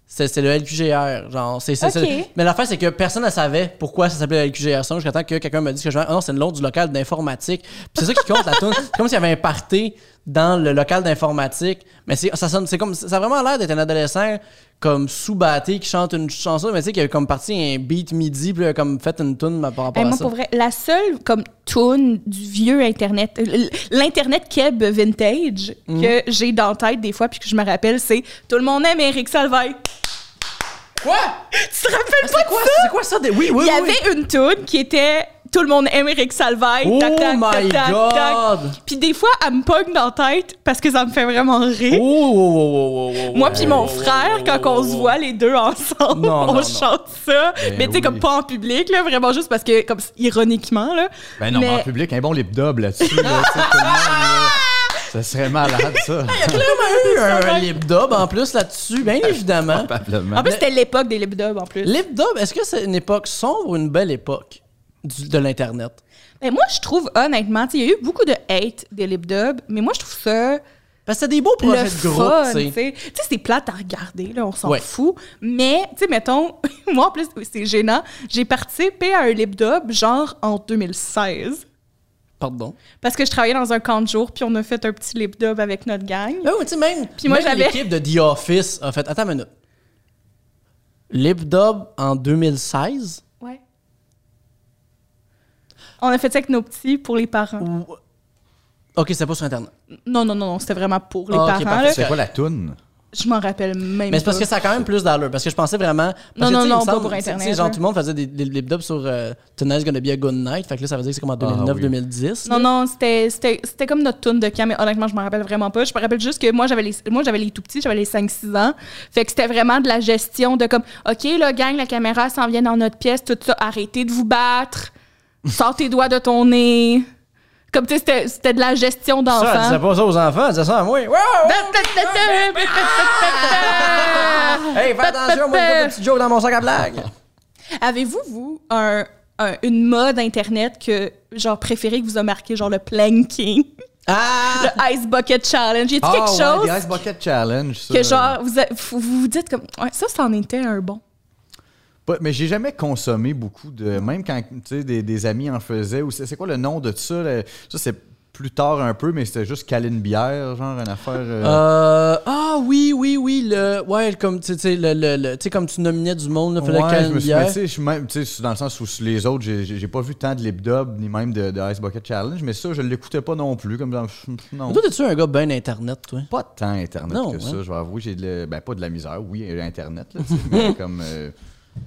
[SPEAKER 1] C'est c'est le LQGR. Genre, c'est, c'est-
[SPEAKER 2] Ok.
[SPEAKER 1] c'est- Mais l'affaire, c'est que personne ne savait pourquoi ça s'appelait LQGR Song jusqu'à temps que quelqu'un me dise que je Ah non, c'est le nom du local d'informatique. Puis c'est ça qui compte la tune. C'est comme s'il y avait un party dans le local d'informatique. Mais c'est, ça sonne, c'est comme, ça a vraiment l'air d'être un adolescent comme sous-batté qui chante une chanson, mais tu sais, qui avait comme parti un beat midi, puis il a comme fait une tune par rapport
[SPEAKER 2] Hey,
[SPEAKER 1] à
[SPEAKER 2] Eh, moi,
[SPEAKER 1] ça.
[SPEAKER 2] pour vrai, la seule comme tune du vieux Internet, euh, l- l'Internet keb vintage
[SPEAKER 1] Mm-hmm.
[SPEAKER 2] que j'ai dans la tête des fois puis que je me rappelle, c'est Tout le monde aime Eric Salvaille.
[SPEAKER 1] Quoi?
[SPEAKER 2] Tu te rappelles
[SPEAKER 1] Ah, C'est quoi, c'est quoi ça? des- Oui, oui,
[SPEAKER 2] Il y
[SPEAKER 1] oui.
[SPEAKER 2] avait une tune qui était tout le monde aime Eric Salvaille.
[SPEAKER 1] Oh
[SPEAKER 2] tac, tac,
[SPEAKER 1] my
[SPEAKER 2] tac, tac,
[SPEAKER 1] God!
[SPEAKER 2] tac. Puis des fois, elle me pogne dans la tête parce que ça me fait vraiment rire.
[SPEAKER 1] Oh, oh, oh, oh, oh, oh,
[SPEAKER 2] Moi
[SPEAKER 1] oh,
[SPEAKER 2] puis
[SPEAKER 1] oh,
[SPEAKER 2] mon
[SPEAKER 1] oh,
[SPEAKER 2] frère,
[SPEAKER 1] oh,
[SPEAKER 2] quand
[SPEAKER 1] oh,
[SPEAKER 2] on se
[SPEAKER 1] oh,
[SPEAKER 2] voit les deux ensemble,
[SPEAKER 1] Non, non,
[SPEAKER 2] on
[SPEAKER 1] non.
[SPEAKER 2] chante ça.
[SPEAKER 3] Ben
[SPEAKER 2] mais tu sais, comme
[SPEAKER 3] oui.
[SPEAKER 2] pas en public, là, vraiment juste parce que, comme ironiquement, là.
[SPEAKER 3] Ben non, mais, en
[SPEAKER 2] Mais-
[SPEAKER 3] public, un bon lip dub là-dessus. là, tu sais, tout le monde, là. ça serait malade, ça.
[SPEAKER 1] Il y a eu un lip dub en plus là-dessus, bien évidemment.
[SPEAKER 3] Probablement.
[SPEAKER 2] En plus, c'était l'époque des lip dubs en plus.
[SPEAKER 1] Lip dub, est-ce que c'est une époque sombre ou une belle époque du- de l'Internet?
[SPEAKER 2] Mais moi, je trouve honnêtement, tu sais, il y a eu beaucoup de hate des lip dubs, mais moi, je trouve ça.
[SPEAKER 1] Parce que c'est des beaux projets
[SPEAKER 2] le
[SPEAKER 1] de groupe,
[SPEAKER 2] fun,
[SPEAKER 1] tu sais.
[SPEAKER 2] t'sais. T'sais, c'est plate à regarder, là, on s'en
[SPEAKER 1] Ouais.
[SPEAKER 2] fout. Mais, tu sais, mettons, moi, en plus, c'est gênant, j'ai participé à un lip dub, genre, en 2016.
[SPEAKER 1] Pardon.
[SPEAKER 2] Parce que je travaillais dans un camp de jour, puis on a fait un petit lip dub avec notre gang.
[SPEAKER 1] Ben oui, tu sais, même,
[SPEAKER 2] Puis moi,
[SPEAKER 1] même
[SPEAKER 2] j'avais-
[SPEAKER 1] l'équipe de The Office a fait... Attends une minute. Lip dub en 2016?
[SPEAKER 2] Ouais. On a fait ça avec nos petits pour les parents.
[SPEAKER 1] Ou- OK, c'était pas sur Internet.
[SPEAKER 2] Non, non, non, non, c'était vraiment pour les
[SPEAKER 1] Ah, ok,
[SPEAKER 2] parents.
[SPEAKER 1] parfait.
[SPEAKER 2] là.
[SPEAKER 3] C'est quoi la toune?
[SPEAKER 2] Je m'en rappelle même
[SPEAKER 1] Mais c'est parce
[SPEAKER 2] pas.
[SPEAKER 1] que ça a quand même plus d'allure. Parce que je pensais vraiment... parce que, tu
[SPEAKER 2] Non,
[SPEAKER 1] sais,
[SPEAKER 2] non,
[SPEAKER 1] il me
[SPEAKER 2] non, pas
[SPEAKER 1] semble-
[SPEAKER 2] pour
[SPEAKER 1] tu sais,
[SPEAKER 2] Internet,
[SPEAKER 1] Genre,
[SPEAKER 2] là.
[SPEAKER 1] tout le monde faisait des, des lip dubs sur euh, Tonight's Gonna Be a Good Night. Fait que là, ça veut dire que c'est comme en 2009,
[SPEAKER 3] oui.
[SPEAKER 1] 2010.
[SPEAKER 2] Non, non, c'était- c'était c'était comme notre tune de camp, mais honnêtement, je me rappelle vraiment pas. Je me rappelle juste que moi, j'avais les, moi, j'avais les tout petits, j'avais les 5-6 ans. Fait que c'était vraiment de la gestion de comme, OK, là, gang, la caméra s'en vient dans notre pièce, tout ça, arrêtez de vous battre, sors tes doigts de ton nez. Comme, tu sais, c'était- c'était de la gestion d'enfant.
[SPEAKER 1] pas ça aux enfants, elle disait ça à moi. Wow! Hey, fais attention, moi, j'ai des petits jokes dans mon sac à blagues.
[SPEAKER 2] Avez-vous, vous, un, un- une mode Internet que, genre, préférée que vous a marqué, genre le planking,
[SPEAKER 1] Ah!
[SPEAKER 2] le Ice Bucket Challenge? Y a-t-il quelque chose?
[SPEAKER 3] Ah ouais, The Ice Bucket Challenge, ça.
[SPEAKER 2] Que genre, vous, a- vous vous dites comme, ouais, ça, c'en était un bon.
[SPEAKER 3] Pas- mais j'ai jamais consommé beaucoup de. Même quand tu sais, des, des amis en faisaient. Ou c'est c'est quoi le nom de ça? là? Ça, c'est plus tard un peu, mais c'était juste caler une bière, genre une affaire. euh,
[SPEAKER 1] Euh, ah oui, oui, oui, le, ouais, comme, tu sais, le, le, le- tu sais, comme tu nominais du monde, là, fallait
[SPEAKER 3] Ouais, je me suis mais
[SPEAKER 1] calendrier.
[SPEAKER 3] tu sais, je suis même, tu sais, dans le sens où sur les autres, j'ai- j'ai j'ai pas vu tant de lip dub ni même de, de Ice Bucket Challenge, mais ça, je l'écoutais pas non plus. Comme dans, non.
[SPEAKER 1] Toi, t'es-tu un gars ben internet, toi?
[SPEAKER 3] Pas tant Internet
[SPEAKER 1] Non,
[SPEAKER 3] que
[SPEAKER 1] hein.
[SPEAKER 3] ça, je vais avouer. J'ai de la- ben, pas de la misère, oui, euh, Internet, là, tu sais, mais comme. euh,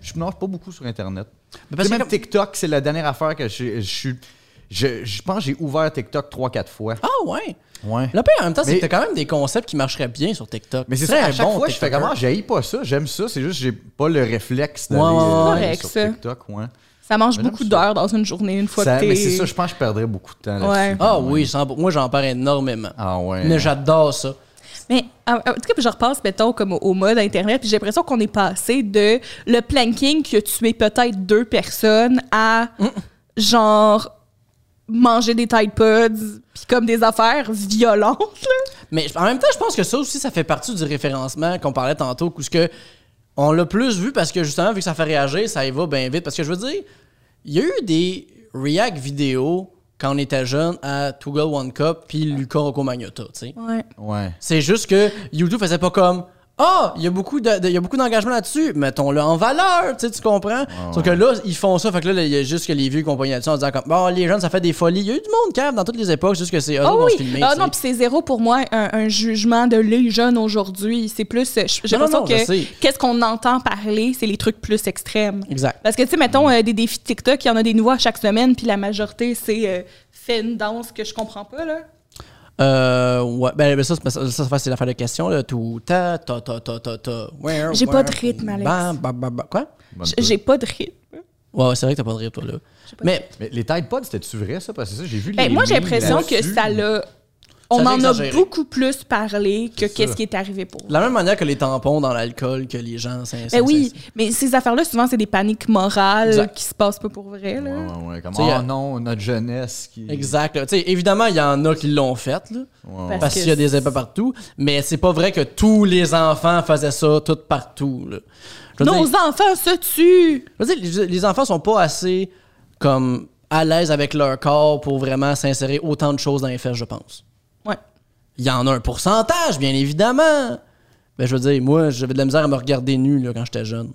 [SPEAKER 3] je suis- non, je suis pas beaucoup sur Internet.
[SPEAKER 1] Mais parce
[SPEAKER 3] Tu sais,
[SPEAKER 1] que
[SPEAKER 3] même
[SPEAKER 1] comme-
[SPEAKER 3] TikTok, c'est la dernière affaire que je, je suis. Je, je pense que j'ai ouvert TikTok 3-4 fois.
[SPEAKER 1] Ah ouais!
[SPEAKER 3] Ouais.
[SPEAKER 1] Le pire, en même temps, c'est
[SPEAKER 3] Mais-
[SPEAKER 1] que t'as quand même des concepts qui marcheraient bien sur TikTok.
[SPEAKER 3] Mais c'est
[SPEAKER 1] Tu serais
[SPEAKER 3] ça, à
[SPEAKER 1] un
[SPEAKER 3] chaque
[SPEAKER 1] bon
[SPEAKER 3] fois, je fais
[SPEAKER 1] TikToker.
[SPEAKER 3] comment? J'haïs pas ça, j'aime ça, c'est juste que j'ai pas le réflexe
[SPEAKER 1] Ouais, ouais,
[SPEAKER 3] d'aller euh,
[SPEAKER 1] ouais.
[SPEAKER 2] Correct,
[SPEAKER 3] sur
[SPEAKER 2] ça.
[SPEAKER 3] TikTok, ouais.
[SPEAKER 2] Ça mange
[SPEAKER 3] Mais j'aime
[SPEAKER 2] beaucoup
[SPEAKER 3] ça.
[SPEAKER 2] d'heures dans une journée, une fois
[SPEAKER 3] Ça-
[SPEAKER 2] que t'es...
[SPEAKER 3] mais c'est ça, je pense que je perdrais beaucoup de temps
[SPEAKER 2] Ouais.
[SPEAKER 3] là-dessus.
[SPEAKER 1] Ah oui, sans- moi, j'en perds énormément.
[SPEAKER 3] Ah ouais.
[SPEAKER 1] Mais j'adore ça.
[SPEAKER 2] Mais en en tout cas, je repense, mettons, comme au- au mode Internet, puis j'ai l'impression qu'on est passé de le planking qui a tué peut-être deux personnes à,
[SPEAKER 3] Mm.
[SPEAKER 2] genre, manger des Tide Pods, puis comme des affaires violentes, là.
[SPEAKER 1] Mais en même temps, je pense que ça aussi, ça fait partie du référencement qu'on parlait tantôt, où ce que on l'a plus vu parce que justement, vu que ça fait réagir, ça y va bien vite. Parce que je veux dire, il y a eu des react vidéo quand on était jeune à Two Girl One Cup puis Luca Rocco Magnota, tu sais.
[SPEAKER 2] Ouais.
[SPEAKER 3] Ouais.
[SPEAKER 1] C'est juste que YouTube faisait pas comme Ah, il y a beaucoup de- de- il y a beaucoup d'engagement là-dessus, mettons-le en valeur, tu sais, tu comprends? Sauf que là, ils font ça, fait que là, il y a juste que les vieux compagnies là-dessus en disant comme Bon, les jeunes, ça fait des folies. Il y a eu du monde, cave, dans toutes les époques, c'est juste que c'est eux
[SPEAKER 2] Ah
[SPEAKER 1] autres qui vont se
[SPEAKER 2] oui!
[SPEAKER 1] filmer,
[SPEAKER 2] Ah
[SPEAKER 1] tu sais.
[SPEAKER 2] non, puis c'est zéro pour moi un, un jugement de les jeunes aujourd'hui. C'est plus. euh, J'ai
[SPEAKER 1] Non, non,
[SPEAKER 2] l'impression
[SPEAKER 1] non, je sais.
[SPEAKER 2] que qu'est-ce qu'on entend parler, c'est les trucs plus extrêmes.
[SPEAKER 1] Exact.
[SPEAKER 2] Parce que, tu sais, mettons, euh, des défis TikTok, il y en a des nouveaux à chaque semaine, puis la majorité, c'est euh, fais une danse que je comprends pas, là.
[SPEAKER 1] Euh, ouais. Ben, ben, ça, c'est- ça, ça, c'est l'affaire de question, là. Tout, ta, ta, ta, ta, ta, ta. Where,
[SPEAKER 2] J'ai pas
[SPEAKER 1] where,
[SPEAKER 2] de rythme, Alex.
[SPEAKER 1] bam, bam, bam, bam. Quoi?
[SPEAKER 3] Bonne
[SPEAKER 2] J-
[SPEAKER 3] chose.
[SPEAKER 2] J'ai pas de rythme.
[SPEAKER 1] Ouais, ouais, c'est vrai que t'as pas de rythme, toi, là.
[SPEAKER 2] pas de
[SPEAKER 1] Mais,
[SPEAKER 3] Mais les Tide Pods, c'était-tu vrai, ça? Parce que ça, j'ai vu les
[SPEAKER 2] Ben, moi, j'ai
[SPEAKER 3] memes
[SPEAKER 2] l'impression que
[SPEAKER 3] là-dessus.
[SPEAKER 2] ça l'a. On
[SPEAKER 1] Ça
[SPEAKER 2] en
[SPEAKER 1] l'a
[SPEAKER 2] a
[SPEAKER 1] exagéré.
[SPEAKER 2] beaucoup plus parlé que
[SPEAKER 3] C'est ça.
[SPEAKER 2] qu'est-ce qui est arrivé pour
[SPEAKER 1] de la même manière que les tampons dans l'alcool, que les gens, c'est.
[SPEAKER 2] Ben oui, mais ces affaires-là, souvent, c'est des paniques morales
[SPEAKER 1] Exact.
[SPEAKER 2] qui se passent pas pour vrai,
[SPEAKER 3] Ouais,
[SPEAKER 2] là.
[SPEAKER 3] ouais, ouais. Comme,
[SPEAKER 1] Tu sais, y
[SPEAKER 3] oh
[SPEAKER 1] a-
[SPEAKER 3] non, notre jeunesse qui.
[SPEAKER 1] Exact. là. Tu sais, évidemment, il y en a qui l'ont fait, là.
[SPEAKER 3] Ouais, ouais.
[SPEAKER 2] Parce
[SPEAKER 1] Parce
[SPEAKER 2] que
[SPEAKER 1] qu'il y a des épées partout. Mais c'est pas vrai que tous les enfants faisaient ça, tout partout, là. Je veux
[SPEAKER 2] Nos
[SPEAKER 1] dire-
[SPEAKER 2] enfants se tuent!
[SPEAKER 1] Je veux dire, les, les enfants sont pas assez comme à l'aise avec leur corps pour vraiment s'insérer autant de choses dans les fesses, je pense.
[SPEAKER 2] Ouais.
[SPEAKER 1] Il y en a un pourcentage, bien évidemment. Mais je veux dire, moi, j'avais de la misère à me regarder nu là, quand j'étais jeune.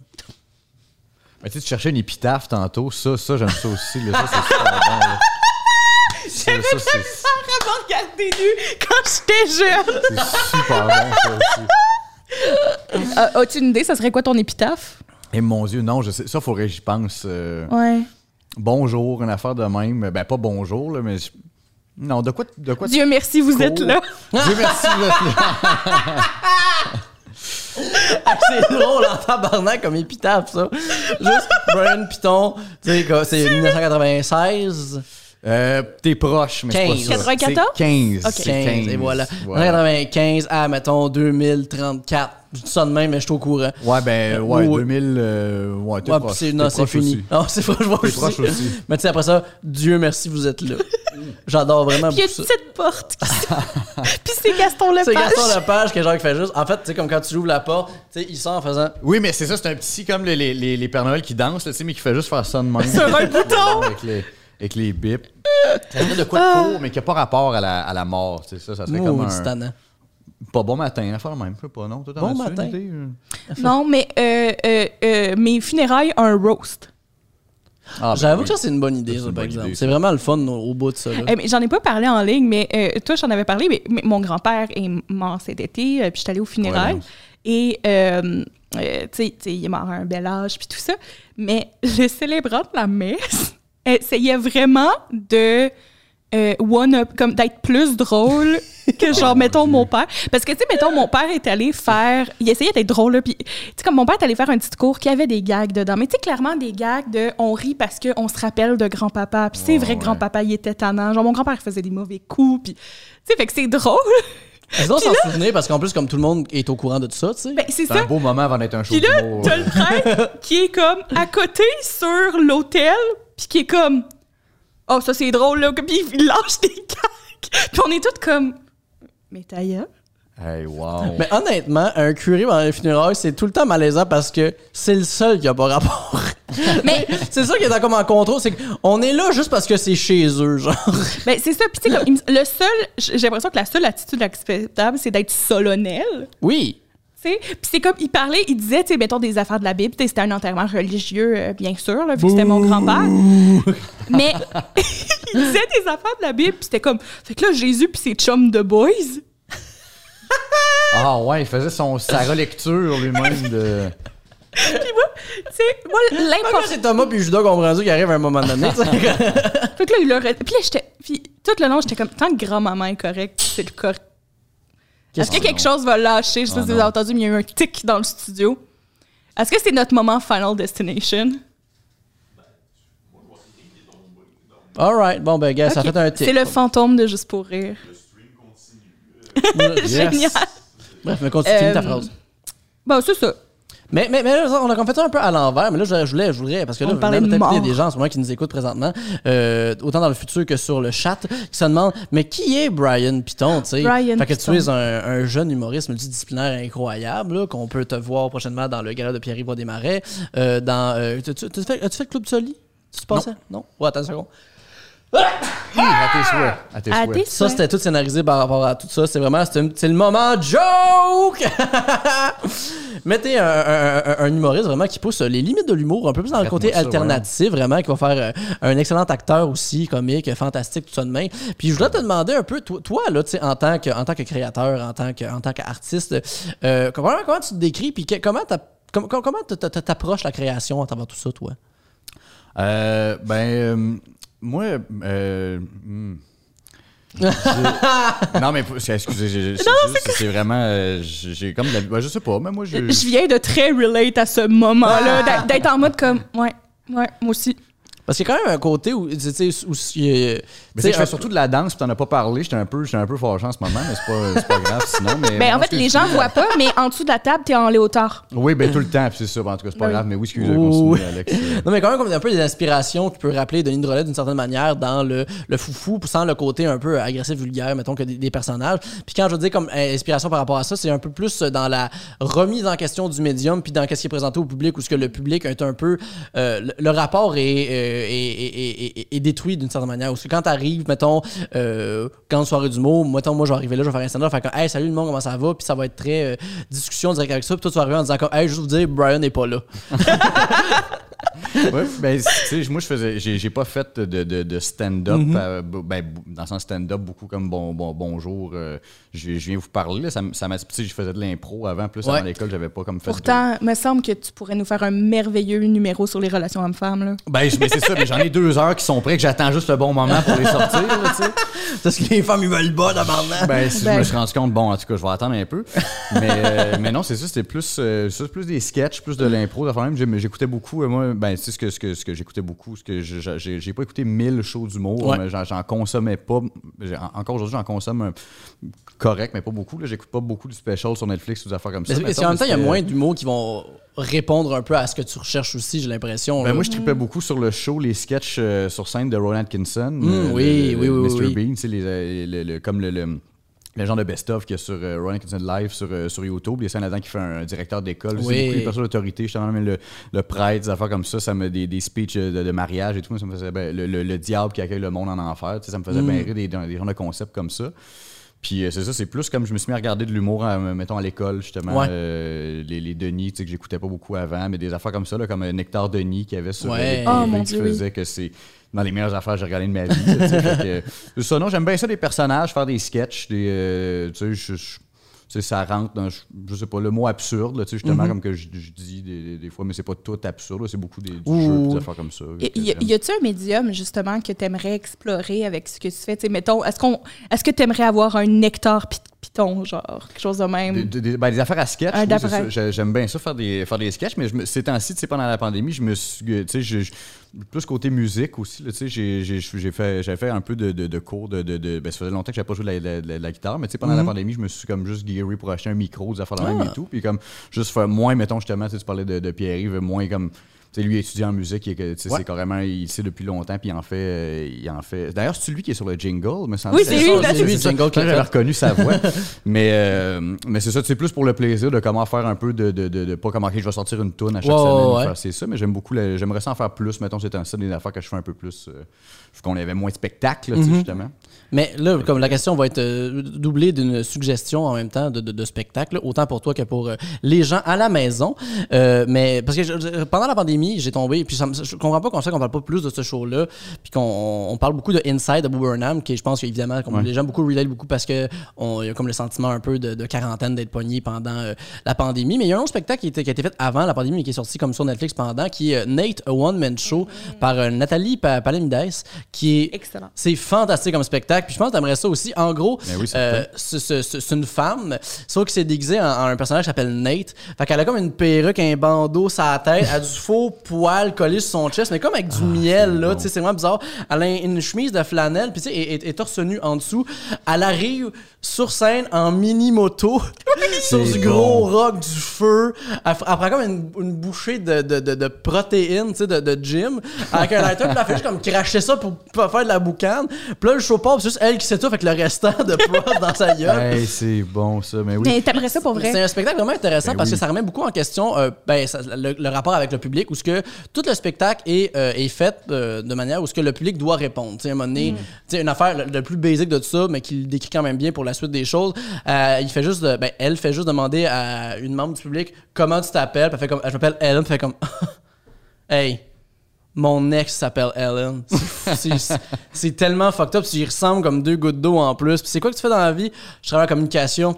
[SPEAKER 3] Mais tu sais, tu cherchais une épitaphe tantôt, ça, ça, j'aime ça aussi. Là, ça, c'est super bon. là. Ça, ça, c'est
[SPEAKER 2] Vraiment regarder nu quand j'étais jeune!
[SPEAKER 3] c'est super bon, ça aussi.
[SPEAKER 2] Euh, As-tu une idée, ça serait quoi ton épitaphe?
[SPEAKER 3] Et mon Dieu, non, je sais. Ça, faudrait que j'y pense. euh,
[SPEAKER 2] Ouais.
[SPEAKER 3] bonjour, une affaire de même. Ben, pas bonjour, là, mais. je- Non, de quoi. De quoi
[SPEAKER 2] Dieu merci, vous
[SPEAKER 3] cours.
[SPEAKER 2] êtes là.
[SPEAKER 3] Dieu merci, vous êtes là.
[SPEAKER 1] Ah, c'est drôle en tabarnak comme épitaphe, ça. Juste Brian Piton, tu sais, quoi, c'est 1996.
[SPEAKER 3] Euh, T'es proche, mais c'est pas
[SPEAKER 1] 15.
[SPEAKER 3] ça.
[SPEAKER 2] 94?
[SPEAKER 3] C'est 15.
[SPEAKER 2] Ok.
[SPEAKER 3] c'est
[SPEAKER 1] 15, et voilà.
[SPEAKER 3] voilà.
[SPEAKER 1] 1995 à, mettons, 2034. Je dis ça de même, mais je suis au courant.
[SPEAKER 3] Ouais, ben, ouais,
[SPEAKER 1] Ou-
[SPEAKER 3] 2000. euh, ouais, t'es
[SPEAKER 1] Ouais,
[SPEAKER 3] proche.
[SPEAKER 1] c'est-
[SPEAKER 3] t'es
[SPEAKER 1] non, c'est
[SPEAKER 3] proche
[SPEAKER 1] fini.
[SPEAKER 3] aussi.
[SPEAKER 1] Non, c'est pas, je vois
[SPEAKER 3] T'es proche aussi.
[SPEAKER 1] Mais tu sais, après ça, Dieu merci, vous êtes là. J'adore vraiment
[SPEAKER 2] Puis il y a
[SPEAKER 1] beaucoup
[SPEAKER 2] une
[SPEAKER 1] Ah, ça.
[SPEAKER 2] petite porte. qui se- Puis c'est Gaston Lepage.
[SPEAKER 1] C'est Gaston Lepage que genre il fait juste. En fait, tu sais, comme quand tu ouvres la porte, tu sais, il sort en faisant.
[SPEAKER 3] Oui, mais c'est ça, c'est un petit comme les, les, les, les Pères Noël qui dansent, là, tu sais, mais qui fait juste faire ça de même.
[SPEAKER 2] Sur un bouton.
[SPEAKER 3] Avec les, avec les bips. Ça serait de quoi de court, mais qui n'a pas rapport à la, à la mort. tu sais, Ça, ça serait comme
[SPEAKER 1] Maudit
[SPEAKER 3] un. Ah,
[SPEAKER 1] tannant.
[SPEAKER 3] Pas bon matin, à faire le même. Je sais pas, non? Toi, t'en
[SPEAKER 1] Bon
[SPEAKER 3] as-tu une
[SPEAKER 1] matin.
[SPEAKER 3] idée? euh?
[SPEAKER 2] Non, mais euh, euh, euh, mes funérailles ont un roast.
[SPEAKER 3] Ah, ben
[SPEAKER 1] J'avoue
[SPEAKER 3] oui.
[SPEAKER 1] que ça, c'est une bonne idée,
[SPEAKER 3] Ça, c'est
[SPEAKER 1] ça,
[SPEAKER 3] une
[SPEAKER 1] par
[SPEAKER 3] bonne
[SPEAKER 1] exemple.
[SPEAKER 3] idée, ça.
[SPEAKER 1] C'est vraiment le fun au, au bout de ça. là.
[SPEAKER 2] Eh, mais J'en ai pas parlé en ligne, mais euh, toi, j'en avais parlé. Mais, mais mon grand-père est mort cet été, euh, puis je suis allée aux funérailles.
[SPEAKER 3] Ouais,
[SPEAKER 2] et, euh, euh, tu sais, tu sais, il est mort à un bel âge, puis tout ça. Mais le célébrant de la messe essayait vraiment de euh, one-up, comme d'être plus drôle que genre, mettons, mon père. Parce que, tu sais, mettons, mon père est allé faire. Il essayait d'être drôle, là, puis, tu sais, comme mon père est allé faire un petit cours qui avait des gags dedans. Mais, tu sais, clairement, des gags de on rit parce qu'on se rappelle de grand-papa. Puis, c'est
[SPEAKER 3] Ouais,
[SPEAKER 2] vrai
[SPEAKER 3] ouais.
[SPEAKER 2] que grand-papa, il était tannant. Genre, mon grand-père faisait des mauvais coups, puis, tu sais, fait que c'est drôle.
[SPEAKER 1] Ils ont s'en souvenir parce qu'en plus, comme tout le monde est au courant de tout ça, tu sais.
[SPEAKER 2] Ben, c'est
[SPEAKER 3] C'est un
[SPEAKER 2] ça.
[SPEAKER 3] beau moment avant d'être un show
[SPEAKER 2] Puis là,
[SPEAKER 3] d'humour.
[SPEAKER 2] t'as le prêtre qui est comme à côté sur l'hôtel, puis qui est comme Oh, ça c'est drôle, là. Puis il lâche des cacs. Puis on est toutes comme Mais ta gueule.
[SPEAKER 3] Hey, wow.
[SPEAKER 1] Mais honnêtement, un curé dans les funérailles, c'est tout le temps malaisant parce que c'est le seul qui a pas rapport.
[SPEAKER 2] Mais-
[SPEAKER 1] c'est ça qui est comme en contrôle, c'est qu'on est là juste parce que c'est chez eux, genre.
[SPEAKER 2] Ben, c'est ça. Puis tu sais, comme, il me- le seul, j'ai l'impression que la seule attitude acceptable, c'est d'être solennel.
[SPEAKER 1] Oui.
[SPEAKER 2] tu sais. Puis c'est comme, il parlait, il disait, tu sais, mettons des affaires de la Bible. Tu sais, C'était un enterrement religieux, euh, bien sûr, là, vu que c'était mon grand-père. Mais il disait des affaires de la Bible, puis c'était comme, fait que là, Jésus, puis ses chums de boys.
[SPEAKER 3] Ah, ouais, il faisait son, sa relecture lui-même de.
[SPEAKER 2] Puis moi, tu sais, moi,
[SPEAKER 1] Même quand
[SPEAKER 2] l'important.
[SPEAKER 1] c'est Thomas puis Judas comprendu qui arrive à un moment donné, tu sais.
[SPEAKER 2] Fait que là, il leur a- Puis là, j'étais. Puis tout le long, j'étais comme, tant que grand-maman est correcte, c'est le correct. Est-ce que
[SPEAKER 3] que-
[SPEAKER 2] quelque chose va lâcher?
[SPEAKER 1] Ah
[SPEAKER 2] Je sais pas
[SPEAKER 3] Oh
[SPEAKER 2] si vous avez
[SPEAKER 3] non.
[SPEAKER 2] entendu, mais il y a eu un tic dans le studio. Est-ce que c'est notre moment Final Destination?
[SPEAKER 1] All right, bon, ben, gars, ça
[SPEAKER 2] Ok.
[SPEAKER 1] fait un tic.
[SPEAKER 2] C'est le fantôme de Juste pour rire.
[SPEAKER 3] Yes.
[SPEAKER 2] Génial.
[SPEAKER 1] Bref, mais continue finis ta
[SPEAKER 2] Euh,
[SPEAKER 1] phrase.
[SPEAKER 2] Bon, c'est ça.
[SPEAKER 1] Mais, mais, mais là, on a fait ça un peu à l'envers, mais là, je, je voulais, je voudrais, parce que là,
[SPEAKER 2] On parlait
[SPEAKER 1] maintenant,
[SPEAKER 2] de
[SPEAKER 1] peut-être, il y a
[SPEAKER 2] mort.
[SPEAKER 1] des gens en ce moment qui nous écoutent présentement, euh, autant dans le futur que sur le chat, qui se demandent, mais qui est Brian Piton, tu sais?
[SPEAKER 2] Brian
[SPEAKER 1] Fait que
[SPEAKER 2] Piton.
[SPEAKER 1] tu es un, un jeune humoriste multidisciplinaire incroyable, là, qu'on peut te voir prochainement dans le gala de Pierre-Yves Desmarais, euh, dans... euh, tu, tu- tu fais, as-tu fait le Club Soli? Tu te passais? Non? Ouais, attends une seconde.
[SPEAKER 3] Hi, à tes souhaits. À tes
[SPEAKER 2] À
[SPEAKER 3] souhaits.
[SPEAKER 2] tes
[SPEAKER 1] Ça,
[SPEAKER 2] souhaits.
[SPEAKER 1] c'était tout scénarisé par rapport à tout ça. C'est vraiment, c'était un- c'est le moment joke! Mettez un, un- un- un humoriste vraiment qui pousse les limites de l'humour, un peu plus dans le
[SPEAKER 3] Faites-moi
[SPEAKER 1] côté
[SPEAKER 3] ça,
[SPEAKER 1] alternatif, vraiment, qui va faire euh, un excellent acteur aussi, comique, fantastique, tout ça de main. Puis je voulais te demander un peu, toi, toi, là, tu sais, en tant que, en tant que créateur, en tant que, en tant qu'artiste, euh, comment, comment tu te décris, puis que- comment t'as- com- com- comment t- t- t'approches la création en travers tout ça, toi?
[SPEAKER 3] Euh, ben, euh, moi. euh, hmm. Je- non, mais faut- c'est- excusez, j'ai- c'est juste- c'est vraiment. euh, j'ai j'ai comme de la. ben, je sais pas, mais moi, je.
[SPEAKER 2] Je viens de très relate à ce
[SPEAKER 1] Ah!
[SPEAKER 2] moment-là, d'être- d'être en mode comme, ouais, ouais, moi aussi.
[SPEAKER 1] Parce qu'il y a quand même un côté où, tu sais, où, euh,
[SPEAKER 3] Mais tu sais, je
[SPEAKER 1] un-
[SPEAKER 3] fais surtout de la danse, puis t'en as pas parlé. J'étais un peu, j'étais un peu fâché en ce moment, mais c'est pas, c'est pas grave sinon. Mais
[SPEAKER 2] Ben, en
[SPEAKER 3] non,
[SPEAKER 2] fait,
[SPEAKER 3] excuse-
[SPEAKER 2] les gens voient pas, mais en dessous de la table, t'es en léotard.
[SPEAKER 3] Oui, ben tout le temps, puis c'est ça. ben, en tout cas, c'est pas
[SPEAKER 2] Oui.
[SPEAKER 3] grave, mais oui, excusez,
[SPEAKER 1] Oh,
[SPEAKER 3] continue,
[SPEAKER 1] oui.
[SPEAKER 3] Alex. euh.
[SPEAKER 1] Non, mais quand même, comme un peu des inspirations qui peut rappeler Denis Drolet d'une certaine manière dans le, le foufou, sans le côté un peu agressif, vulgaire, mettons, que des, des personnages. Puis quand je dis comme euh, inspiration par rapport à ça, c'est un peu plus dans la remise en question du médium, puis dans qu'est-ce qui est présenté au public, ou ce que le public est un peu. euh, le, le rapport est, euh, est- est- est- est- est détruit d'une certaine manière. Parce que quand t'arrives, mettons, euh, quand soirée d'humour, mettons, moi, je vais arriver là, je vais faire un stand-up, faire comme, hey, salut le monde, comment ça va? Puis ça va être très euh, discussion directe avec ça. Puis toi, tu vas arriver en disant, comme, hey, juste vous dire, Brian n'est pas là.
[SPEAKER 3] Ouais, ben, tu sais, moi, je faisais, j'ai, j'ai pas fait de, de- de stand-up, euh, b- ben, b- dans le sens stand-up, beaucoup comme bon, bon, bonjour, euh, je, je viens vous parler. là, ça, m- ça m'a, tu sais, je faisais de l'impro avant, plus
[SPEAKER 1] Ouais.
[SPEAKER 3] avant l'école, j'avais pas comme fait. de-
[SPEAKER 2] Pourtant, me semble que tu pourrais nous faire un merveilleux numéro sur les relations hommes-femmes. là.
[SPEAKER 3] Ben, je- mais c'est ça, mais j'en ai deux heures qui sont prêts, que j'attends juste le bon moment pour les sortir, là, tu sais.
[SPEAKER 1] Parce que les femmes, ils veulent pas d'abandon.
[SPEAKER 3] Ben, si
[SPEAKER 2] Ben.
[SPEAKER 3] je me suis rendu compte, bon, en tout cas, je vais attendre un peu. Mais, euh, mais non, c'est ça, c'était plus, euh, ça, c'est plus des sketchs, plus de l'impro. d'affaires même. J'aim- J'écoutais beaucoup, euh, moi, ben, tu sais, ce que, ce que, ce que j'écoutais beaucoup, ce que je- j'a- j'ai j'ai pas écouté mille shows d'humour,
[SPEAKER 1] Ouais.
[SPEAKER 3] mais j'en- j'en consommais pas. J'ai- en- Encore aujourd'hui, j'en consomme un- correct, mais pas beaucoup. là. J'écoute pas beaucoup de specials sur Netflix ou des affaires comme ça.
[SPEAKER 1] Mais
[SPEAKER 3] mettons,
[SPEAKER 1] parce qu'en même temps, il y a
[SPEAKER 3] c'était-
[SPEAKER 1] moins d'humour qui vont répondre un peu à ce que tu recherches aussi, j'ai l'impression.
[SPEAKER 3] Ben,
[SPEAKER 1] là.
[SPEAKER 3] moi, je tripais beaucoup sur le show, les sketchs euh, sur scène de Roland Atkinson. euh,
[SPEAKER 1] Mm, oui,
[SPEAKER 3] le-
[SPEAKER 1] oui,
[SPEAKER 3] le
[SPEAKER 1] oui,
[SPEAKER 3] Mr.
[SPEAKER 1] oui.
[SPEAKER 3] Bean, tu sais, les, euh, le- le- comme le, le- le genre de best-of qu'il y a sur euh, Roland Atkinson Live sur, euh, sur YouTube. Les scènes là-dedans qui fait un, directeur d'école.
[SPEAKER 1] Oui.
[SPEAKER 3] C'est beaucoup les personnes d'autorité, justement, même le, le prêtre, des affaires comme ça. ça me, des, des speeches de, de mariage et tout. moi, ça me faisait bien- le, le- le diable qui accueille le monde en enfer. tu sais, Ça me faisait
[SPEAKER 1] Mm.
[SPEAKER 3] bien rire des, des genres de concepts comme ça. Puis euh, c'est ça, c'est plus comme je me suis mis à regarder de l'humour, à, euh, mettons, à l'école, justement.
[SPEAKER 1] Ouais.
[SPEAKER 3] Euh, les, les Denis, tu sais, que j'écoutais pas beaucoup avant, mais des affaires comme ça, là, comme euh, Nectar Denis qui avait sur euh,
[SPEAKER 1] Ouais. Oh,
[SPEAKER 3] les TV
[SPEAKER 2] Ah, mon
[SPEAKER 3] qui
[SPEAKER 2] Dieu, oui.
[SPEAKER 3] faisait que c'est dans les meilleures affaires que j'ai regardées de ma vie. là, tu sais, fait que, c'est ça, non, j'aime bien ça, des personnages, faire des sketchs, des, euh, tu sais, je- je- tu sais, ça rentre dans, je, je sais pas, le mot absurde, là, tu sais, justement,
[SPEAKER 1] Mhm.
[SPEAKER 3] comme que je, je dis des, des- des fois, mais c'est pas tout absurde, là, c'est beaucoup des, du
[SPEAKER 1] Ouh.
[SPEAKER 3] jeu, puis des affaires comme ça.
[SPEAKER 2] Y,
[SPEAKER 3] que
[SPEAKER 2] y-
[SPEAKER 3] j'aime.
[SPEAKER 2] y a-tu un médium, justement, que tu aimerais explorer avec ce que tu fais? Tu sais, mettons, est-ce, qu'on, est-ce que tu aimerais avoir un nectar pi- python, genre, quelque chose de même?
[SPEAKER 3] Des, des- des- ben, des affaires à sketch.
[SPEAKER 2] Ah,
[SPEAKER 3] oui,
[SPEAKER 2] d'après-
[SPEAKER 3] c'est ça. J'ai- J'aime bien ça, faire des, faire des sketchs, mais je me- ces temps-ci, tu sais, pendant la pandémie, je me suis. euh, Tu sais, je- je- plus côté musique aussi, là, tu sais, j'ai- j'ai j'ai fait, j'avais fait un peu de, de- de cours de. de, de- ben, ça faisait longtemps que j'avais pas joué de la, de la- de la- de la guitare, mais tu sais,
[SPEAKER 2] Mm-hmm.
[SPEAKER 3] pendant la pandémie, je me suis comme juste guéri pour acheter un micro, des affaires de
[SPEAKER 2] Ah.
[SPEAKER 3] même et tout. Puis comme, juste faire moins, mettons, justement, tu sais, tu parlais de, de Pierre-Yves, moins comme. Tu sais, lui, étudiant en musique, et que, tu sais,
[SPEAKER 1] Ouais.
[SPEAKER 3] c'est carrément, il sait depuis longtemps, puis il en fait. euh, il en fait. D'ailleurs, c'est lui qui est sur le jingle, me semble
[SPEAKER 2] Oui, c'est lui,
[SPEAKER 3] ça,
[SPEAKER 1] c'est lui,
[SPEAKER 3] ça.
[SPEAKER 1] Jungle Clown.
[SPEAKER 3] J'avais reconnu sa voix. mais euh, mais c'est ça, c'est plus pour le plaisir de comment faire un peu de, de, de, de pas comment ok, je vais sortir une toune à chaque
[SPEAKER 1] Ouais,
[SPEAKER 3] semaine.
[SPEAKER 1] ouais,
[SPEAKER 3] ou
[SPEAKER 1] ouais.
[SPEAKER 3] faire- C'est ça, mais j'aime beaucoup, la- j'aimerais ça en faire plus. Mettons, c'est un ça des affaires que je fais un peu plus. euh, qu'on avait moins de spectacles,
[SPEAKER 1] Mhm.
[SPEAKER 3] là, tu sais, justement.
[SPEAKER 1] Mais là, comme la question va être euh, doublée d'une suggestion en même temps de, de- de spectacle, là, autant pour toi que pour euh, les gens à la maison. Euh, mais parce que je- je- pendant la pandémie, j'ai tombé, puis ça me- je comprends pas qu'on sait qu'on parle pas plus de ce show-là, puis qu'on on- on parle beaucoup de Inside de Bo Burnham, qui est, je pense qu'évidemment, comme
[SPEAKER 3] Ouais.
[SPEAKER 1] les gens beaucoup relate beaucoup parce que on il y a comme le sentiment un peu de, de quarantaine d'être pogné pendant euh, la pandémie. Mais il y a un autre spectacle qui, était- qui a été fait avant la pandémie, mais qui est sorti comme sur Netflix pendant, qui est euh, Nate, a one-man show par euh, Nathalie Pa- Palamides, qui est
[SPEAKER 2] Excellent.
[SPEAKER 1] c'est fantastique comme spectacle. Puis je pense que t'aimerais ça aussi. En gros,
[SPEAKER 3] Ben oui,
[SPEAKER 1] euh,
[SPEAKER 3] certain.
[SPEAKER 1] c'est c'est- c'est- c'est une femme, sauf que c'est déguisé en, en un personnage qui s'appelle Nate. Fait qu'elle a comme une perruque, un bandeau sur la tête, elle a du faux poil collé sur son chest, mais comme avec du miel, là.
[SPEAKER 3] Ah, bon.
[SPEAKER 1] Tu sais, c'est vraiment bizarre. Elle a une chemise de flanelle, puis tu sais, est, est- est torse nu en dessous. Elle arrive sur scène en mini-moto, sur
[SPEAKER 3] C'est
[SPEAKER 1] du gros
[SPEAKER 3] bon.
[SPEAKER 1] rock, du feu. Elle, f- elle prend comme une, une bouchée de, de, de, de protéines, tu sais, de, de gym, avec un lighter, puis elle fait juste comme cracher ça pour, pas faire de la boucane. Puis là, le show part, puis c'est juste elle qui s'étouffe avec le restant de prod dans sa gueule.
[SPEAKER 3] Hey, c'est bon, ça, mais oui.
[SPEAKER 2] Mais t'aimerais ça pour vrai?
[SPEAKER 1] C'est un spectacle vraiment intéressant
[SPEAKER 3] Ben
[SPEAKER 1] parce que
[SPEAKER 3] oui.
[SPEAKER 1] ça remet beaucoup en question euh, ben, ça- le, le rapport avec le public, où ce que tout le spectacle est, euh, est fait euh, de manière où ce que le public doit répondre. Tu sais, à un moment
[SPEAKER 2] Mm.
[SPEAKER 1] donné, tu sais, une affaire le, le plus basique de tout ça, mais qui le décrit quand même bien pour la suite des choses. euh, il fait juste, de- ben, elle fait juste demander à une membre du public comment tu t'appelles. Puis elle fait comme, je m'appelle Ellen. Puis elle fait comme, hey. Mon ex s'appelle Ellen. C'est- c'est- C'est tellement fucked up. Tu y ressembles comme deux gouttes d'eau en plus. Puis c'est quoi que tu fais dans la vie? Je travaille en communication.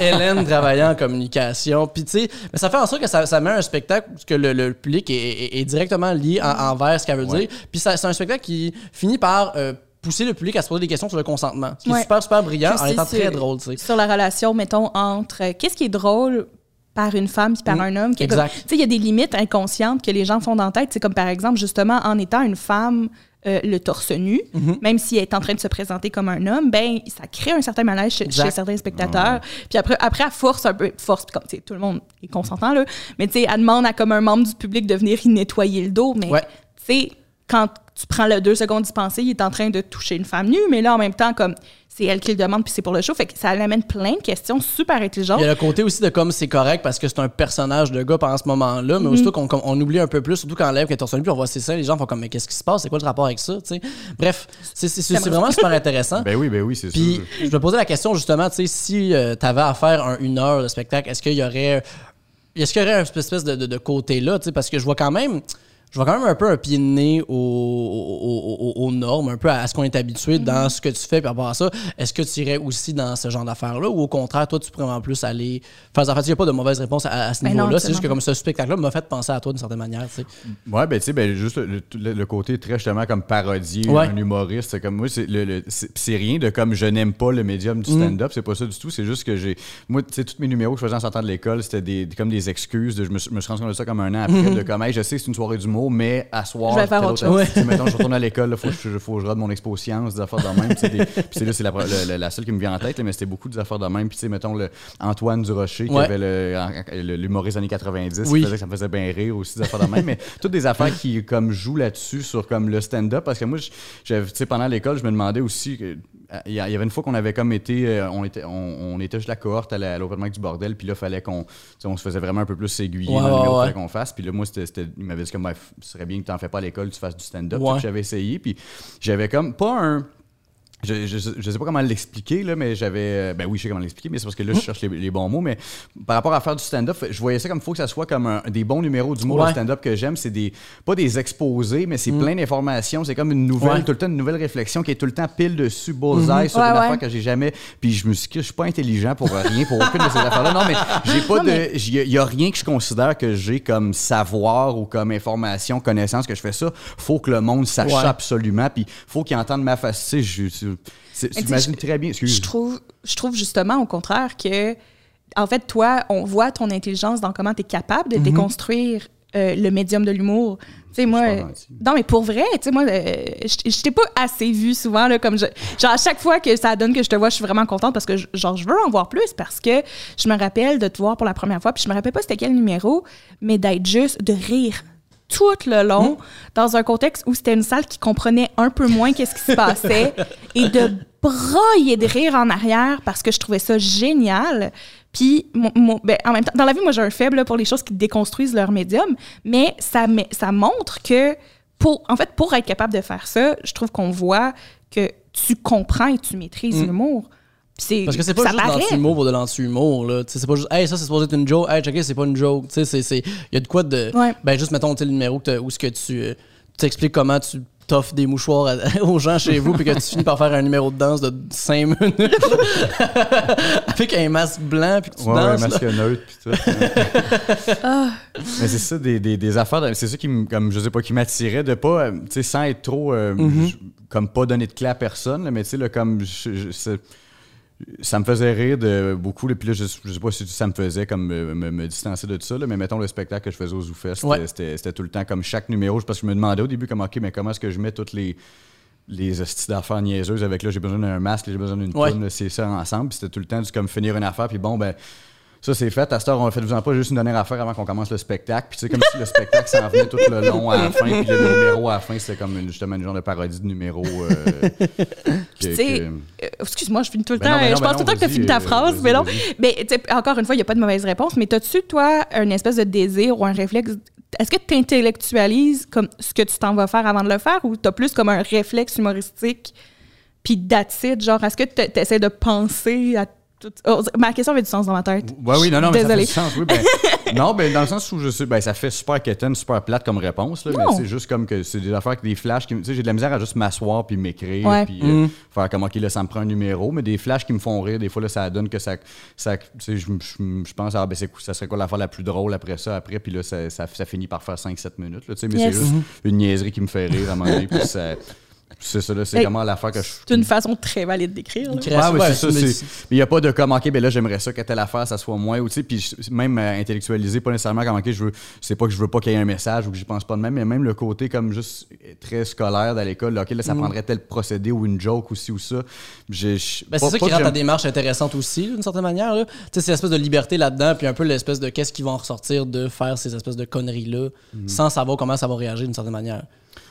[SPEAKER 1] Hélène travaillait en communication. Puis, tu sais, mais ça fait en sorte que ça, ça met un spectacle que le, le public est, est- est directement lié en- envers ce qu'elle veut
[SPEAKER 3] Ouais.
[SPEAKER 1] dire. Puis, ça- c'est un spectacle qui finit par euh, pousser le public à se poser des questions sur le consentement. Ce qui est
[SPEAKER 2] Ouais.
[SPEAKER 1] super, super brillant
[SPEAKER 2] Je
[SPEAKER 1] en
[SPEAKER 2] sais,
[SPEAKER 1] étant
[SPEAKER 2] sur-
[SPEAKER 1] très drôle, tu sais.
[SPEAKER 2] Sur la relation, mettons, entre euh, qu'est-ce qui est drôle par une femme puis par
[SPEAKER 1] Mm,
[SPEAKER 2] un homme. qui est
[SPEAKER 1] exact.
[SPEAKER 2] comme- Tu sais, il y a des limites inconscientes que les gens font dans la tête. C'est comme, par exemple, justement, en étant une femme, euh, le torse nu,
[SPEAKER 1] Mm-hmm.
[SPEAKER 2] même si elle est en train de se présenter comme un homme, ben ça crée un certain malaise chez,
[SPEAKER 1] Exact.
[SPEAKER 2] chez certains spectateurs. Puis après, après, à force, un peu, force, puis comme, tu sais, tout le monde est consentant, là, mais tu sais, elle demande à comme un membre du public de venir y nettoyer le dos, mais
[SPEAKER 1] Ouais.
[SPEAKER 2] tu sais, quand tu prends le deux secondes d'y penser, il est en train de toucher une femme nue, mais là, en même temps, comme c'est elle qui le demande, puis c'est pour le show, fait que ça amène plein de questions super intelligentes.
[SPEAKER 1] Il y a le côté aussi de comme c'est correct parce que c'est un personnage de gars pendant ce moment-là, mais aussitôt qu'on comme, on oublie un peu plus, surtout quand lève, quand on puis on voit c'est ça, les gens font comme mais qu'est-ce qui se passe, c'est quoi le rapport avec ça, tu sais. Bref, c'est c'est- c'est vraiment super intéressant.
[SPEAKER 3] Ben oui, ben oui, c'est
[SPEAKER 1] Puis
[SPEAKER 3] sûr.
[SPEAKER 1] euh, je me posais la question justement, tu sais, si tu avais à faire un- une heure de spectacle, est-ce qu'il y aurait Est-ce qu'il y aurait un espèce de, de- de côté-là, tu sais, parce que je vois quand même. Je vois quand même un peu un pied de nez aux, aux- aux- aux- aux normes, un peu à, à ce qu'on est
[SPEAKER 2] Mhm.
[SPEAKER 1] habitué dans ce que tu fais par rapport à ça. Est-ce que tu irais aussi dans ce genre d'affaires-là ou au contraire, toi, tu pourrais en plus aller faire des affaires? Il n'y a pas de mauvaise réponse à, à ce
[SPEAKER 2] Ben non,
[SPEAKER 1] niveau-là. C'est juste que
[SPEAKER 2] absolument.
[SPEAKER 1] comme ce spectacle-là m'a fait penser à toi d'une certaine manière. tu sais.
[SPEAKER 3] Ouais, ben tu sais, ben, juste le, le- le côté très justement comme parodie,
[SPEAKER 1] Ouais.
[SPEAKER 3] un humoriste, c'est comme moi, c'est le- le- c'est c'est rien de comme je n'aime pas le médium
[SPEAKER 2] Mm.
[SPEAKER 3] du stand-up, c'est pas ça du tout, c'est juste que j'ai. Moi, tu sais, tous mes numéros que je faisais en sortant de l'école, c'était des, des- comme des excuses, de- je me, suis- me suis rendu compte de ça comme un an après, de comme, hey, je sais que c'est une soirée d'humour, mais à soir,
[SPEAKER 2] Mm-hmm. Je vais faire
[SPEAKER 3] telle
[SPEAKER 2] autre
[SPEAKER 3] autre
[SPEAKER 1] chose.
[SPEAKER 3] activité. Tu sais, mettons, je retourne à l'école, il faut, que je- faut que je rate mon expo science, des affaires de même. tu sais, des- Puis c'est là, c'est la, pre- la- la- la seule qui me vient en tête, là, mais c'était beaucoup des affaires de même. Puis tu sais, mettons, le Antoine Durocher, qui
[SPEAKER 1] Ouais.
[SPEAKER 3] avait le- en- le- l'humoriste des années 90, qui
[SPEAKER 1] Oui.
[SPEAKER 3] faisait que ça me faisait bien rire aussi, des affaires de même. Mais toutes des affaires qui, comme, jouent là-dessus sur, comme, le stand-up. Parce que moi, je- j'avais- tu sais, pendant l'école, je me demandais aussi, que- il y a- il y avait une fois qu'on avait comme été, euh, on était, on, on était juste la cohorte à la- à l'open mic du bordel, puis là, fallait qu'on, tu sais, on se faisait vraiment un peu plus aiguiller
[SPEAKER 1] Ouais,
[SPEAKER 3] dans le
[SPEAKER 1] ouais,
[SPEAKER 3] numéro qu'il
[SPEAKER 1] ouais.
[SPEAKER 3] fallait qu'on fasse. Puis là, moi, c'était, c'était- il m'avait dit comme, Ben, f- ce serait bien que tu en fais pas à l'école, tu fasses du stand-up.
[SPEAKER 1] Ouais.
[SPEAKER 3] Fait que J'avais essayé, puis j'avais comme, pas un. Je, je, je sais pas comment l'expliquer, là, mais j'avais. Ben oui, je sais comment l'expliquer, mais c'est parce que là,
[SPEAKER 2] Mm.
[SPEAKER 3] je cherche les, les bons mots. Mais par rapport à faire du stand-up, je voyais ça comme il faut que ça soit comme un- des bons numéros d'humour
[SPEAKER 1] Ouais.
[SPEAKER 3] de stand-up que j'aime. C'est des pas des exposés, mais
[SPEAKER 2] Mm.
[SPEAKER 3] c'est plein d'informations. C'est comme une nouvelle,
[SPEAKER 1] Ouais.
[SPEAKER 3] tout le temps, une nouvelle réflexion qui est tout le temps pile dessus, bullseye, sur
[SPEAKER 2] Mm-hmm. Ouais,
[SPEAKER 3] une
[SPEAKER 2] ouais.
[SPEAKER 3] affaire que j'ai jamais. Puis je me suis dit, je suis pas intelligent pour rien, pour aucune de ces affaires-là. Non, mais j'ai pas
[SPEAKER 2] Non,
[SPEAKER 3] de.
[SPEAKER 2] mais-
[SPEAKER 3] Il y, a- y a rien que je considère que j'ai comme savoir ou comme information, connaissance que je fais ça. Faut que le monde sache
[SPEAKER 1] Ouais.
[SPEAKER 3] ça absolument. Puis faut qu'il entende ma face. Tu sais, je- je- c'est-
[SPEAKER 2] Mais
[SPEAKER 3] tu
[SPEAKER 2] tu sais,
[SPEAKER 3] imagines
[SPEAKER 2] je-
[SPEAKER 3] très bien.
[SPEAKER 2] Je
[SPEAKER 3] Excuse.
[SPEAKER 2] trouve, je trouve justement au contraire que, en fait, toi, on voit ton intelligence dans comment tu es capable de
[SPEAKER 3] Mhm.
[SPEAKER 2] déconstruire euh, le médium de l'humour. Tu sais, moi,
[SPEAKER 3] pas gentil.
[SPEAKER 2] non, mais pour vrai, tu sais, moi, euh, je je t'ai pas assez vu souvent, là, comme je, genre, à chaque fois que ça donne que je te vois, je suis vraiment contente parce que, je- genre, je veux en voir plus parce que je me rappelle de te voir pour la première fois, puis je me rappelle pas c'était quel numéro, mais d'être juste, de rire tout le long, dans un contexte où c'était une salle qui comprenait un peu moins qu'est-ce qui se passait, et de broyer de rire en arrière parce que je trouvais ça génial. Puis, mon- mon- ben, en même temps, dans la vie, moi, j'ai un faible là, pour les choses qui déconstruisent leur médium, mais ça, me- ça montre que, pour, en fait, pour être capable de faire ça, je trouve qu'on voit que tu comprends et tu
[SPEAKER 3] Mm.
[SPEAKER 2] maîtrises l'humour. Puis c'est-
[SPEAKER 1] Parce que c'est pas
[SPEAKER 2] ça
[SPEAKER 1] juste
[SPEAKER 2] paraît.
[SPEAKER 1] l'anti-humour pour de l'anti-humour, là. Tu sais, c'est pas juste, hey, ça, c'est supposé être une joke. Hey, checker, c'est pas une joke. Tu sais, c'est- c'est. Il y a de quoi de.
[SPEAKER 2] Ouais.
[SPEAKER 1] Ben, juste, mettons, tu sais, le numéro que t'as- où ce que tu. euh, tu t'expliques comment tu t'offres des mouchoirs à- aux gens chez vous, puis que tu finis par faire un numéro de danse de 5 minutes. Avec un masque blanc, puis que tu
[SPEAKER 3] Ouais, ouais,
[SPEAKER 1] danses. là. Ah.
[SPEAKER 3] masque neutre, pis tout. hein. Mais c'est ça, des, des, des affaires, de- c'est ça qui me, comme, je sais pas, qui m'attirait de pas, euh, tu sais, sans être trop, euh,
[SPEAKER 1] Mm-hmm.
[SPEAKER 3] je- comme pas donner de clé à personne, là, mais tu sais, là, comme, je- je- c'est- ça me faisait rire de beaucoup, là, puis là, je, je sais pas si ça me faisait comme me, me- me distancer de tout ça, là, mais mettons le spectacle que je faisais au ZooFest,
[SPEAKER 1] Ouais.
[SPEAKER 3] c'était- c'était c'était tout le temps comme chaque numéro, parce que je me demandais au début, comme, ok, mais comment est-ce que je mets toutes les les hosties d'affaires niaiseuses avec là j'ai besoin d'un masque, là, j'ai besoin d'une
[SPEAKER 1] Ouais.
[SPEAKER 3] toune, là, c'est ça ensemble, puis c'était tout le temps du comme finir une affaire puis bon ben ça, c'est fait. À cette heure, on fait vous pas juste une dernière affaire avant qu'on commence le spectacle. Puis, tu sais, comme si le spectacle s'en venait tout le long à la fin. Puis, le numéro à la fin, c'était comme une- justement une genre de parodie de numéro. euh, que-
[SPEAKER 2] Tu sais,
[SPEAKER 3] que-
[SPEAKER 2] euh, excuse-moi, je finis tout le
[SPEAKER 3] Ben
[SPEAKER 2] temps.
[SPEAKER 3] non, ben non,
[SPEAKER 2] je
[SPEAKER 3] ben
[SPEAKER 2] pense tout le
[SPEAKER 3] non,
[SPEAKER 2] temps que tu as
[SPEAKER 3] vas-y,
[SPEAKER 2] fini ta
[SPEAKER 3] euh,
[SPEAKER 2] phrase,
[SPEAKER 3] vas-y,
[SPEAKER 2] mais non.
[SPEAKER 3] vas-y.
[SPEAKER 2] Mais tu sais, encore une fois, il n'y a pas de mauvaise réponse. Mais as-tu, toi, une espèce de désir ou un réflexe? Est-ce que tu intellectualises comme ce que tu t'en vas faire avant de le faire ou tu as plus comme un réflexe humoristique puis d'attitude? Genre, est-ce que tu essaies de penser à tout. oh, ma question avait du sens dans ma tête.
[SPEAKER 3] Ouais, oui, non, non, mais
[SPEAKER 2] Désolée.
[SPEAKER 3] ça fait du sens. Oui, ben, non, ben, dans le sens où je sais, ben, ça fait super quétaine, super plate comme réponse, là, mais
[SPEAKER 2] Non.
[SPEAKER 3] c'est juste comme que c'est des affaires avec des flashs qui me- Tu sais, j'ai de la misère à juste m'asseoir puis m'écrire,
[SPEAKER 2] Ouais.
[SPEAKER 3] puis euh, faire comme, OK, là, ça me prend un numéro, mais des flashs qui me font rire, des fois, là, ça donne que ça. ça tu sais, je, je- je pense, ah, ben, c'est quoi- ça serait quoi l'affaire la plus drôle après ça, après, puis là, ça, ça- ça finit par faire 5-7 minutes, là, tu sais, mais
[SPEAKER 2] Yes.
[SPEAKER 3] c'est juste une niaiserie qui me fait rire à un moment donné, puis ça. C'est ça, là, c'est
[SPEAKER 2] Ben,
[SPEAKER 3] comment l'affaire que je.
[SPEAKER 2] C'est une façon très valide d'écrire. là.
[SPEAKER 1] Une création,
[SPEAKER 3] Ouais, ouais,
[SPEAKER 1] ouais,
[SPEAKER 3] c'est ça.
[SPEAKER 1] mais-
[SPEAKER 3] c'est- Mais il n'y a pas de comme, OK, ben là, j'aimerais ça que telle affaire, ça soit moi. Ou, tu sais, puis je- même euh, intellectualiser, pas nécessairement comme, OK, je veux, c'est pas que je veux pas qu'il y ait un message ou que j'y pense pas de même, mais même le côté comme juste euh, très scolaire dans l'école, là, OK, là, ça
[SPEAKER 1] Mm.
[SPEAKER 3] prendrait tel procédé ou une joke ou ci ou ça. J'ai- je-
[SPEAKER 1] Ben, c'est
[SPEAKER 3] pas-
[SPEAKER 1] ça
[SPEAKER 3] pas
[SPEAKER 1] qui
[SPEAKER 3] que
[SPEAKER 1] rend ta
[SPEAKER 3] j'aime-
[SPEAKER 1] démarche intéressante aussi, d'une certaine manière. là. Tu sais, c'est l'espèce de liberté là-dedans, puis un peu l'espèce de qu'est-ce qui va en ressortir de faire ces espèces de conneries-là,
[SPEAKER 3] Mhm.
[SPEAKER 1] sans savoir comment ça va réagir d'une certaine manière.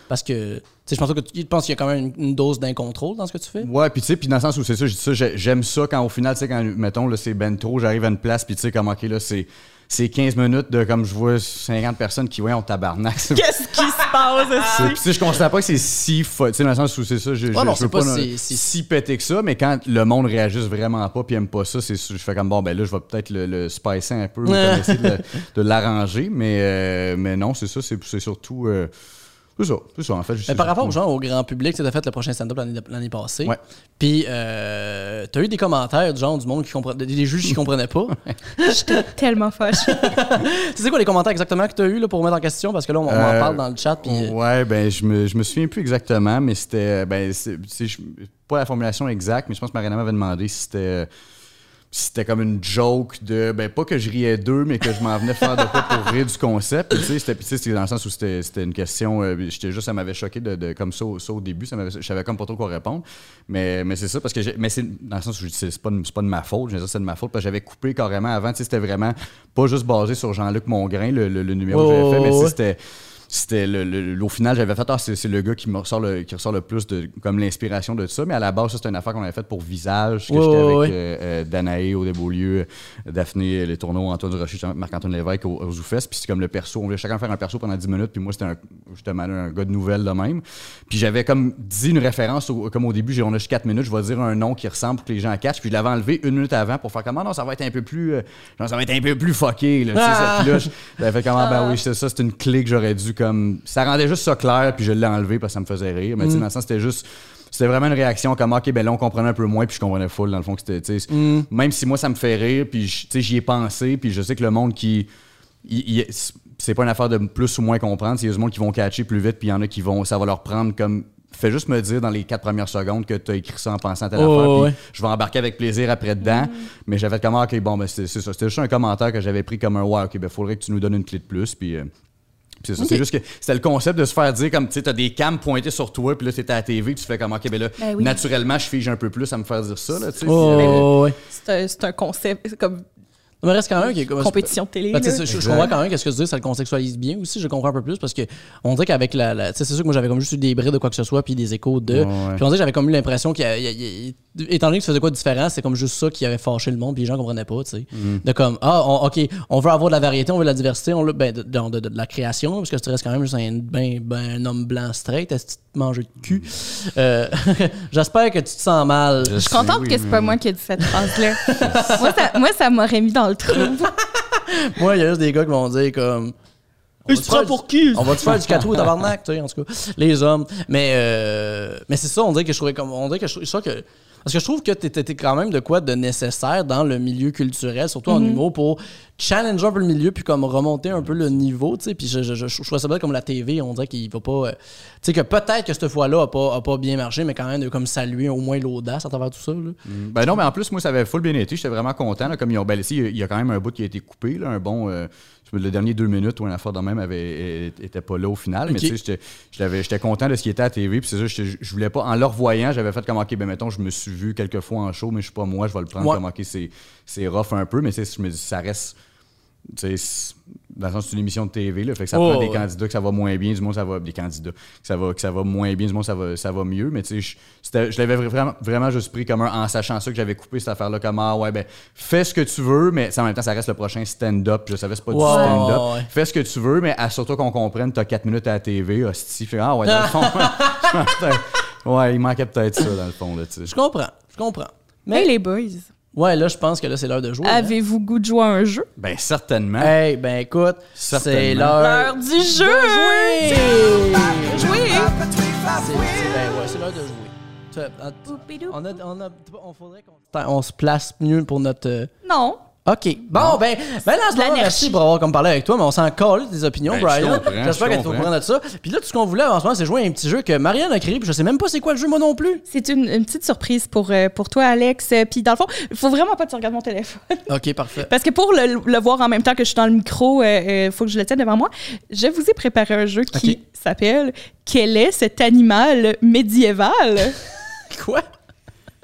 [SPEAKER 1] Parce que, tu sais, je pense que tu je pense qu'il y a quand même une, une dose d'incontrôle dans ce que tu fais.
[SPEAKER 3] Ouais, puis tu sais, puis dans le sens où c'est ça, je dis ça, j'ai- j'aime ça quand au final, tu sais, quand, mettons, là, c'est ben trop, j'arrive à une place, puis tu sais, comme, OK, là, c'est. c'est 15 minutes de comme je vois 50 personnes qui, ouais, on tabarnak. C'est-
[SPEAKER 2] Qu'est-ce qui se passe?
[SPEAKER 3] c'est-
[SPEAKER 2] aussi?
[SPEAKER 3] Puis, tu sais, je constate pas que c'est si fo- Tu sais, dans le sens où c'est ça, je, je,
[SPEAKER 1] Ah. Ouais, non,
[SPEAKER 3] je
[SPEAKER 1] c'est
[SPEAKER 3] veux
[SPEAKER 1] pas
[SPEAKER 3] non-
[SPEAKER 1] si- si-
[SPEAKER 3] pété que ça, mais quand le monde réagisse vraiment pas puis aime pas ça, c'est sûr, je fais comme bon, ben là, je vais peut-être le, le spicer un peu, ou comme essayer de, le- de l'arranger, mais, euh, mais non, c'est ça, c'est c'est surtout. euh, c'est ça, c'est ça, en fait. je-
[SPEAKER 1] Mais par rapport aux gens, au grand public, tu as fait le prochain stand-up l'année- l'année passée.
[SPEAKER 3] Ouais.
[SPEAKER 1] Puis, euh, tu as eu des commentaires du genre du monde qui comprenait, des juges qui comprenaient pas.
[SPEAKER 2] J'étais tellement fâche.
[SPEAKER 1] c'est quoi les commentaires exactement que tu as eu là, pour remettre en question? Parce que là, on, on en
[SPEAKER 3] Euh,
[SPEAKER 1] parle dans le chat. Puis, euh,
[SPEAKER 3] Ouais, ben je me, je me souviens plus exactement, mais c'était ben c'est c'est- je- pas la formulation exacte, mais je pense que Mariana m'avait demandé si c'était si c'était comme une joke de ben pas que je riais d'eux, mais que je m'en venais faire de quoi pour rire du concept. Puis, tu sais, c'était puis, tu sais, c'était dans le sens où c'était c'était une question, euh, j'étais juste ça m'avait choqué de, de- comme ça, au- ça au début, ça m'avait- je savais comme pas trop quoi répondre. Mais mais c'est ça parce que j'ai- mais c'est dans le sens où je dis, c'est pas de- c'est pas de ma faute, je veux dire, c'est de ma faute parce que j'avais coupé carrément avant, tu sais, c'était vraiment pas juste basé sur Jean-Luc Mongrain le, le- le numéro que j'avais fait, mais
[SPEAKER 1] Oh, Ouais, ouais,
[SPEAKER 3] c'est-
[SPEAKER 1] ouais.
[SPEAKER 3] c'était c'était le, le- le- au final j'avais fait ah, c'est c'est le gars qui me ressort le qui ressort le plus de comme l'inspiration de ça mais à la base ça, c'était une affaire qu'on avait faite pour visage que
[SPEAKER 1] Ouais,
[SPEAKER 3] j'étais
[SPEAKER 1] ouais,
[SPEAKER 3] avec
[SPEAKER 1] ouais.
[SPEAKER 3] euh, euh, Danae au Desbeaulieu euh, Daphné les tourneaux Antoine Durocher Marc Antoine Lévesque au, aux Zoufest puis c'est comme le perso on voulait chacun faire un perso pendant 10 minutes puis moi c'était un- justement un gars de nouvelles de même puis j'avais comme dit une référence au- comme au début j'ai on a juste 4 minutes je vais dire un nom qui ressemble pour que les gens catchent puis je l'avais enlevé une minute avant pour faire comment non ça va être un peu plus euh, genre, ça va être un peu plus fucké là, tu sais,
[SPEAKER 1] Ah!
[SPEAKER 3] ça- puis là, je- j'avais fait comment, ben oui, c'est ça, c'est une clé que j'aurais dû comme. Ça rendait juste ça clair, puis je l'ai enlevé parce que ça me faisait rire. Mais tu sais, dans le sens, c'était juste. C'était vraiment une réaction comme, OK, ben là, on comprenait un peu moins, puis je comprenais full, dans le fond, que c'était. tu sais, Même si moi, ça me fait rire, puis je- tu sais, j'y ai pensé, puis je sais que le monde qui. il- il- c'est pas une affaire de plus ou moins comprendre. Il y a du monde qui vont catcher plus vite, puis il y en a qui vont. Ça va leur prendre comme. Fais juste me dire dans les quatre premières secondes que tu as écrit ça en pensant à telle
[SPEAKER 1] Oh,
[SPEAKER 3] affaire, puis
[SPEAKER 1] ouais.
[SPEAKER 3] je vais embarquer avec plaisir après dedans.
[SPEAKER 2] Mm.
[SPEAKER 3] Mais j'avais fait comme, ah, OK, bon, ben c'est c'est ça. C'était juste un commentaire que j'avais pris comme un, ouais, OK, ben faudrait que tu nous donnes une clé de plus. Puis. euh, puis c'est ça, c'est juste que c'était le concept de se faire dire comme, tu sais, t'as des cams pointées sur toi, puis là, t'es à la TV, puis tu fais comme, OK, ben là,
[SPEAKER 2] Ben oui.
[SPEAKER 3] naturellement, je fige un peu plus à me faire dire ça, là, tu sais.
[SPEAKER 1] oh,
[SPEAKER 3] Puis, euh,
[SPEAKER 1] ouais.
[SPEAKER 2] C'est un, c'est un concept, c'est comme
[SPEAKER 1] Il me reste quand même qui est comme-
[SPEAKER 2] compétition de télé.
[SPEAKER 1] Ben, tu
[SPEAKER 2] là.
[SPEAKER 1] sais, je, je
[SPEAKER 3] Exact.
[SPEAKER 1] comprends quand même que ce que tu dis, ça le contextualise bien aussi. Je comprends un peu plus parce que on dirait qu'avec la. la- tu sais, c'est sûr que moi j'avais comme juste eu des brés de quoi que ce soit puis des échos de.
[SPEAKER 3] Ouais.
[SPEAKER 1] Puis on dirait que j'avais comme eu l'impression qu'il y a- il y a- il y a- Étant donné que tu faisais quoi de différent, c'est comme juste ça qui avait fâché le monde puis les gens comprenaient pas, tu sais.
[SPEAKER 3] Mm.
[SPEAKER 1] De comme, ah, on- ok, on veut avoir de la variété, on veut de la diversité, on veut ben, de, de- de- de la création, parce que tu restes quand même juste un, ben, ben, un homme blanc straight, est-ce que tu te manges de cul? Euh, J'espère que tu te sens mal.
[SPEAKER 3] Je
[SPEAKER 2] Je suis contente
[SPEAKER 3] Oui,
[SPEAKER 2] que c'est pas
[SPEAKER 3] mais-
[SPEAKER 2] moi qui ai dit cette phrase-là. moi, ça, moi, ça m'aurait mis dans le trou.
[SPEAKER 1] Moi, il y a juste des gars qui vont dire comme. Il se prend pour qui? On va te faire du catou au tabarnak, tu sais, en tout cas. Les hommes. Mais, euh, mais c'est ça, on dirait que je trouvais comme. On dirait que je trouvais ça que. Parce que je trouve que t'étais quand même de quoi de nécessaire dans le milieu culturel, surtout en humour, pour challenger un peu le milieu, puis comme remonter un peu le niveau, tu sais. Puis je, je, je, je trouvais ça bien comme la TV, on dirait qu'il va pas. euh, tu sais, que peut-être que cette fois-là a pas, a pas bien marché, mais quand même de comme saluer au moins l'audace à travers tout ça, là.
[SPEAKER 3] Ben non, mais en plus, moi, ça avait full bien été. J'étais vraiment content. là, comme ils ont, ben, ici, il y a quand même un bout qui a été coupé, là, un bon. euh, le dernier deux minutes où un affaire de même avait, était pas là au final. Mais
[SPEAKER 1] Ok.
[SPEAKER 3] tu sais, j'étais- je l'avais- j'étais content de ce qui était à TV. Puis c'est ça, j'étais- je voulais pas. En le revoyant, j'avais fait comme, OK, ben mettons, je me suis vu quelques fois en show, mais je suis pas moi, je vais le prendre
[SPEAKER 1] Ouais.
[SPEAKER 3] comme, OK, c'est- c'est rough un peu. Mais tu sais, je me dis, ça reste. tu sais, c'est- dans le sens, c'est une émission de TV, là, fait que ça
[SPEAKER 1] Oh,
[SPEAKER 3] prend des
[SPEAKER 1] ouais.
[SPEAKER 3] candidats que ça va moins bien, du monde ça va des candidats que ça va que ça va moins bien, du monde ça va ça va mieux, mais tu sais, je, c'était- je l'avais vra- vraiment vraiment juste pris comme un en sachant ça que j'avais coupé cette affaire là comme ah ouais ben fais ce que tu veux, mais ça, en même temps ça reste le prochain stand-up, je savais c'est pas du
[SPEAKER 1] Ouais,
[SPEAKER 3] stand-up,
[SPEAKER 1] ouais.
[SPEAKER 3] fais ce que tu veux, mais assure-toi qu'on comprenne, t'as 4 minutes à la TV, hostie, Fait, ah ouais dans le fond, ouais il manquait peut-être ça dans le fond là, tu sais.
[SPEAKER 1] Je comprends, je comprends.
[SPEAKER 2] Mais
[SPEAKER 1] Mais
[SPEAKER 2] les boys,
[SPEAKER 1] ouais, là, je pense que là, c'est l'heure de jouer. hein.
[SPEAKER 2] avez-vous goût de jouer à un jeu?
[SPEAKER 3] Ben certainement.
[SPEAKER 1] Hey, ben écoute,
[SPEAKER 3] Certainement.
[SPEAKER 1] c'est l'heure
[SPEAKER 2] L'heure du jeu!
[SPEAKER 1] jouer!
[SPEAKER 2] Jouer!
[SPEAKER 1] C'est- c'est- Ben ouais, c'est l'heure de jouer. Tu- ah, tu- On a, on a, on faudrait qu'on Attends, on se place mieux pour notre. euh,
[SPEAKER 2] Non.
[SPEAKER 1] Ok. Bon, ben, ben là, en ce
[SPEAKER 2] De
[SPEAKER 1] moment,
[SPEAKER 2] l'anarchie.
[SPEAKER 1] merci pour avoir comme parlé avec toi, mais on s'en colle des opinions,
[SPEAKER 3] Ben, je
[SPEAKER 1] Brian.
[SPEAKER 3] comprends,
[SPEAKER 1] J'espère
[SPEAKER 3] je
[SPEAKER 1] que tu es au
[SPEAKER 3] comprends.
[SPEAKER 1] courant de ça. Puis là, tout ce qu'on voulait en ce moment, c'est jouer à un petit jeu que Marianne a créé, puis je sais même pas c'est quoi le jeu, moi non plus.
[SPEAKER 2] C'est une, une petite surprise pour, euh, pour toi, Alex. Euh, Puis dans le fond, il faut vraiment pas que tu regardes mon téléphone.
[SPEAKER 1] Ok, parfait.
[SPEAKER 2] Parce que pour le, le voir en même temps que je suis dans le micro, il faut que je le tienne devant moi. Je vous ai préparé un jeu qui
[SPEAKER 1] Ok.
[SPEAKER 2] s'appelle Quel est cet animal médiéval?
[SPEAKER 1] Quoi?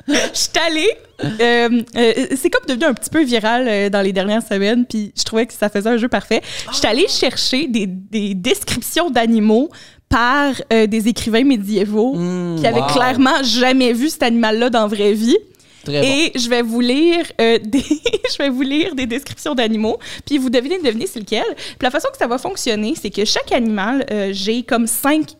[SPEAKER 2] Je suis allée. euh, euh, c'est comme devenu un petit peu viral euh, dans les dernières semaines, puis je trouvais que ça faisait un jeu parfait. Je suis allée chercher des, des descriptions d'animaux par
[SPEAKER 1] Hmm,
[SPEAKER 2] euh, des écrivains médiévaux qui avaient
[SPEAKER 3] wow.
[SPEAKER 2] clairement jamais vu cet animal-là dans la vraie vie.
[SPEAKER 1] Très bon.
[SPEAKER 2] Et je vais vous lire euh, des, je vais vous lire des descriptions d'animaux, puis vous devinez, devinez c'est lequel. Puis la façon que ça va fonctionner, c'est que chaque animal, euh, j'ai comme cinq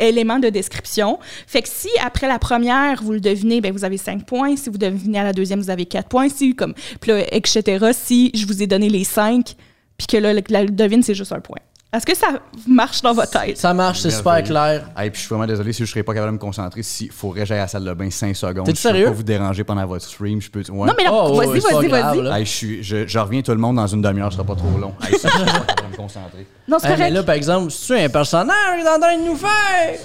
[SPEAKER 2] éléments de description. Fait que si après la première, vous le devinez, ben vous avez cinq points. Si vous devinez à la deuxième, vous avez quatre points. Si comme, puis là, etc. Si je vous ai donné les cinq, puis que là, le- la devine, c'est juste un point. Est-ce que ça marche dans votre tête?
[SPEAKER 1] Ça marche, c'est super clair.
[SPEAKER 3] Hey, puis je suis vraiment désolé si je serais pas capable de me concentrer. S'il faudrait que j'aille à la salle de bain 5 secondes.
[SPEAKER 1] T'es
[SPEAKER 3] je peux
[SPEAKER 1] sérieux?
[SPEAKER 3] pas vous déranger pendant votre stream. Je peux. Ouais.
[SPEAKER 2] Non, mais là,
[SPEAKER 1] Oh, ouais,
[SPEAKER 2] vas-y,
[SPEAKER 1] c'est pas
[SPEAKER 2] vas-y,
[SPEAKER 1] grave,
[SPEAKER 2] vas-y.
[SPEAKER 1] là.
[SPEAKER 3] Hey, je, suis, je, je reviens tout le monde dans une demi-heure, ce sera pas trop long. Hey, ça, je suis pas capable de me concentrer.
[SPEAKER 2] Non, c'est
[SPEAKER 1] Hey, mais
[SPEAKER 2] correct.
[SPEAKER 1] là, ben, par exemple, si tu es un personnage, dans train de nous faire.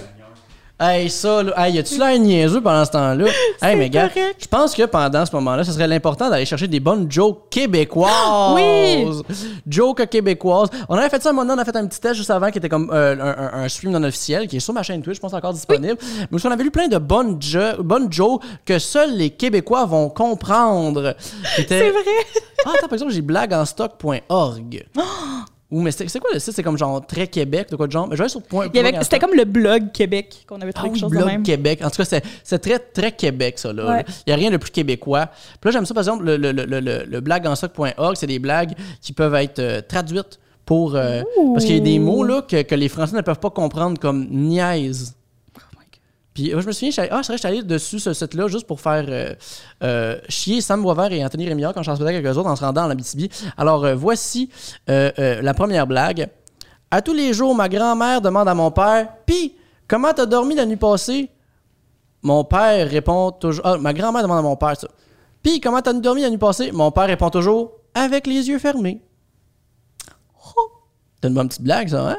[SPEAKER 1] Hey, ça, là, hey, y-tu l'air niaiseux pendant ce temps-là? hey, mais gars,
[SPEAKER 2] correct.
[SPEAKER 1] je pense que pendant ce moment-là, ce serait l'important d'aller chercher des bonnes jokes québécoises.
[SPEAKER 2] Oui!
[SPEAKER 1] Jokes québécoises. On avait fait ça à un moment donné, on a fait un petit test juste avant qui était comme euh, un, un- un stream non officiel qui est sur ma chaîne Twitch, je pense encore disponible. Mais on avait lu plein de bonnes, jo- bonnes jokes que seuls les Québécois vont comprendre.
[SPEAKER 2] C'est vrai.
[SPEAKER 1] Ah, attends, par exemple, j'ai blagueenstock.org. Ou, mais c'est c'est quoi le site? C'est comme genre très Québec, de quoi de genre? Mais je vais aller sur point.
[SPEAKER 2] Il y avait-
[SPEAKER 1] point-
[SPEAKER 2] C'était comme le blog Québec qu'on avait
[SPEAKER 1] hein. Ah
[SPEAKER 2] trouvé
[SPEAKER 1] oui,
[SPEAKER 2] quelque chose de
[SPEAKER 1] blog
[SPEAKER 2] même.
[SPEAKER 1] Québec. En tout cas, c'est- c'est très, très Québec, ça. Là.
[SPEAKER 2] Ouais.
[SPEAKER 1] Il n'y a rien de plus québécois. Puis là, j'aime ça, par exemple, le, le, le, le, le- le blagueenstock.org, c'est des blagues qui peuvent être euh, traduites pour. euh, parce qu'il y a des mots là, que, que les Français ne peuvent pas comprendre comme niaise. Puis moi, je me souviens, j'étais allé- ah, c'est vrai, j'étais allé dessus ce site-là juste pour faire euh, euh, chier Sam Boisvert et Anthony Rémillard quand je suis en spectacle avec eux autres en se rendant en Abitibi. Alors, euh, voici euh, euh, la première blague. À tous les jours, ma grand-mère demande à mon père Pis, comment t'as dormi la nuit passée Mon père répond toujours. Ah, ma grand-mère demande à mon père ça. Pis, comment t'as dormi la nuit passée Mon père répond toujours Avec les yeux fermés. Oh. T'as une bonne petite blague, ça, hein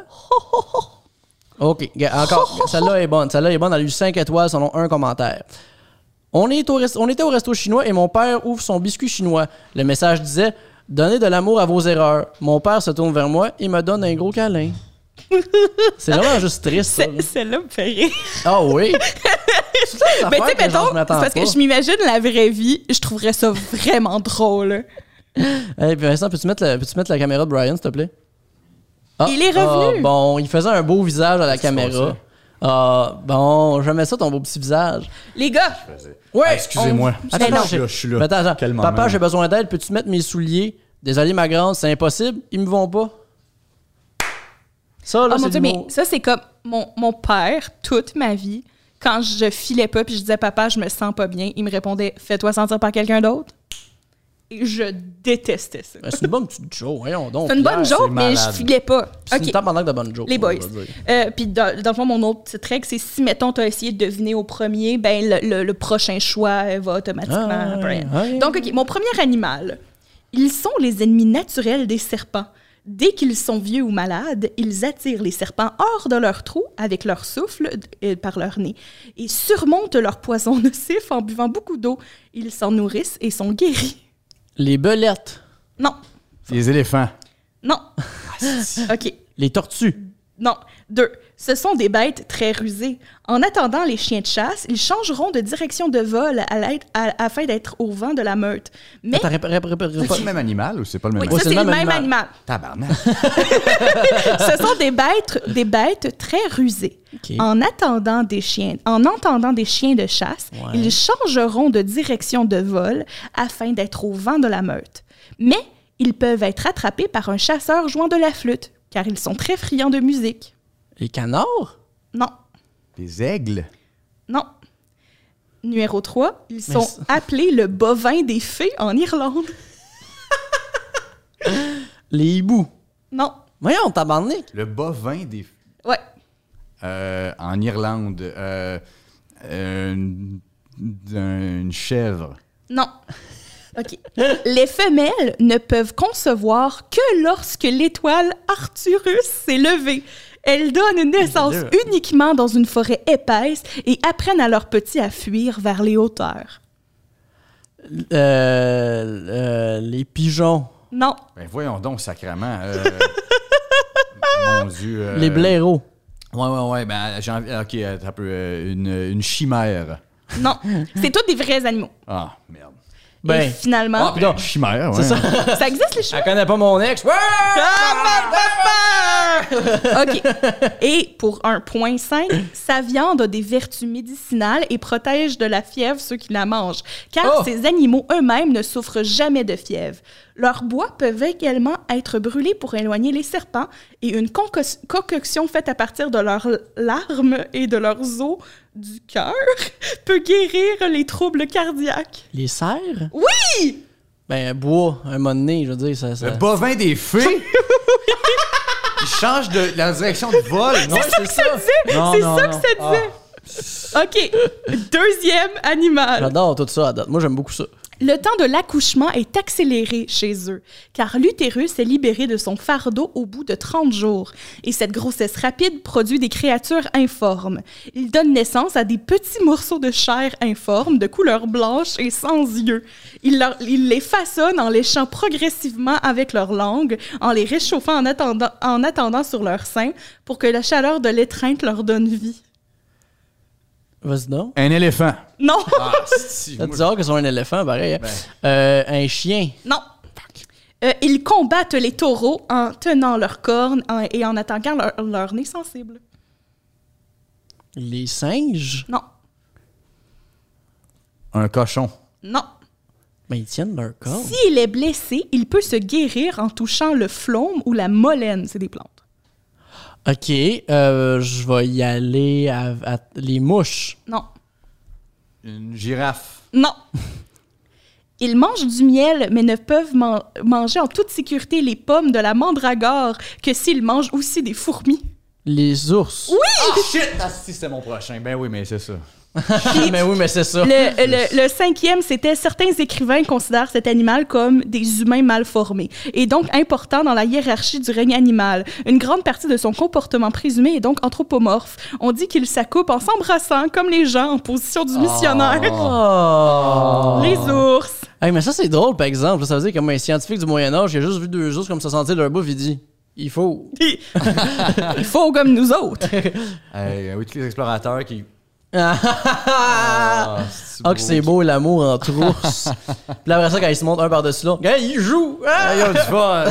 [SPEAKER 1] OK, gars, encore. Celle-là est bonne. Celle-là est bonne. Elle a eu 5 étoiles selon un commentaire. On, est au rest- on était au resto chinois et mon père ouvre son biscuit chinois. Le message disait Donnez de l'amour à vos erreurs. Mon père se tourne vers moi et me donne un gros câlin. C'est vraiment juste triste. ça,
[SPEAKER 2] C'est-
[SPEAKER 1] là.
[SPEAKER 2] Celle-là me fait rire.
[SPEAKER 1] Ah oui. C'est ça, les
[SPEAKER 2] Mais
[SPEAKER 1] affaires
[SPEAKER 2] tu sais,
[SPEAKER 1] que, genre,
[SPEAKER 2] mettons,
[SPEAKER 1] je
[SPEAKER 2] c'est
[SPEAKER 1] m'attends
[SPEAKER 2] parce
[SPEAKER 1] pas.
[SPEAKER 2] que je m'imagine la vraie vie, je trouverais ça vraiment drôle.
[SPEAKER 1] Hey, puis Vincent, peux-tu mettre, la- peux-tu mettre la caméra de Brian, s'il te plaît? Ah,
[SPEAKER 2] Il est revenu.
[SPEAKER 1] ah, bon, il faisait un beau visage à la caméra.
[SPEAKER 3] passé?
[SPEAKER 1] Ah, bon, j'aimais ça, ton beau petit visage.
[SPEAKER 2] Les gars,
[SPEAKER 1] Ouais,
[SPEAKER 3] Ah, excusez-moi.
[SPEAKER 1] on- Attends,
[SPEAKER 2] Mais non.
[SPEAKER 1] attends,
[SPEAKER 3] Je suis là, je suis là.
[SPEAKER 1] Attends, attends.
[SPEAKER 3] Quel moment.
[SPEAKER 1] Papa, j'ai besoin d'aide. Peux-tu mettre mes souliers? Désolé, ma grande, c'est impossible. Ils me vont pas. Ça, là,
[SPEAKER 2] oh mon
[SPEAKER 1] Ah, c'est
[SPEAKER 2] Dieu,
[SPEAKER 1] du
[SPEAKER 2] mais ça, c'est comme mon, mon père, toute ma vie, quand je filais pas puis je disais, papa, je me sens pas bien, il me répondait, fais-toi sentir par quelqu'un d'autre. Et je détestais ça.
[SPEAKER 1] Ben, C'est une bonne petite joke, voyons donc.
[SPEAKER 2] C'est une bonne
[SPEAKER 1] Pierre.
[SPEAKER 2] joke, mais je
[SPEAKER 3] malade.
[SPEAKER 2] filais pas.
[SPEAKER 1] C'est
[SPEAKER 2] Ok.
[SPEAKER 1] une tabarnak de bonne joke.
[SPEAKER 2] Les
[SPEAKER 1] moi,
[SPEAKER 2] boys.
[SPEAKER 1] je veux dire.
[SPEAKER 2] Euh, Puis dans, dans le fond, mon autre petite règle, c'est si, mettons, tu as essayé de deviner au premier, ben le, le- le prochain choix euh, va automatiquement
[SPEAKER 1] Ah,
[SPEAKER 2] à Brian.
[SPEAKER 1] ah.
[SPEAKER 2] Donc, OK, mon premier animal. Ils sont les ennemis naturels des serpents. Dès qu'ils sont vieux ou malades, ils attirent les serpents hors de leur trou avec leur souffle euh, par leur nez et surmontent leur poison nocif en buvant beaucoup d'eau. Ils s'en nourrissent et sont guéris.
[SPEAKER 1] Les belettes.
[SPEAKER 2] Non,
[SPEAKER 3] Les éléphants.
[SPEAKER 2] non.
[SPEAKER 1] Ah,
[SPEAKER 2] OK.
[SPEAKER 1] Les tortues.
[SPEAKER 2] Non. Deux. Ce sont des bêtes très rusées. En attendant les chiens de chasse, ils changeront de direction de vol à l'aide- à- afin d'être au vent de la meute. Mais
[SPEAKER 1] Attends, rép- rép- rép-
[SPEAKER 3] C'est
[SPEAKER 1] rép-
[SPEAKER 3] pas le même animal ou c'est pas le même
[SPEAKER 2] oui,
[SPEAKER 1] Ouais,
[SPEAKER 2] ça
[SPEAKER 1] c'est
[SPEAKER 2] c'est
[SPEAKER 1] le
[SPEAKER 2] le
[SPEAKER 1] même
[SPEAKER 2] même,
[SPEAKER 1] animal.
[SPEAKER 2] animal.
[SPEAKER 3] Tabarnak.
[SPEAKER 2] Ce sont des bêtes, des bêtes très rusées.
[SPEAKER 1] Ok.
[SPEAKER 2] En attendant des chiens, en entendant des chiens de chasse,
[SPEAKER 1] Ouais.
[SPEAKER 2] ils changeront de direction de vol afin d'être au vent de la meute. Mais ils peuvent être attrapés par un chasseur jouant de la flûte, car ils sont très friands de musique.
[SPEAKER 1] Les canards?
[SPEAKER 2] Non.
[SPEAKER 3] Les aigles.
[SPEAKER 2] Non. Numéro 3, ils
[SPEAKER 1] Mais
[SPEAKER 2] sont
[SPEAKER 1] ça-
[SPEAKER 2] appelés le bovin des fées en Irlande.
[SPEAKER 1] Les hiboux.
[SPEAKER 2] Non.
[SPEAKER 1] Voyons, tabarnak.
[SPEAKER 3] Le bovin des.
[SPEAKER 2] Ouais.
[SPEAKER 3] Euh, en Irlande. euh, euh, une, une chèvre.
[SPEAKER 2] Non. OK. Les femelles ne peuvent concevoir que lorsque l'étoile Arcturus s'est levée. Elles donnent naissance
[SPEAKER 1] Dieu.
[SPEAKER 2] uniquement dans une forêt épaisse et apprennent à leurs petits à fuir vers les hauteurs.
[SPEAKER 1] Euh, euh, les pigeons.
[SPEAKER 2] Non.
[SPEAKER 3] Ben voyons donc, sacrément. euh, mon Dieu. euh,
[SPEAKER 1] Les blaireaux.
[SPEAKER 3] Ouais, ouais, ouais. Ben, j'ai envie. Ok, attends un peu. euh, une, une chimère.
[SPEAKER 2] Non. C'est tous des vrais animaux.
[SPEAKER 3] Ah, merde.
[SPEAKER 1] Ben.
[SPEAKER 2] Et finalement,
[SPEAKER 3] Ah, ben, chimère, ouais.
[SPEAKER 1] C'est ça.
[SPEAKER 2] ça existe les cheveux.
[SPEAKER 1] Elle connaît pas mon ex. Ouais!
[SPEAKER 2] Ah, OK. Et pour 1.5, sa viande a des vertus médicinales et protège de la fièvre ceux qui la mangent, car
[SPEAKER 1] Oh!
[SPEAKER 2] ces animaux eux-mêmes ne souffrent jamais de fièvre. Leurs bois peuvent également être brûlés pour éloigner les serpents et une conco- concoction faite à partir de leurs larmes et de leurs os du cœur peut guérir les troubles cardiaques.
[SPEAKER 1] Les serres?
[SPEAKER 2] Oui!
[SPEAKER 1] Ben, bois, un moment donné, je veux dire, ça. ça-
[SPEAKER 3] Le Euh, bovin des fées. Il change de la direction de vol. Non,
[SPEAKER 1] c'est ça. Non,
[SPEAKER 2] C'est
[SPEAKER 1] non, non.
[SPEAKER 2] ça que ça disait. OK. Deuxième animal.
[SPEAKER 1] J'adore tout ça à date. Moi, j'aime beaucoup ça.
[SPEAKER 2] Le temps de l'accouchement est accéléré chez eux, car l'utérus est libéré de son fardeau au bout de 30 jours, et cette grossesse rapide produit des créatures informes. Il donne naissance à des petits morceaux de chair informes, de couleur blanche et sans yeux. Il, leur- il les façonne en léchant progressivement avec leur langue, en les réchauffant en attendant, en attendant sur leur sein, pour que la chaleur de l'étreinte leur donne vie.
[SPEAKER 1] Vas-y donc.
[SPEAKER 3] Ah. Un éléphant.
[SPEAKER 2] Non!
[SPEAKER 3] Ah, si,
[SPEAKER 1] C'est
[SPEAKER 3] moi, Ben.
[SPEAKER 1] bizarre que ce soit un éléphant, pareil. hein. Euh, un chien.
[SPEAKER 2] Non. Euh, ils combattent les taureaux en tenant leurs cornes en- et en attaquant leur, leur nez sensible.
[SPEAKER 1] Les singes.
[SPEAKER 2] Non.
[SPEAKER 3] Un cochon.
[SPEAKER 2] Non.
[SPEAKER 1] Ben, ils tiennent leur corps.
[SPEAKER 2] S'il est blessé, il peut se guérir en touchant le flôme ou la molène. C'est des plantes.
[SPEAKER 1] Ok, euh, je vais y aller à, à- les mouches.
[SPEAKER 2] Non.
[SPEAKER 3] Une girafe.
[SPEAKER 2] Non. Ils mangent du miel, mais ne peuvent man- manger en toute sécurité les pommes de la mandragore que s'ils mangent aussi des fourmis.
[SPEAKER 1] Les ours.
[SPEAKER 3] Ah, shit! Ah, si, c'était mon prochain. Ben oui, mais c'est ça.
[SPEAKER 1] Oui, Ah, mais oui, mais c'est ça.
[SPEAKER 2] Le, le- le cinquième, c'était certains écrivains considèrent cet animal comme des humains mal formés et donc important dans la hiérarchie du règne animal. Une grande partie de son comportement présumé est donc anthropomorphe. On dit qu'il s'accoupe en s'embrassant comme les gens en position du missionnaire.
[SPEAKER 1] Oh.
[SPEAKER 2] Les ours.
[SPEAKER 1] Hey, mais ça, c'est drôle, par exemple. Ça veut dire comme un scientifique du Moyen-Âge, il a juste vu deux ours comme ça sentir leur bouffe, il dit il faut.
[SPEAKER 2] Il faut comme nous autres.
[SPEAKER 3] Hey, euh, oui, tous les explorateurs qui.
[SPEAKER 1] ah,
[SPEAKER 3] Ah, c'est
[SPEAKER 1] que c'est beau l'amour entre ours. Puis après ça, quand ils se montent un par-dessus l'autre, hey, ils jouent Ah!
[SPEAKER 3] Hey, yo, du fun!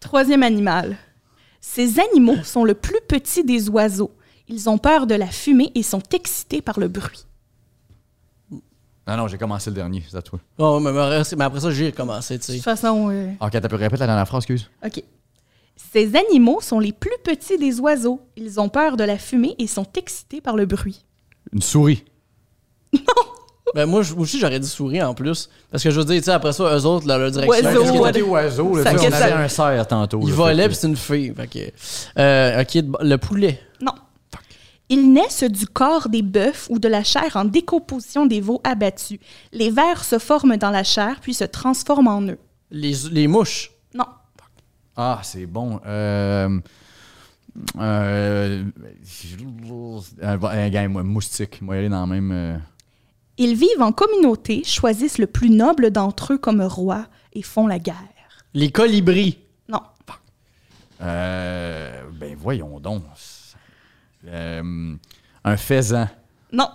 [SPEAKER 2] Troisième animal. Ces animaux sont le plus petit des oiseaux. Ils ont peur de la fumée et sont excités par le bruit.
[SPEAKER 3] Non, non, j'ai commencé le dernier, c'est à toi.
[SPEAKER 1] Bon, Oh, mais, mais après ça, j'ai commencé, tu
[SPEAKER 2] De
[SPEAKER 1] sais.
[SPEAKER 2] toute façon, euh,
[SPEAKER 3] Ok, t'as pu répéter la dernière phrase, excuse.
[SPEAKER 2] OK. Ces animaux sont les plus petits des oiseaux. Ils ont peur de la fumée et sont excités par le bruit.
[SPEAKER 3] Une souris.
[SPEAKER 1] Ben, moi j- aussi, j'aurais dit sourire en plus. Parce que je veux dire, tu sais, après ça, eux autres, leur, leur direction.
[SPEAKER 3] Ben,
[SPEAKER 2] Oiseau.
[SPEAKER 1] qu'est-ce qui est-
[SPEAKER 2] ouais.
[SPEAKER 3] oiseaux,
[SPEAKER 2] Ça-
[SPEAKER 3] tu sais, on
[SPEAKER 2] qu'est-ce
[SPEAKER 3] avait
[SPEAKER 2] ça-
[SPEAKER 3] un cerf tantôt.
[SPEAKER 1] Ils
[SPEAKER 3] là,
[SPEAKER 1] volaient,
[SPEAKER 3] fait
[SPEAKER 1] puis c'est une fille. Fait que, euh, ok, de- le poulet.
[SPEAKER 2] Non. Ils naissent du corps des bœufs ou de la chair en décomposition des veaux abattus. Les vers se forment dans la chair puis se transforment en eux.
[SPEAKER 1] Les, les mouches.
[SPEAKER 2] Non.
[SPEAKER 3] que- Ah, c'est bon. Euh. Euh, un, un gars, moi, moustique. Moi, aller dans le même. euh,
[SPEAKER 2] Ils vivent en communauté, choisissent le plus noble d'entre eux comme roi et font la guerre.
[SPEAKER 1] Les colibris.
[SPEAKER 2] Non.
[SPEAKER 3] euh, ben, voyons donc. Euh, un faisan.
[SPEAKER 2] Non.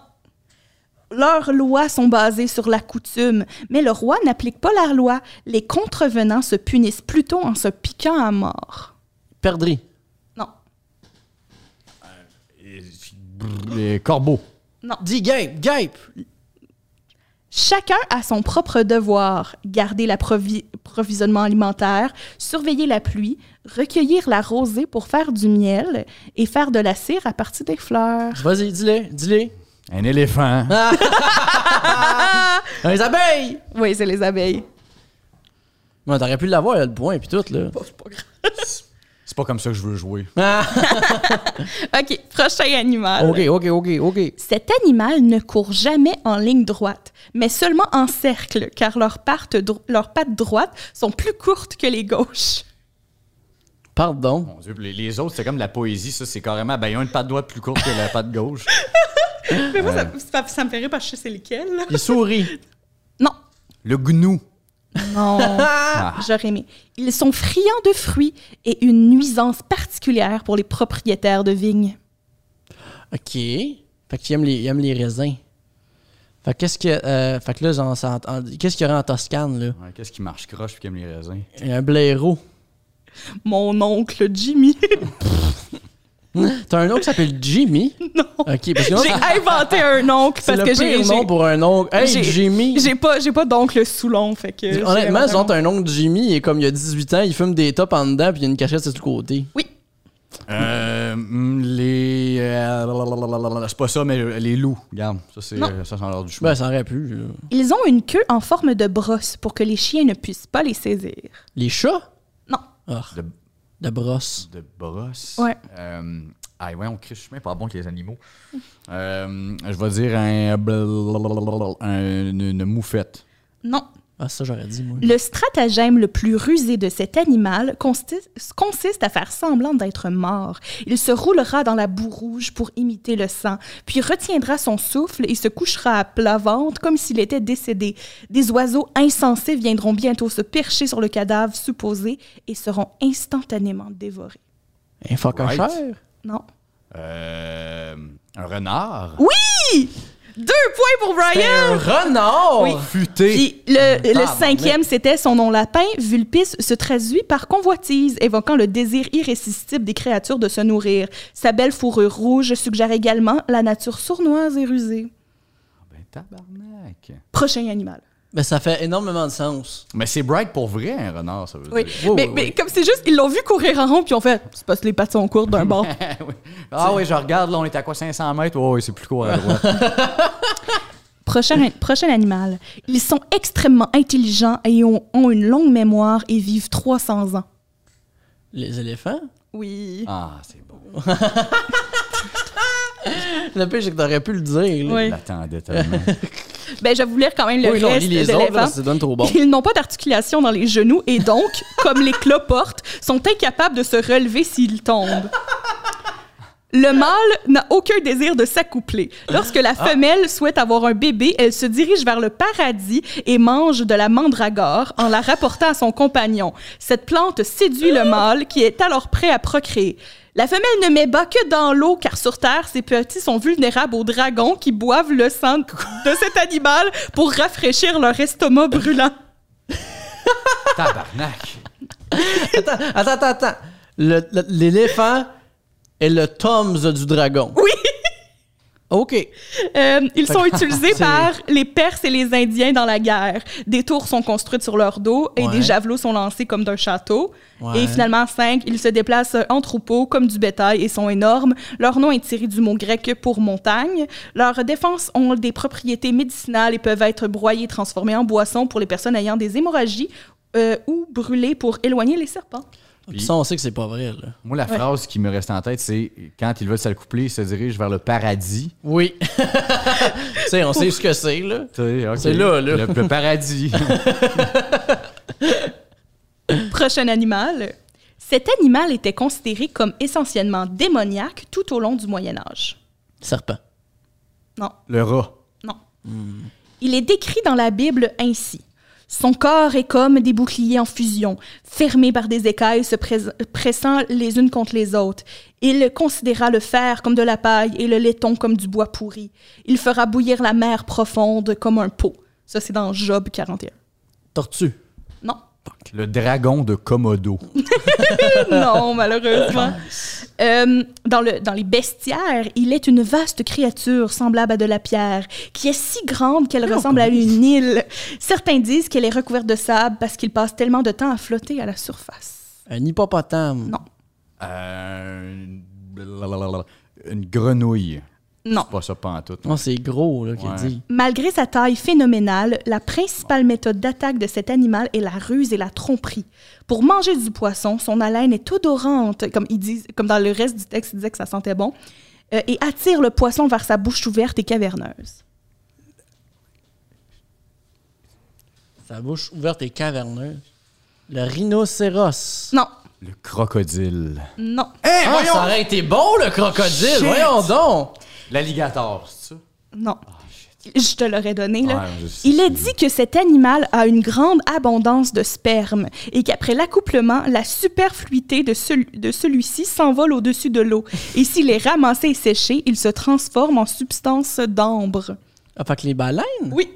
[SPEAKER 2] Leurs lois sont basées sur la coutume, mais le roi n'applique pas la loi. Les contrevenants se punissent plutôt en se piquant à mort.
[SPEAKER 1] Perdrix.
[SPEAKER 2] Non.
[SPEAKER 3] Les corbeaux.
[SPEAKER 1] Dis gape, gape.
[SPEAKER 2] Chacun a son propre devoir garder l'approvisionnement alimentaire, surveiller la pluie, recueillir la rosée pour faire du miel et faire de la cire à partir des fleurs.
[SPEAKER 1] Vas-y, dis-les, dis-les.
[SPEAKER 3] Un éléphant.
[SPEAKER 1] Les abeilles!
[SPEAKER 2] Oui, c'est les abeilles.
[SPEAKER 1] Ouais, T'aurais pu l'avoir, là, le point, puis tout, là.
[SPEAKER 3] C'est pas comme ça que je veux jouer.
[SPEAKER 2] OK, prochain animal.
[SPEAKER 1] Ok, ok, ok, ok.
[SPEAKER 2] Cet animal ne court jamais en ligne droite, mais seulement en cercle, car leurs pattes, dro- leurs pattes droites sont plus courtes que les gauches.
[SPEAKER 1] Pardon.
[SPEAKER 3] Mon Dieu, les, les autres, c'est comme la poésie, ça, c'est carrément. Ben, ils ont une patte droite plus courte que la patte gauche. Euh,
[SPEAKER 2] Mais moi, ça, me fait rire parce que je sais lesquels.
[SPEAKER 1] Les souris.
[SPEAKER 2] Non.
[SPEAKER 3] Le gnou. Ah.
[SPEAKER 2] Non. J'aurais aimé. Ils sont friands de fruits et une nuisance particulière pour les propriétaires de vignes.
[SPEAKER 1] Ok. Fait qu'ils aiment les, ils aiment les raisins. Fait que qu'est-ce que. euh, fait que là, j'en- ça- en- qu'est-ce qu'il y aurait en Toscane, là?
[SPEAKER 3] Ouais, Qu'est-ce qui marche croche puis qui aime les raisins?
[SPEAKER 1] Il y a un blaireau.
[SPEAKER 2] Mon oncle Jimmy.
[SPEAKER 1] T'as un oncle qui s'appelle Jimmy?
[SPEAKER 2] non.
[SPEAKER 1] Ok, parce que
[SPEAKER 2] J'ai inventé un oncle
[SPEAKER 1] Euh, c'est
[SPEAKER 2] parce
[SPEAKER 1] le
[SPEAKER 2] que j'ai.
[SPEAKER 1] pire nom
[SPEAKER 2] j'ai-
[SPEAKER 1] pour un oncle.
[SPEAKER 2] j'ai-
[SPEAKER 1] Hey, Jimmy!
[SPEAKER 2] J'ai pas, j'ai pas d'oncle Soulon, fait que. j'ai
[SPEAKER 1] Honnêtement,
[SPEAKER 2] inventé un
[SPEAKER 1] genre, t'as un oncle Jimmy, il est comme il a 18 ans, il fume des tops en dedans, puis il y a une cachette de tous côtés.
[SPEAKER 2] Oui.
[SPEAKER 3] Euh, mm, les. euh, lalalala, c'est pas ça, mais euh, les loups. Regarde, ça, c'est
[SPEAKER 2] Non.
[SPEAKER 3] ça, c'est en l'ordre du chemin.
[SPEAKER 1] Ben, ça aurait pu. là.
[SPEAKER 2] Ils ont une queue en forme de brosse pour que les chiens ne puissent pas les saisir.
[SPEAKER 1] Les chats?
[SPEAKER 2] Non.
[SPEAKER 1] Ah,
[SPEAKER 3] de,
[SPEAKER 1] de brosse.
[SPEAKER 3] de brosse.
[SPEAKER 2] Ouais.
[SPEAKER 3] Euh, ah, ouais, on crie, je suis même pas bon que les animaux. Euh, je vais dire un. blalalala, un- une, une moufette.
[SPEAKER 2] Non.
[SPEAKER 1] Ah, ça, j'aurais dit, moi.
[SPEAKER 2] Le stratagème le plus rusé de cet animal consiste, consiste à faire semblant d'être mort. Il se roulera dans la boue rouge pour imiter le sang, puis retiendra son souffle et se couchera à plat ventre comme s'il était décédé. Des oiseaux insensés viendront bientôt se percher sur le cadavre supposé et seront instantanément dévorés.
[SPEAKER 1] Un fucking
[SPEAKER 3] Right.
[SPEAKER 1] cher?
[SPEAKER 2] Non.
[SPEAKER 3] Euh, un renard.
[SPEAKER 2] Oui! Deux points pour
[SPEAKER 1] C'est
[SPEAKER 2] Brian!
[SPEAKER 1] Ben, un renard!
[SPEAKER 2] Oui.
[SPEAKER 3] Ah, Futé.
[SPEAKER 2] Puis le, le
[SPEAKER 1] Ah,
[SPEAKER 2] cinquième, c'était son nom lapin, Vulpis, se traduit par convoitise, évoquant le désir irrésistible des créatures de se nourrir. Sa belle fourrure rouge suggère également la nature sournoise et rusée.
[SPEAKER 3] Ah, Ben, tabarnak.
[SPEAKER 2] Prochain animal.
[SPEAKER 1] Ben, ça fait énormément de sens.
[SPEAKER 3] Mais c'est bright pour vrai, un renard, ça veut
[SPEAKER 2] Oui.
[SPEAKER 3] dire.
[SPEAKER 1] Oui,
[SPEAKER 2] mais,
[SPEAKER 1] Oh, oui,
[SPEAKER 2] mais
[SPEAKER 1] oui.
[SPEAKER 2] comme c'est juste, ils l'ont vu courir en rond, puis on fait, c'est parce que les pattes sont courtes d'un bord.
[SPEAKER 3] Oui. Ah oui, je regarde, là, on est à quoi, 500 mètres? Oh, oui, c'est plus court à droite.
[SPEAKER 2] Prochain, prochain animal. Ils sont extrêmement intelligents et ont, ont une longue mémoire et vivent 300 ans.
[SPEAKER 1] Les éléphants?
[SPEAKER 2] Oui.
[SPEAKER 3] ah, c'est bon.
[SPEAKER 1] Le pire, c'est que t'aurais pu le dire. là.
[SPEAKER 2] Oui.
[SPEAKER 3] Je l'attendais tellement.
[SPEAKER 2] Ben, je vais vous lire quand même le
[SPEAKER 1] Oui, non,
[SPEAKER 2] reste
[SPEAKER 1] lis les
[SPEAKER 2] de
[SPEAKER 1] autres,
[SPEAKER 2] l'éléphant.
[SPEAKER 1] là, ça donne trop bon.
[SPEAKER 2] Ils n'ont pas d'articulation dans les genoux et donc, comme les cloportes, sont incapables de se relever s'ils tombent. Le mâle n'a aucun désir de s'accoupler. Lorsque la femelle souhaite avoir un bébé, elle se dirige vers le paradis et mange de la mandragore en la rapportant à son compagnon. Cette plante séduit le mâle qui est alors prêt à procréer. La femelle ne met bas que dans l'eau car sur Terre, ses petits sont vulnérables aux dragons qui boivent le sang de cet animal pour rafraîchir leur estomac brûlant.
[SPEAKER 3] Tabarnak.
[SPEAKER 1] Attends, attends, attends, attends. Le- le- L'éléphant est le Tom's du dragon.
[SPEAKER 2] Oui.
[SPEAKER 1] OK.
[SPEAKER 2] Euh, ils sont
[SPEAKER 1] Fait que-
[SPEAKER 2] utilisés
[SPEAKER 1] c'est-
[SPEAKER 2] par les Perses et les Indiens dans la guerre. Des tours sont construites sur leur dos et
[SPEAKER 1] Ouais.
[SPEAKER 2] des javelots sont lancés comme d'un château.
[SPEAKER 1] Ouais.
[SPEAKER 2] Et finalement, cinq, ils se déplacent en troupeau comme du bétail et sont énormes. Leur nom est tiré du mot grec pour montagne. Leurs défenses ont des propriétés médicinales et peuvent être broyées et transformées en boissons pour les personnes ayant des hémorragies euh, ou brûlées pour éloigner les serpents.
[SPEAKER 1] Puis ça, on sait que c'est pas vrai, là.
[SPEAKER 3] Moi, la phrase qui me reste en tête, c'est quand ils veulent s'accoupler, ils se dirigent vers le paradis.
[SPEAKER 1] Oui. tu sais, on sait ce que c'est, là.
[SPEAKER 3] Tu sais, ok.
[SPEAKER 1] C'est là, là.
[SPEAKER 3] Le, le paradis.
[SPEAKER 2] Prochain animal. Cet animal était considéré comme essentiellement démoniaque tout au long du Moyen Âge.
[SPEAKER 1] Serpent.
[SPEAKER 2] Non,
[SPEAKER 3] le rat.
[SPEAKER 2] non. Il est décrit dans la Bible ainsi. Son corps est comme des boucliers en fusion, fermés par des écailles se prés- pressant les unes contre les autres. Il considéra le fer comme de la paille et le laiton comme du bois pourri. Il fera bouillir la mer profonde comme un pot. Ça, c'est dans Job 41.
[SPEAKER 1] Tortue.
[SPEAKER 2] Non.
[SPEAKER 3] Le dragon de Komodo.
[SPEAKER 2] non, malheureusement. Euh, dans, le, dans les bestiaires, il est une vaste créature semblable à de la pierre, qui est si grande qu'elle ressemble à une île. Certains disent qu'elle est recouverte de sable parce qu'il passe tellement de temps à flotter à la surface.
[SPEAKER 1] Un hippopotame.
[SPEAKER 2] Non,
[SPEAKER 3] Euh, blablabla. une grenouille.
[SPEAKER 2] non.
[SPEAKER 3] C'est pas ça, pas en tout.
[SPEAKER 1] Non, Ah, c'est gros, là, qu'il
[SPEAKER 3] Ouais.
[SPEAKER 1] dit.
[SPEAKER 2] Malgré sa taille phénoménale, la principale méthode d'attaque de cet animal est la ruse et la tromperie. Pour manger du poisson, son haleine est odorante, comme, ils disent, comme dans le reste du texte, il disait que ça sentait bon, euh, et attire le poisson vers sa bouche ouverte et caverneuse.
[SPEAKER 1] Sa bouche ouverte et caverneuse. Le rhinocéros.
[SPEAKER 2] Non,
[SPEAKER 3] Le crocodile.
[SPEAKER 2] non.
[SPEAKER 3] Hey,
[SPEAKER 1] Ah, ça aurait été bon, le crocodile!
[SPEAKER 3] Shit!
[SPEAKER 1] Voyons donc!
[SPEAKER 3] L'alligator, c'est ça?
[SPEAKER 2] Non. je te l'aurais donné. Là.
[SPEAKER 3] Ah, Ouais, je sais,
[SPEAKER 2] Il est
[SPEAKER 3] c'est-
[SPEAKER 2] dit que cet animal a une grande abondance de sperme et qu'après l'accouplement, la superfluité de, celui- de celui-ci s'envole au-dessus de l'eau. Et s'il est ramassé et séché, il se transforme en substance d'ambre.
[SPEAKER 1] Ah, fait que les baleines?
[SPEAKER 2] Oui.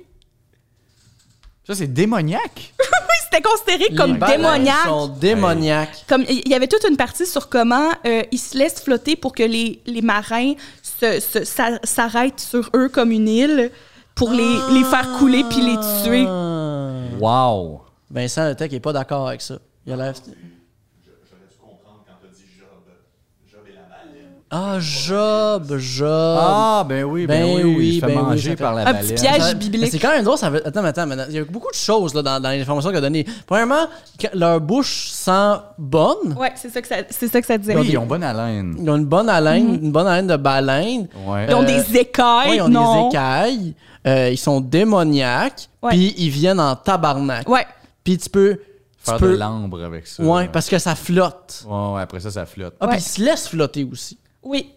[SPEAKER 3] Ça, c'est démoniaque.
[SPEAKER 2] Oui, c'était considéré
[SPEAKER 1] les
[SPEAKER 2] comme
[SPEAKER 1] baleines
[SPEAKER 2] démoniaque.
[SPEAKER 1] sont démoniaques.
[SPEAKER 2] Comme il y avait toute une partie sur comment euh, ils se laissent flotter pour que les, les marins se- se- s'a- s'arrêtent sur eux comme une île pour les, les faire couler puis les tuer.
[SPEAKER 1] Ah.
[SPEAKER 3] Wow.
[SPEAKER 1] Vincent Le Tech est pas d'accord avec ça. Il a l'air. Ah, Job, Job.
[SPEAKER 3] Ah, ben oui, ben,
[SPEAKER 1] Ben
[SPEAKER 3] oui,
[SPEAKER 1] oui,
[SPEAKER 3] il se fait
[SPEAKER 1] ben oui,
[SPEAKER 3] manger
[SPEAKER 1] ça fait-
[SPEAKER 3] par la
[SPEAKER 2] Un
[SPEAKER 3] baleine. Ah,
[SPEAKER 2] petit piège.
[SPEAKER 1] Ça-
[SPEAKER 2] biblique.
[SPEAKER 1] mais C'est quand même drôle, ça veut... Attends, mais attends, mais il y a beaucoup de choses là, dans, dans l'information qu'elle a donnée. Premièrement, que leur bouche sent bonne.
[SPEAKER 2] Ouais, c'est ça que ça, c'est ça que ça disait.
[SPEAKER 3] Oui, ils ont bonne haleine.
[SPEAKER 1] Ils ont une bonne haleine,
[SPEAKER 2] Mhm.
[SPEAKER 1] une bonne haleine de baleine.
[SPEAKER 3] Ouais.
[SPEAKER 2] Ils ont
[SPEAKER 1] Euh,
[SPEAKER 2] des écailles,
[SPEAKER 1] Ouais, ils ont
[SPEAKER 2] non?
[SPEAKER 1] des écailles. Euh, ils sont démoniaques.
[SPEAKER 2] Ouais.
[SPEAKER 1] Puis ils viennent en tabarnak.
[SPEAKER 2] Ouais.
[SPEAKER 1] Puis tu peux. Tu
[SPEAKER 3] Faire de
[SPEAKER 1] peux...
[SPEAKER 3] l'ambre avec ça.
[SPEAKER 1] Ouais, parce que ça flotte.
[SPEAKER 3] Ouais, ouais, après ça, ça flotte.
[SPEAKER 1] Ah,
[SPEAKER 2] Ouais.
[SPEAKER 1] puis ils se laissent flotter aussi.
[SPEAKER 2] Oui,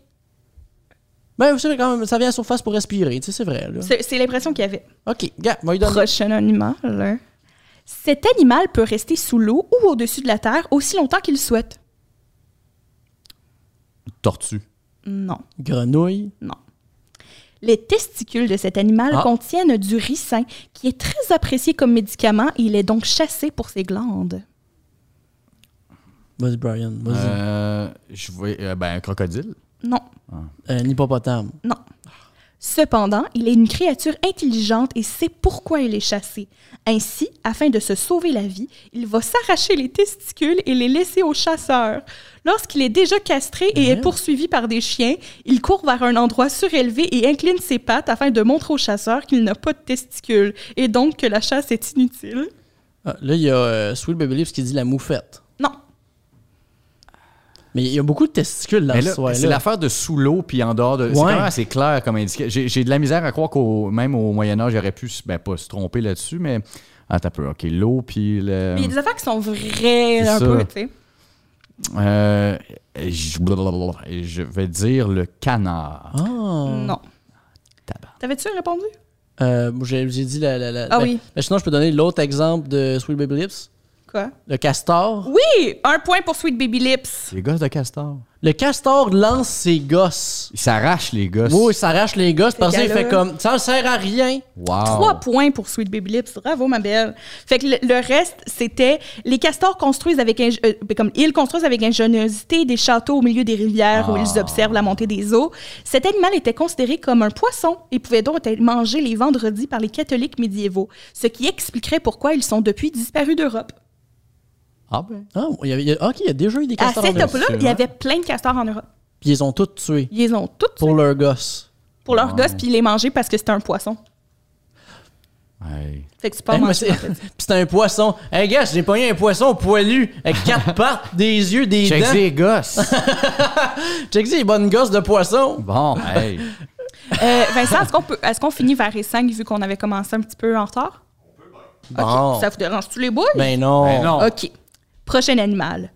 [SPEAKER 1] Ben, vous savez, quand même, ça vient à la surface pour respirer, tu sais, c'est vrai, là.
[SPEAKER 2] c'est c'est l'impression qu'il y avait.
[SPEAKER 1] Ok, gars, moi, il donne.
[SPEAKER 2] Prochain animal. hein. Cet animal peut rester sous l'eau ou au-dessus de la terre aussi longtemps qu'il le souhaite.
[SPEAKER 3] Tortue.
[SPEAKER 2] Non,
[SPEAKER 1] Grenouille.
[SPEAKER 2] non. Les testicules de cet animal
[SPEAKER 1] Ah.
[SPEAKER 2] contiennent du ricin, qui est très apprécié comme médicament et il est donc chassé pour ses glandes.
[SPEAKER 1] Vas-y, Brian, vas-y.
[SPEAKER 3] Euh, je vais, euh, ben, un crocodile.
[SPEAKER 2] Non,
[SPEAKER 1] Euh, Un hippopotame.
[SPEAKER 2] non. Cependant, il est une créature intelligente et sait pourquoi il est chassé. Ainsi, afin de se sauver la vie, il va s'arracher les testicules et les laisser aux chasseurs. Lorsqu'il est déjà castré et est
[SPEAKER 1] Voyons.
[SPEAKER 2] poursuivi par des chiens, il court vers un endroit surélevé et incline ses pattes afin de montrer aux chasseurs qu'il n'a pas de testicules et donc que la chasse est inutile.
[SPEAKER 1] Ah, là, il y a euh, Sweet Baby Lips qui dit la moufette.
[SPEAKER 2] Non,
[SPEAKER 1] Mais il y a beaucoup de testicules dans
[SPEAKER 3] Mais
[SPEAKER 1] Ah, ce
[SPEAKER 3] là, c'est
[SPEAKER 1] soir-là.
[SPEAKER 3] l'affaire de sous l'eau puis en dehors de. C'est
[SPEAKER 1] Ouais.
[SPEAKER 3] quand même assez clair comme indiqué. J'ai j'ai de la misère à croire qu'au même au Moyen Âge, j'aurais pu, se- ben, pas se tromper là-dessus, mais attends un peu. Ok, l'eau puis le.
[SPEAKER 2] Mais il y a des affaires qui sont vraies un
[SPEAKER 3] ça.
[SPEAKER 2] peu, tu sais.
[SPEAKER 3] Euh, je, blablabla, je vais dire le canard.
[SPEAKER 1] Ah.
[SPEAKER 2] Non.
[SPEAKER 3] Tabarnak.
[SPEAKER 2] T'avais-tu répondu?
[SPEAKER 1] Euh, j'ai, j'ai dit la. la- la-
[SPEAKER 2] Ah
[SPEAKER 1] ben-
[SPEAKER 2] oui.
[SPEAKER 1] ben, sinon, je peux donner l'autre exemple de Sweet Baby Lips.
[SPEAKER 2] Quoi?
[SPEAKER 1] Le castor.
[SPEAKER 2] Oui! Un point pour Sweet Baby Lips.
[SPEAKER 3] Les gosses de castor.
[SPEAKER 1] Le castor lance ses gosses.
[SPEAKER 3] Ils s'arrachent, les gosses.
[SPEAKER 1] Oui, il s'arrache les gosses parce qu'il
[SPEAKER 2] galeux.
[SPEAKER 1] fait comme. Ça ne sert à rien.
[SPEAKER 3] Wow.
[SPEAKER 1] Ah.
[SPEAKER 2] Trois points pour Sweet Baby Lips. Bravo, ma belle. Fait que le, le reste, c'était les castors construisent avec ing- euh, ben, comme ils construisent avec ingéniosité des châteaux au milieu des rivières où
[SPEAKER 3] Ah.
[SPEAKER 2] ils observent la montée des eaux. Cet animal était considéré comme un poisson et pouvait donc être mangé les vendredis par les catholiques médiévaux, ce qui expliquerait pourquoi ils sont depuis disparus d'Europe.
[SPEAKER 3] Ah ben.
[SPEAKER 1] Ah, il y a- il y a- ok, il y a déjà eu des
[SPEAKER 2] À
[SPEAKER 1] castors. en
[SPEAKER 2] cette
[SPEAKER 1] Europe.
[SPEAKER 2] époque-là, il y avait plein de castors en Europe.
[SPEAKER 1] Puis ils ont tous tués
[SPEAKER 2] Ils les ont tous
[SPEAKER 1] pour Ah. leurs gosses.
[SPEAKER 2] pour leur gosse puis il les manger parce que c'était un poisson.
[SPEAKER 3] Hey.
[SPEAKER 2] Fait que tu peux en
[SPEAKER 1] Hey, moi,
[SPEAKER 2] manger.
[SPEAKER 1] Hein, Eh, c'est- Puis c'est un poisson. Hey, gars, j'ai pogné un poisson poilu avec quatre pattes, des yeux, des
[SPEAKER 3] Check
[SPEAKER 1] dents.
[SPEAKER 3] les gosses.
[SPEAKER 1] Check les bonnes gosses de poisson.
[SPEAKER 3] bon, hey.
[SPEAKER 2] Euh, Vincent, est-ce qu'on peut- est-ce qu'on finit vers les 5 vu qu'on avait commencé un petit peu en retard?
[SPEAKER 1] Bon.
[SPEAKER 2] OK. Ça vous dérange-tu les boys?
[SPEAKER 1] Ah. Ben non.
[SPEAKER 3] Ben non.
[SPEAKER 2] OK. Prochain animal.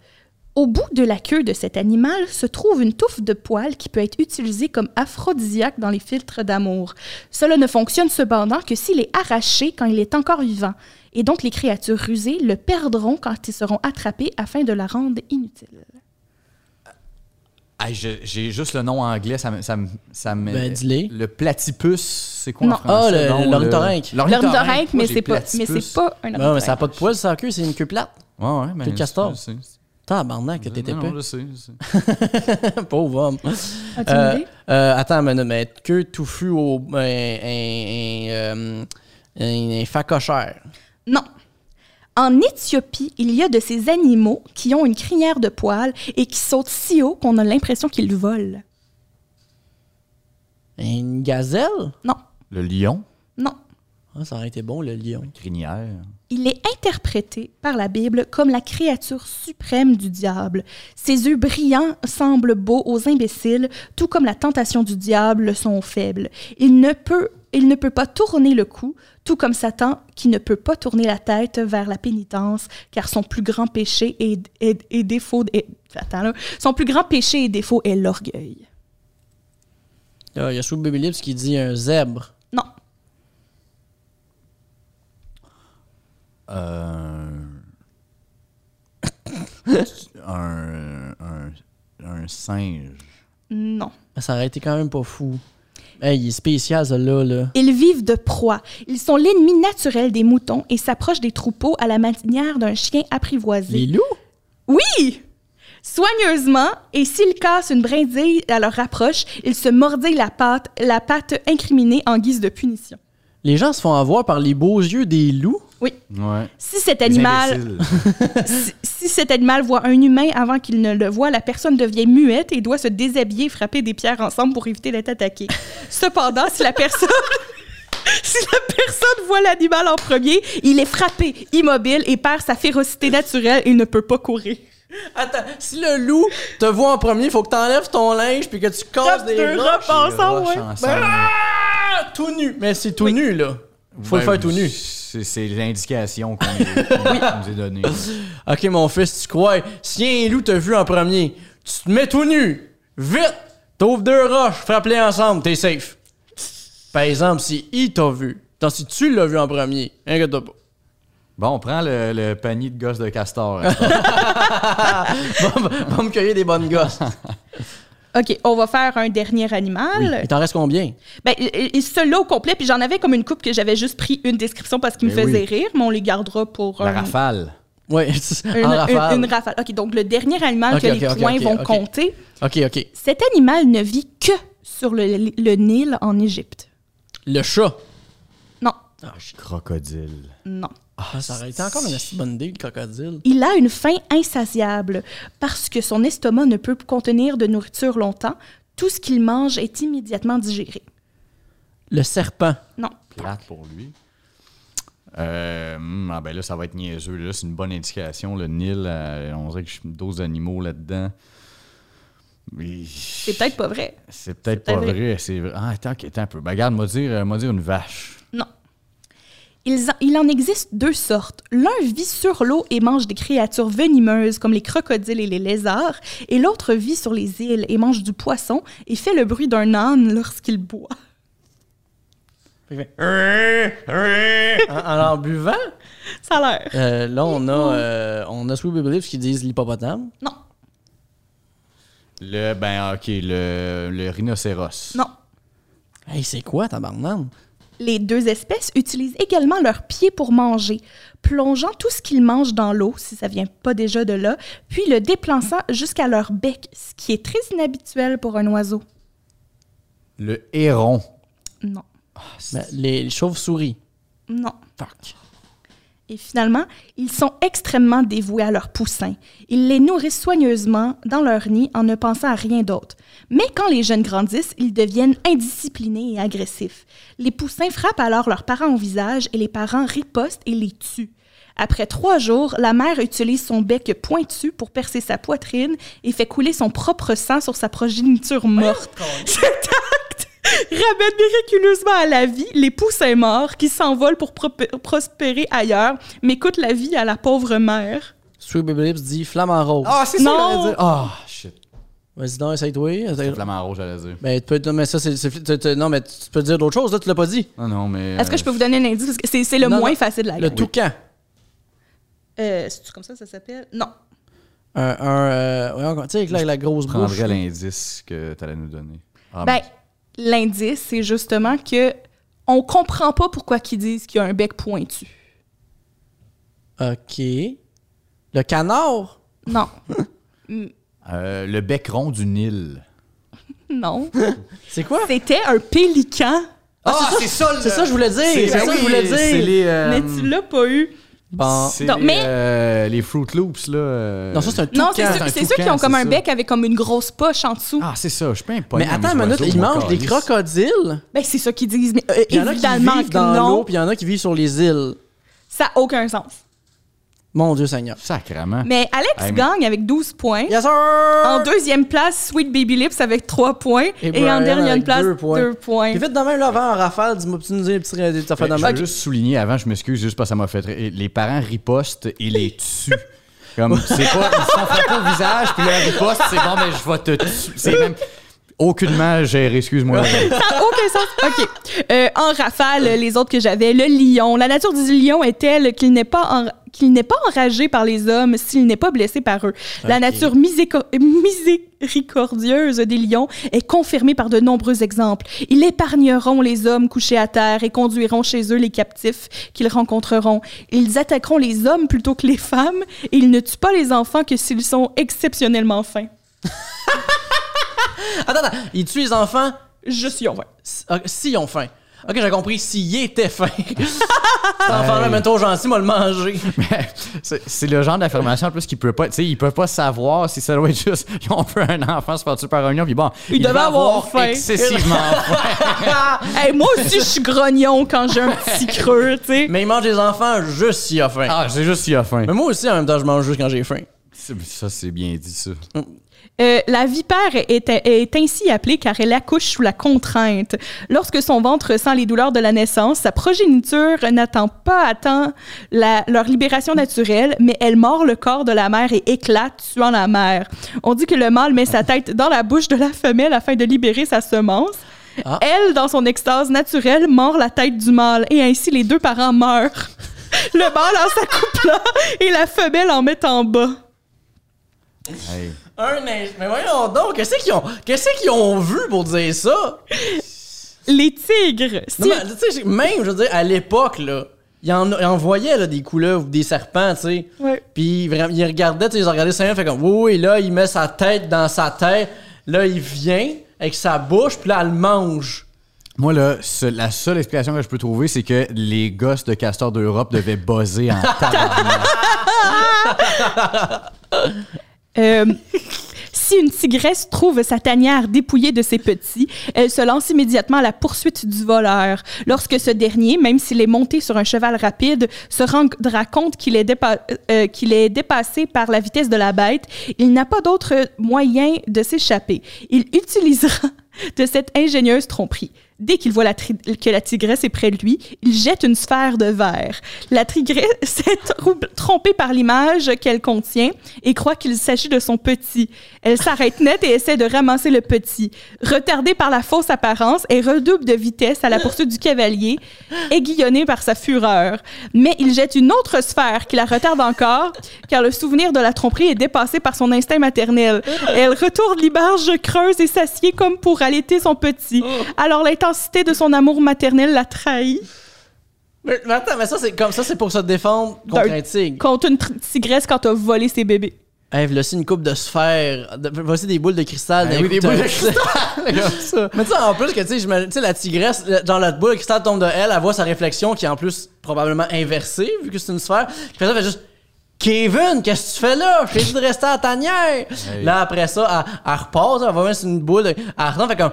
[SPEAKER 2] Au bout de la queue de cet animal se trouve une touffe de poils qui peut être utilisée comme aphrodisiaque dans les filtres d'amour. Cela ne fonctionne cependant que s'il est arraché quand il est encore vivant. Et donc, les créatures rusées le perdront quand ils seront attrapés afin de la rendre inutile.
[SPEAKER 3] Hey, je- J'ai juste le nom anglais, ça me. Ça me, ça me-
[SPEAKER 1] Ben, dis-les.
[SPEAKER 3] Le platypus, c'est quoi
[SPEAKER 2] Non.
[SPEAKER 3] en français?
[SPEAKER 1] Ah, le-
[SPEAKER 3] Non,
[SPEAKER 1] l'ornithorynque.
[SPEAKER 2] L'ornithorynque, mais
[SPEAKER 3] Moi, j'ai
[SPEAKER 2] c'est pas, mais
[SPEAKER 3] platypus.
[SPEAKER 2] c'est pas un
[SPEAKER 1] Non, Ben mais ça n'a
[SPEAKER 2] ornithorynque.
[SPEAKER 1] pas de poils sur la queue, c'est une queue plate.
[SPEAKER 3] Ouais, ouais, mais.
[SPEAKER 1] le castor.
[SPEAKER 3] je sais, je sais.
[SPEAKER 1] Tabarnak, que t'étais
[SPEAKER 3] Non, non, je
[SPEAKER 1] pas.
[SPEAKER 3] sais, je sais.
[SPEAKER 1] Pauvre homme.
[SPEAKER 2] As-tu une
[SPEAKER 1] Euh,
[SPEAKER 2] idée?
[SPEAKER 1] euh, attends, mais, mais queue touffue au. Un, un, un, euh, un- un facochère.
[SPEAKER 2] Non. En Éthiopie, il y a de ces animaux qui ont une crinière de poils et qui sautent si haut qu'on a l'impression qu'ils volent.
[SPEAKER 1] Une gazelle?
[SPEAKER 2] Non,
[SPEAKER 3] Le lion,
[SPEAKER 2] non.
[SPEAKER 1] Ah, ça aurait été bon, le lion.
[SPEAKER 3] crinière.
[SPEAKER 2] Il est interprété par la Bible comme la créature suprême du diable. Ses yeux brillants semblent beaux aux imbéciles, tout comme la tentation du diable le sont aux faibles. Il ne peut, il ne peut pas tourner le cou, tout comme Satan qui ne peut pas tourner la tête vers la pénitence, car son plus grand péché et, et- et défaut est- attends, là. son plus grand péché et défaut est l'orgueil.
[SPEAKER 1] Là, Il y a Sweet Baby Lips qui dit un zèbre.
[SPEAKER 2] Non,
[SPEAKER 3] Euh, un, un, un singe.
[SPEAKER 2] non.
[SPEAKER 1] Ça aurait été quand même pas fou. Hey, il est spécial, celle-là. Là.
[SPEAKER 2] Ils vivent de proie. Ils sont l'ennemi naturel des moutons et s'approchent des troupeaux à la manière d'un chien apprivoisé.
[SPEAKER 1] Les loups?
[SPEAKER 2] Oui! Soigneusement, et s'ils cassent une brindille à leur approche, ils se mordent la patte, la patte incriminée en guise de punition.
[SPEAKER 1] Les gens se font avoir par les beaux yeux des loups.
[SPEAKER 2] Oui.
[SPEAKER 3] Ouais.
[SPEAKER 2] Si cet
[SPEAKER 3] Les
[SPEAKER 2] animal,
[SPEAKER 3] imbéciles.
[SPEAKER 2] si, si cet animal voit un humain avant qu'il ne le voit, la personne devient muette et doit se déshabiller et frapper des pierres ensemble pour éviter d'être attaquée. Cependant, si la personne Si la personne voit l'animal en premier, il est frappé, immobile et perd sa férocité naturelle et ne peut pas courir.
[SPEAKER 1] Attends, si le loup te voit en premier, faut que t'enlèves ton linge puis que tu casses
[SPEAKER 2] Tape
[SPEAKER 1] des
[SPEAKER 2] deux
[SPEAKER 1] roches.
[SPEAKER 2] robes ensemble,
[SPEAKER 3] roches
[SPEAKER 2] ouais.
[SPEAKER 3] ensemble.
[SPEAKER 1] Ah, tout nu. Mais c'est tout nu, là. Faut le
[SPEAKER 3] Ben,
[SPEAKER 1] faire tout nu.
[SPEAKER 3] C'est c'est l'indication qu'on nous- qu'on nous est donnée.
[SPEAKER 1] Ok, mon fils, tu crois, si un loup t'a vu en premier, tu te mets tout nu. Vite! T'ouvres deux roches, frappe-les ensemble, t'es safe. Par exemple, si il t'a vu, tant si tu l'as vu en premier, inquiète-toi pas.
[SPEAKER 3] Bon, on prend le, le panier de gosses de castor. hein.
[SPEAKER 1] Va, va me cueillir des bonnes gosses.
[SPEAKER 2] OK, on va faire un dernier
[SPEAKER 1] Oui.
[SPEAKER 2] animal.
[SPEAKER 1] Il t'en reste combien?
[SPEAKER 2] Ben, et- et celui-là au complet, puis j'en avais comme une coupe que j'avais juste pris une description parce qu'il me
[SPEAKER 3] Ben oui.
[SPEAKER 2] faisait rire, mais on les gardera pour
[SPEAKER 3] La
[SPEAKER 2] un-
[SPEAKER 3] rafale.
[SPEAKER 1] Oui,
[SPEAKER 2] Une,
[SPEAKER 1] en
[SPEAKER 2] une-
[SPEAKER 1] Ah, rafale.
[SPEAKER 2] une rafale. OK, donc le dernier animal
[SPEAKER 1] Ok,
[SPEAKER 2] que
[SPEAKER 1] ok,
[SPEAKER 2] les
[SPEAKER 1] ok,
[SPEAKER 2] points
[SPEAKER 1] ok,
[SPEAKER 2] vont
[SPEAKER 1] ok.
[SPEAKER 2] compter,
[SPEAKER 1] Ok, ok.
[SPEAKER 2] cet animal ne vit que sur le, le Nil en Égypte.
[SPEAKER 1] Le chat.
[SPEAKER 2] Non,
[SPEAKER 1] Ah, shit.
[SPEAKER 3] Crocodile.
[SPEAKER 2] non.
[SPEAKER 1] Ah, ça aurait été encore une assez bonne idée, le crocodile.
[SPEAKER 2] Il a une faim insatiable parce que son estomac ne peut contenir de nourriture longtemps. Tout ce qu'il mange est immédiatement digéré.
[SPEAKER 1] Le serpent.
[SPEAKER 2] Non.
[SPEAKER 3] Plate pour lui. Euh, hum, ah ben là, ça va être niaiseux. Là, c'est une bonne indication. Le Nil, euh, on dirait que je suis 12 animaux là-dedans. Mais-
[SPEAKER 2] C'est peut-être pas vrai.
[SPEAKER 3] C'est peut-être
[SPEAKER 2] c'est
[SPEAKER 3] pas
[SPEAKER 2] peut-être
[SPEAKER 3] vrai. C'est vrai. Ah, attends, ok, attends un peu. Ben, regarde, moi dire, euh, moi dire une vache.
[SPEAKER 2] Non. Ils en- il en existe deux sortes. L'un vit sur l'eau et mange des créatures venimeuses comme les crocodiles et les lézards, et l'autre vit sur les îles et mange du poisson et fait le bruit d'un âne lorsqu'il boit.
[SPEAKER 1] en, en en buvant,
[SPEAKER 2] Ça a l'air.
[SPEAKER 1] euh, là, on a, euh, on a Sweet Beliefs qui disent l'hippopotame.
[SPEAKER 2] Non,
[SPEAKER 3] Le, ben, ok, le, le rhinocéros.
[SPEAKER 2] non.
[SPEAKER 1] Hey, c'est quoi, tabarnane?
[SPEAKER 2] Les deux espèces utilisent également leurs pieds pour manger, plongeant tout ce qu'ils mangent dans l'eau, si ça vient pas déjà de là, puis le déplaçant jusqu'à leur bec, ce qui est très inhabituel pour un oiseau.
[SPEAKER 3] Le héron.
[SPEAKER 2] Non,
[SPEAKER 1] Ben, les les chauves-souris.
[SPEAKER 2] non.
[SPEAKER 1] Fuck.
[SPEAKER 2] Et finalement, ils sont extrêmement dévoués à leurs poussins. Ils les nourrissent soigneusement dans leur nid en ne pensant à rien d'autre. Mais quand les jeunes grandissent, ils deviennent indisciplinés et agressifs. Les poussins frappent alors leurs parents au visage et les parents ripostent et les tuent. Après trois jours, la mère utilise son bec pointu pour percer sa poitrine et fait couler son propre sang sur sa progéniture morte. Cet acte ramène miraculeusement à la vie les poussins morts qui s'envolent pour prop- prospérer ailleurs, mais coûtent la vie à la pauvre mère.
[SPEAKER 1] Sweet Beliefs dit flamant rose.
[SPEAKER 3] Ah, c'est
[SPEAKER 2] Non.
[SPEAKER 3] ça que j'allais dire. Ah, shit.
[SPEAKER 1] Vas-y donc, essaye-toi. Essaye-
[SPEAKER 3] Flamand rouge, j'allais dire.
[SPEAKER 1] Ben, tu peux, non, mais ça, c'est, c'est- tu- tu- non, mais tu peux dire d'autres choses, là, tu l'as pas dit.
[SPEAKER 3] Non, non, mais.
[SPEAKER 2] Ben,
[SPEAKER 3] euh,
[SPEAKER 2] Est-ce que je peux vous donner un indice? Parce que c'est, c'est le
[SPEAKER 1] Non,
[SPEAKER 2] moins
[SPEAKER 1] non.
[SPEAKER 2] facile de la
[SPEAKER 1] Le
[SPEAKER 2] gamme.
[SPEAKER 1] toucan.
[SPEAKER 2] Euh, c'est-tu comme ça ça s'appelle? Non.
[SPEAKER 1] Un, un, euh, ouais, encore- tu sais, avec la, la grosse
[SPEAKER 3] Je
[SPEAKER 1] bouche.
[SPEAKER 3] prendrais l'indice que tu allais nous donner. Ah,
[SPEAKER 2] Ben, l'indice, c'est justement que on comprend pas pourquoi qu'ils disent qu'il y a un bec pointu.
[SPEAKER 1] OK. Le canard.
[SPEAKER 2] Non.
[SPEAKER 3] Euh, le bec rond du Nil.
[SPEAKER 2] non.
[SPEAKER 1] C'est quoi?
[SPEAKER 2] C'était un pélican.
[SPEAKER 1] Ah, c'est
[SPEAKER 3] ça,
[SPEAKER 1] C'est ça que je voulais dire. C'est,
[SPEAKER 2] ben
[SPEAKER 1] ça que je voulais
[SPEAKER 3] C'est
[SPEAKER 1] dire.
[SPEAKER 3] les. euh,
[SPEAKER 2] Mais tu l'as pas eu.
[SPEAKER 1] Bon.
[SPEAKER 3] c'est
[SPEAKER 2] Non,
[SPEAKER 3] les,
[SPEAKER 2] mais-
[SPEAKER 3] euh, les Fruit Loops, là. euh,
[SPEAKER 1] Non, ça, c'est un toucan.
[SPEAKER 2] Non, c'est,
[SPEAKER 3] c'est
[SPEAKER 2] ceux,
[SPEAKER 3] un
[SPEAKER 2] c'est ceux
[SPEAKER 3] toucan,
[SPEAKER 2] qui ont comme
[SPEAKER 3] c'est
[SPEAKER 2] un
[SPEAKER 3] ça.
[SPEAKER 2] bec avec comme une grosse poche en dessous.
[SPEAKER 3] Ah, c'est ça. Je suis pas un
[SPEAKER 1] Mais attends une minute, ils mangent des crocodiles.
[SPEAKER 2] Ben, c'est ça qu'ils disent. Mais euh,
[SPEAKER 1] Il y en a qui
[SPEAKER 2] évidemment
[SPEAKER 1] vivent
[SPEAKER 2] que
[SPEAKER 1] dans l'eau,
[SPEAKER 2] non.
[SPEAKER 1] puis il y en a qui vivent sur les îles.
[SPEAKER 2] Ça n'a aucun sens.
[SPEAKER 1] Mon Dieu Seigneur.
[SPEAKER 3] Sacrement.
[SPEAKER 2] Mais Alex
[SPEAKER 3] Hey, mais-
[SPEAKER 2] gagne avec 12 points.
[SPEAKER 1] Yes, sir!
[SPEAKER 2] En deuxième place, Sweet Baby Lips avec 3 points. Et, en
[SPEAKER 1] Brian
[SPEAKER 2] dernière
[SPEAKER 1] avec
[SPEAKER 2] place,
[SPEAKER 1] deux
[SPEAKER 2] 2 points.
[SPEAKER 1] Puis vite, demain, là, avant, en rafale, dis-moi, tu nous dis des petites des petites affaires
[SPEAKER 3] Ben,
[SPEAKER 1] de
[SPEAKER 3] je veux
[SPEAKER 1] même.
[SPEAKER 3] juste souligner avant, je m'excuse juste parce que ça m'a fait. rire. Les parents ripostent et les tuent. Comme, c'est pas. Ils s'en frappent au visage, puis là, ils ripostent, c'est bon, mais je vais te tuer. C'est même. Aucunement géré, excuse-moi.
[SPEAKER 2] Ça n'a aucun sens. OK. Euh, en rafale, les autres que j'avais, le lion. La nature du lion est telle qu'il n'est pas en qu'il n'est pas enragé par les hommes s'il n'est pas blessé par eux. La
[SPEAKER 1] Ok.
[SPEAKER 2] nature miséco- miséricordieuse des lions est confirmée par de nombreux exemples. Ils épargneront les hommes couchés à terre et conduiront chez eux les captifs qu'ils rencontreront. Ils attaqueront les hommes plutôt que les femmes et ils ne tuent pas les enfants que s'ils sont exceptionnellement fins.
[SPEAKER 1] Attends, attends, il tue les enfants
[SPEAKER 2] Juste si on va.
[SPEAKER 1] s- ah, s'ils ont faim. Ok, j'ai compris, s'il était faim. Cet enfant-là, même trop gentil, m'a le mangé.
[SPEAKER 3] Mais c'est c'est le genre d'affirmation en plus qu'ils peuvent pas. Tu sais, ils peuvent pas savoir si ça doit être juste. Ils ont fait un enfant se faire tuer par un lion, puis bon.
[SPEAKER 2] Il
[SPEAKER 3] va
[SPEAKER 2] devait avoir faim.
[SPEAKER 3] Excessivement faim.
[SPEAKER 2] Hey, moi aussi, je suis grognon quand j'ai un petit creux, tu sais.
[SPEAKER 1] Mais il mange les enfants juste s'il a faim.
[SPEAKER 3] Ah, c'est juste s'il a faim.
[SPEAKER 1] Mais moi aussi, en même temps, je mange juste quand j'ai faim.
[SPEAKER 3] C'est- Ça, c'est bien dit, ça.
[SPEAKER 2] Euh, la vipère est, est ainsi appelée car elle accouche sous la contrainte. Lorsque son ventre sent les douleurs de la naissance, sa progéniture n'attend pas à temps la- leur libération naturelle, mais elle mord le corps de la mère et éclate, tuant la mère. On dit que le mâle met sa tête dans la bouche de la femelle afin de libérer sa semence.
[SPEAKER 1] Ah.
[SPEAKER 2] Elle, dans son extase naturelle, mord la tête du mâle et ainsi les deux parents meurent. Le mâle en s'accouplant et la femelle en mettant bas.
[SPEAKER 3] Hey.
[SPEAKER 1] Un ing- Mais voyons donc, qu'est-ce qu'ils ont... qu'est-ce qu'ils ont vu pour dire ça?
[SPEAKER 2] Les tigres.
[SPEAKER 1] Non,
[SPEAKER 2] si-
[SPEAKER 1] mais, tu sais, j'ai- même, je veux dire, à l'époque, là, ils en, ils en voyaient là, des couleuvres ou des serpents, tu sais.
[SPEAKER 2] Ouais.
[SPEAKER 1] Puis vraiment, ils regardaient, tu sais, ils regardaient ça, fait comme, oui, oui, là, il met sa tête dans sa tête, là, il vient avec sa bouche, puis là, elle le mange.
[SPEAKER 3] Moi, là, ce- la seule explication que je peux trouver, c'est que les gosses de Castor d'Europe devaient buzzer en tabarnak.
[SPEAKER 2] Euh, si une tigresse trouve sa tanière dépouillée de ses petits, elle se lance immédiatement à la poursuite du voleur. Lorsque ce dernier, même s'il est monté sur un cheval rapide, se rendra compte qu'il est, dépa- euh, qu'il est dépassé par la vitesse de la bête, il n'a pas d'autre moyen de s'échapper. Il utilisera de cette ingénieuse tromperie. Dès qu'il voit la tri- que la tigresse est près de lui, il jette une sphère de verre. La tigresse est trou- trompée par l'image qu'elle contient et croit qu'il s'agit de son petit. Elle s'arrête net et essaie de ramasser le petit. Retardée par la fausse apparence, elle redouble de vitesse à la poursuite du cavalier, aiguillonnée par sa fureur. Mais il jette une autre sphère qui la retarde encore, car le souvenir de la tromperie est dépassé par son instinct maternel. Elle retourne l'image creuse et s'assied comme pour allaiter son petit. Alors l'intensité de son amour maternel la trahit.
[SPEAKER 1] Mais, mais attends, mais ça, c'est comme ça, c'est pour se défendre contre
[SPEAKER 2] D'un-
[SPEAKER 1] un tigre.
[SPEAKER 2] Contre une tr- tigresse quand t'as volé ses bébés.
[SPEAKER 1] Hey, voici une coupe de sphères. De- Voici des boules de cristal.
[SPEAKER 3] Ben
[SPEAKER 1] d'un
[SPEAKER 3] oui,
[SPEAKER 1] coup,
[SPEAKER 3] des
[SPEAKER 1] t'as-
[SPEAKER 3] boules de cristal, comme ça.
[SPEAKER 1] Mais tu sais, en plus, que tu sais, j'imagine- tu sais, la tigresse, le- genre la boule de cristal tombe de elle, elle voit sa réflexion qui est en plus probablement inversée, vu que c'est une sphère. Puis après ça, elle fait juste Kevin, qu'est-ce que tu fais là? Je t'ai dit de rester à la tanière. Là, après ça, elle, elle repart, elle va voir sur une boule, elle retombe, fait comme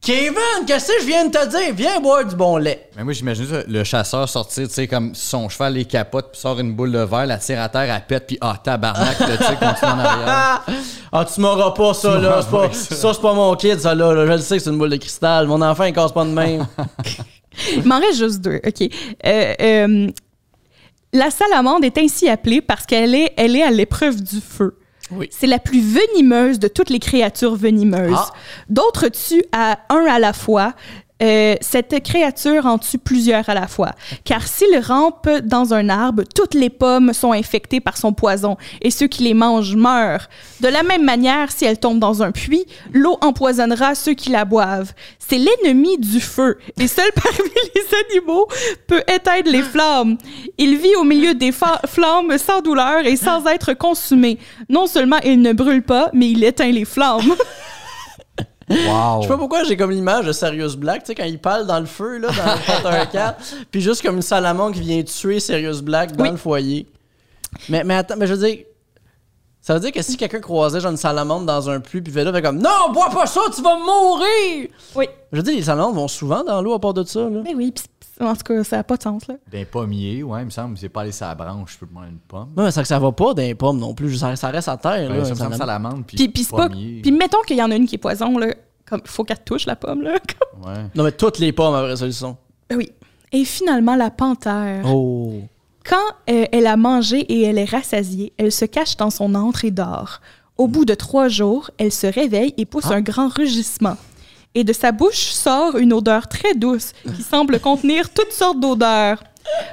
[SPEAKER 1] Kevin, qu'est-ce que je viens de te dire? Viens boire du bon lait.
[SPEAKER 3] Mais moi, j'imagine ça, le chasseur sortir, tu sais, comme son cheval, les capote, puis sort une boule de verre, la tire à terre, elle pète, puis ah, tabarnak, le tigre continue en arrière.
[SPEAKER 1] Ah, ah, tu m'auras pas ça,
[SPEAKER 3] Tu
[SPEAKER 1] là.
[SPEAKER 3] m'auras
[SPEAKER 1] C'est pas,
[SPEAKER 3] pas ça.
[SPEAKER 1] ça, c'est pas mon kid, ça, là. là. Je le sais que c'est une boule de cristal. Mon enfant, il casse pas de même.
[SPEAKER 2] Il m'en reste juste deux, OK. Euh, euh, la salamande est ainsi appelée parce qu'elle est, elle est à l'épreuve du feu.
[SPEAKER 1] Oui.
[SPEAKER 2] C'est la plus venimeuse de toutes les créatures venimeuses.
[SPEAKER 1] Ah.
[SPEAKER 2] D'autres tuent à un à la fois. Euh, cette créature en tue plusieurs à la fois, car s'il rampe dans un arbre, toutes les pommes sont infectées par son poison et ceux qui les mangent meurent. De la même manière, si elle tombe dans un puits, l'eau empoisonnera ceux qui la boivent. C'est l'ennemi du feu et seul parmi les animaux peut éteindre les flammes. Il vit au milieu des fa- flammes sans douleur et sans être consumé. Non seulement il ne brûle pas, mais il éteint les flammes.
[SPEAKER 3] Wow!
[SPEAKER 1] Je sais pas pourquoi j'ai comme l'image de Serious Black, tu sais, quand il parle dans le feu, là, dans le Potter 4, puis juste comme une salamandre qui vient tuer Serious Black dans
[SPEAKER 2] Oui.
[SPEAKER 1] le foyer. Mais, mais attends, mais je veux dire, ça veut dire que si quelqu'un croisait genre une salamandre dans un puits, puis fait là, fait comme Non, bois pas ça, tu vas mourir!
[SPEAKER 2] Oui.
[SPEAKER 1] Je veux dire, les salamandres vont souvent dans l'eau à part de ça, là.
[SPEAKER 2] Mais Ben oui, pis- pis- en tout cas, ça n'a pas de sens, là.
[SPEAKER 3] D'un pommier, ouais, il me semble, c'est pas allé sa branche, je peux prendre une pomme.
[SPEAKER 1] Non, mais c'est que ça va pas dans les pommes non plus, ça, ça reste à terre,
[SPEAKER 3] Ben,
[SPEAKER 1] là.
[SPEAKER 3] ça
[SPEAKER 1] une
[SPEAKER 3] me semble
[SPEAKER 1] salamandre.
[SPEAKER 3] salamande, puis
[SPEAKER 2] Puis, puis c'est pas...
[SPEAKER 3] pommier.
[SPEAKER 2] Puis mettons qu'il y en a une qui est poison, là. Comme, faut qu'elle touche la pomme, là. Comme-
[SPEAKER 3] Ouais.
[SPEAKER 1] Non, mais toutes les pommes, après ça, ils sont.
[SPEAKER 2] Ben oui. Et finalement, la panthère.
[SPEAKER 1] Oh.
[SPEAKER 2] Quand euh, elle a mangé et elle est rassasiée, elle se cache dans son antre et dort. Au bout de trois jours, elle se réveille et pousse un grand rugissement. Et de sa bouche sort une odeur très douce qui semble contenir toutes sortes d'odeurs.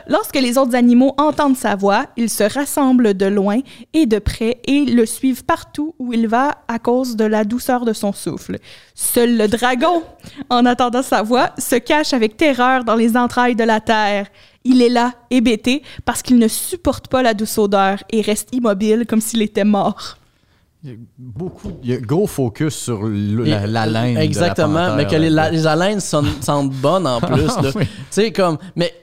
[SPEAKER 2] Lorsque les autres animaux entendent sa voix, ils se rassemblent de loin et de près et le suivent partout où il va à cause de la douceur de son souffle. Seul le dragon, en attendant sa voix, se cache avec terreur dans les entrailles de la terre. Il est là, hébété, parce qu'il ne supporte pas la douce odeur et reste immobile comme s'il était mort.
[SPEAKER 3] Il y a beaucoup, il y a gros focus sur le- la, la
[SPEAKER 1] Et-
[SPEAKER 3] laine.
[SPEAKER 1] Exactement. mais que les, la- les haleines sont- sentent bonnes en plus. là.
[SPEAKER 3] Ah oui.
[SPEAKER 1] Tu sais, comme. Mais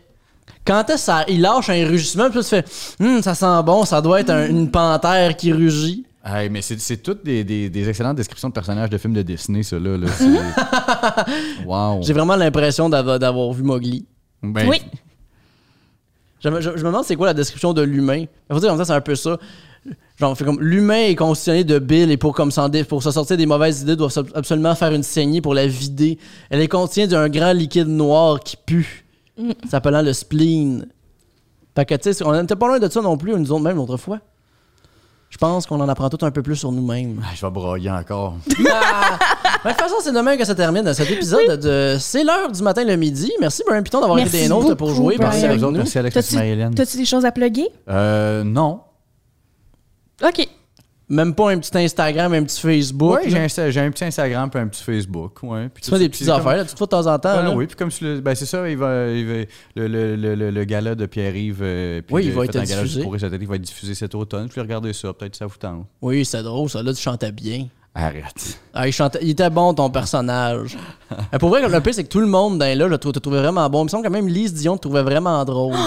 [SPEAKER 1] quand est-ce que ça- il lâche un rugissement, puis là, tu fais Hum, ça sent bon, ça doit être un- une panthère qui rugit.
[SPEAKER 3] Hey, mais c'est, c'est toutes des, des- des excellentes descriptions de personnages de films de Disney, ceux-là. Là. C'est- wow.
[SPEAKER 1] J'ai vraiment l'impression d'avoir d'avoir vu Mowgli.
[SPEAKER 3] Ben,
[SPEAKER 2] Oui.
[SPEAKER 1] Je, me- je- je me demande c'est quoi la description de l'humain. Il faut dire comme ça, c'est un peu ça. Genre, fait comme l'humain est constitué de bile et pour comme s'en dé- pour se sortir des mauvaises idées, doit ab- absolument faire une saignée pour la vider. Elle est constituée d'un grand liquide noir qui pue,
[SPEAKER 2] Mm.
[SPEAKER 1] s'appelant le spleen. Fait que, tu sais, on n'était pas loin de ça non plus, nous autres même l'autre fois. Je pense qu'on en apprend tout un peu plus sur nous-mêmes.
[SPEAKER 3] ah, je vais broyer encore.
[SPEAKER 1] Ah! Ben, de toute façon, c'est demain que ça termine cet épisode de C'est l'heure du matin le midi. Merci Brian Piton d'avoir
[SPEAKER 2] Merci
[SPEAKER 1] été des nôtres pour
[SPEAKER 2] beaucoup,
[SPEAKER 1] jouer.
[SPEAKER 2] Brian.
[SPEAKER 1] Merci
[SPEAKER 3] Merci à
[SPEAKER 1] avec
[SPEAKER 3] vous autres.
[SPEAKER 1] nous.
[SPEAKER 3] Merci Alex. Merci
[SPEAKER 2] T'as-tu
[SPEAKER 3] Marie-Hélène.
[SPEAKER 2] t'as-tu des choses à plugger?
[SPEAKER 3] Euh, non.
[SPEAKER 2] OK.
[SPEAKER 1] Même pas un petit Instagram, un petit Facebook.
[SPEAKER 3] Ouais, j'ai,
[SPEAKER 1] là.
[SPEAKER 3] un, Insta- j'ai un petit Instagram puis un petit Facebook. Ouais. Puis
[SPEAKER 1] tu
[SPEAKER 3] tout
[SPEAKER 1] fais des
[SPEAKER 3] ça.
[SPEAKER 1] petites
[SPEAKER 3] Puis comme-
[SPEAKER 1] affaires, là, tu te fais de temps en temps.
[SPEAKER 3] Ah,
[SPEAKER 1] là.
[SPEAKER 3] oui, puis comme sur le- ben c'est ça, il va, il va- le, le, le, le, le gala de Pierre-Yves, euh, puis
[SPEAKER 1] Oui, il
[SPEAKER 3] le-
[SPEAKER 1] va
[SPEAKER 3] fait
[SPEAKER 1] être
[SPEAKER 3] un gala
[SPEAKER 1] diffusé.
[SPEAKER 3] du Pourri cet été, il va être diffusé cet automne. Je vais regarder ça, peut-être que ça vous tente.
[SPEAKER 1] Oui, c'est drôle, ça. Là, tu chantais bien.
[SPEAKER 3] Arrête.
[SPEAKER 1] Ah, il, chantait- il était bon, ton personnage. Euh, pour vrai, le pire, c'est que tout le monde dans là, je te trouvais vraiment bon. Il me semble que même Lise Dion te trouvait vraiment drôle.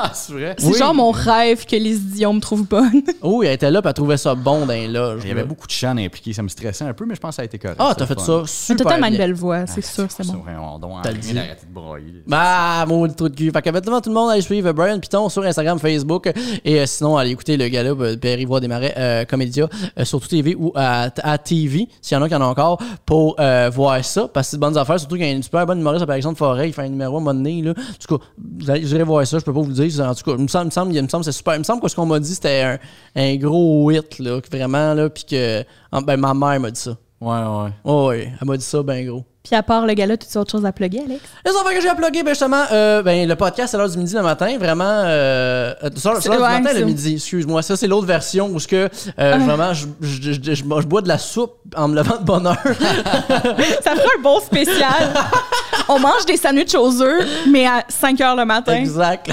[SPEAKER 3] Ah, c'est vrai?
[SPEAKER 2] C'est genre mon rêve que les Dion me trouvent bonne.
[SPEAKER 1] oui, elle était là, puis elle trouvait ça bon dans là.
[SPEAKER 3] Il y avait beaucoup de chants impliqués, ça me stressait un peu, mais je pense que ça a été correct.
[SPEAKER 1] Ah,
[SPEAKER 3] le
[SPEAKER 1] t'as fait
[SPEAKER 3] fun.
[SPEAKER 1] ça
[SPEAKER 2] T'as
[SPEAKER 1] super
[SPEAKER 2] tellement une
[SPEAKER 1] bien.
[SPEAKER 2] belle voix, c'est sûr, Ah, c'est bon.
[SPEAKER 3] on doit
[SPEAKER 1] T'as le dit.
[SPEAKER 3] arrêter d'arrêter de broyer.
[SPEAKER 1] Bah, maudit trou de cul. Fait que maintenant, tout le monde, allez suivre Brian Piton sur Instagram, Facebook. Et euh, sinon, allez écouter le gala euh, Perry Voix des Marais, euh, Comédia, euh, sur tout TV ou à, à TV, s'il y en a qui en ont encore, pour euh, voir ça. Parce que c'est de bonnes affaires, surtout qu'il y a une super bonne humoriste, par exemple, Forêt, il fait un numéro à un moment donné. Là. En tout cas, vous allez- vous irez voir ça, je peux pas vous le dire. En tout cas, il me semble, il me semble, il me semble, c'est super. Il me semble que ce qu'on m'a dit, c'était un, un gros hit, là, que vraiment, là, puis que. ah, Ben, ma mère m'a dit ça.
[SPEAKER 3] Ouais, ouais.
[SPEAKER 1] Oh, oui, elle m'a dit ça, ben gros.
[SPEAKER 2] Puis à part le gala, tu as autre chose à plugger, Alex?
[SPEAKER 1] Les affaires que j'ai à plugger, ben justement, euh, ben, le podcast, c'est l'heure du midi le matin. Vraiment, euh, euh, c'est l'heure c'est l'heure
[SPEAKER 2] C'est-
[SPEAKER 1] du
[SPEAKER 2] ouais,
[SPEAKER 1] matin le
[SPEAKER 2] c'est-
[SPEAKER 1] midi, excuse-moi. Ça, c'est l'autre version où ce que, euh, vraiment, je, je- je- je- je bois de la soupe en me levant de bonne heure.
[SPEAKER 2] Ça ferait un bon spécial. On mange des sandwichs aux œufs, mais à 5 heures le matin.
[SPEAKER 1] exact.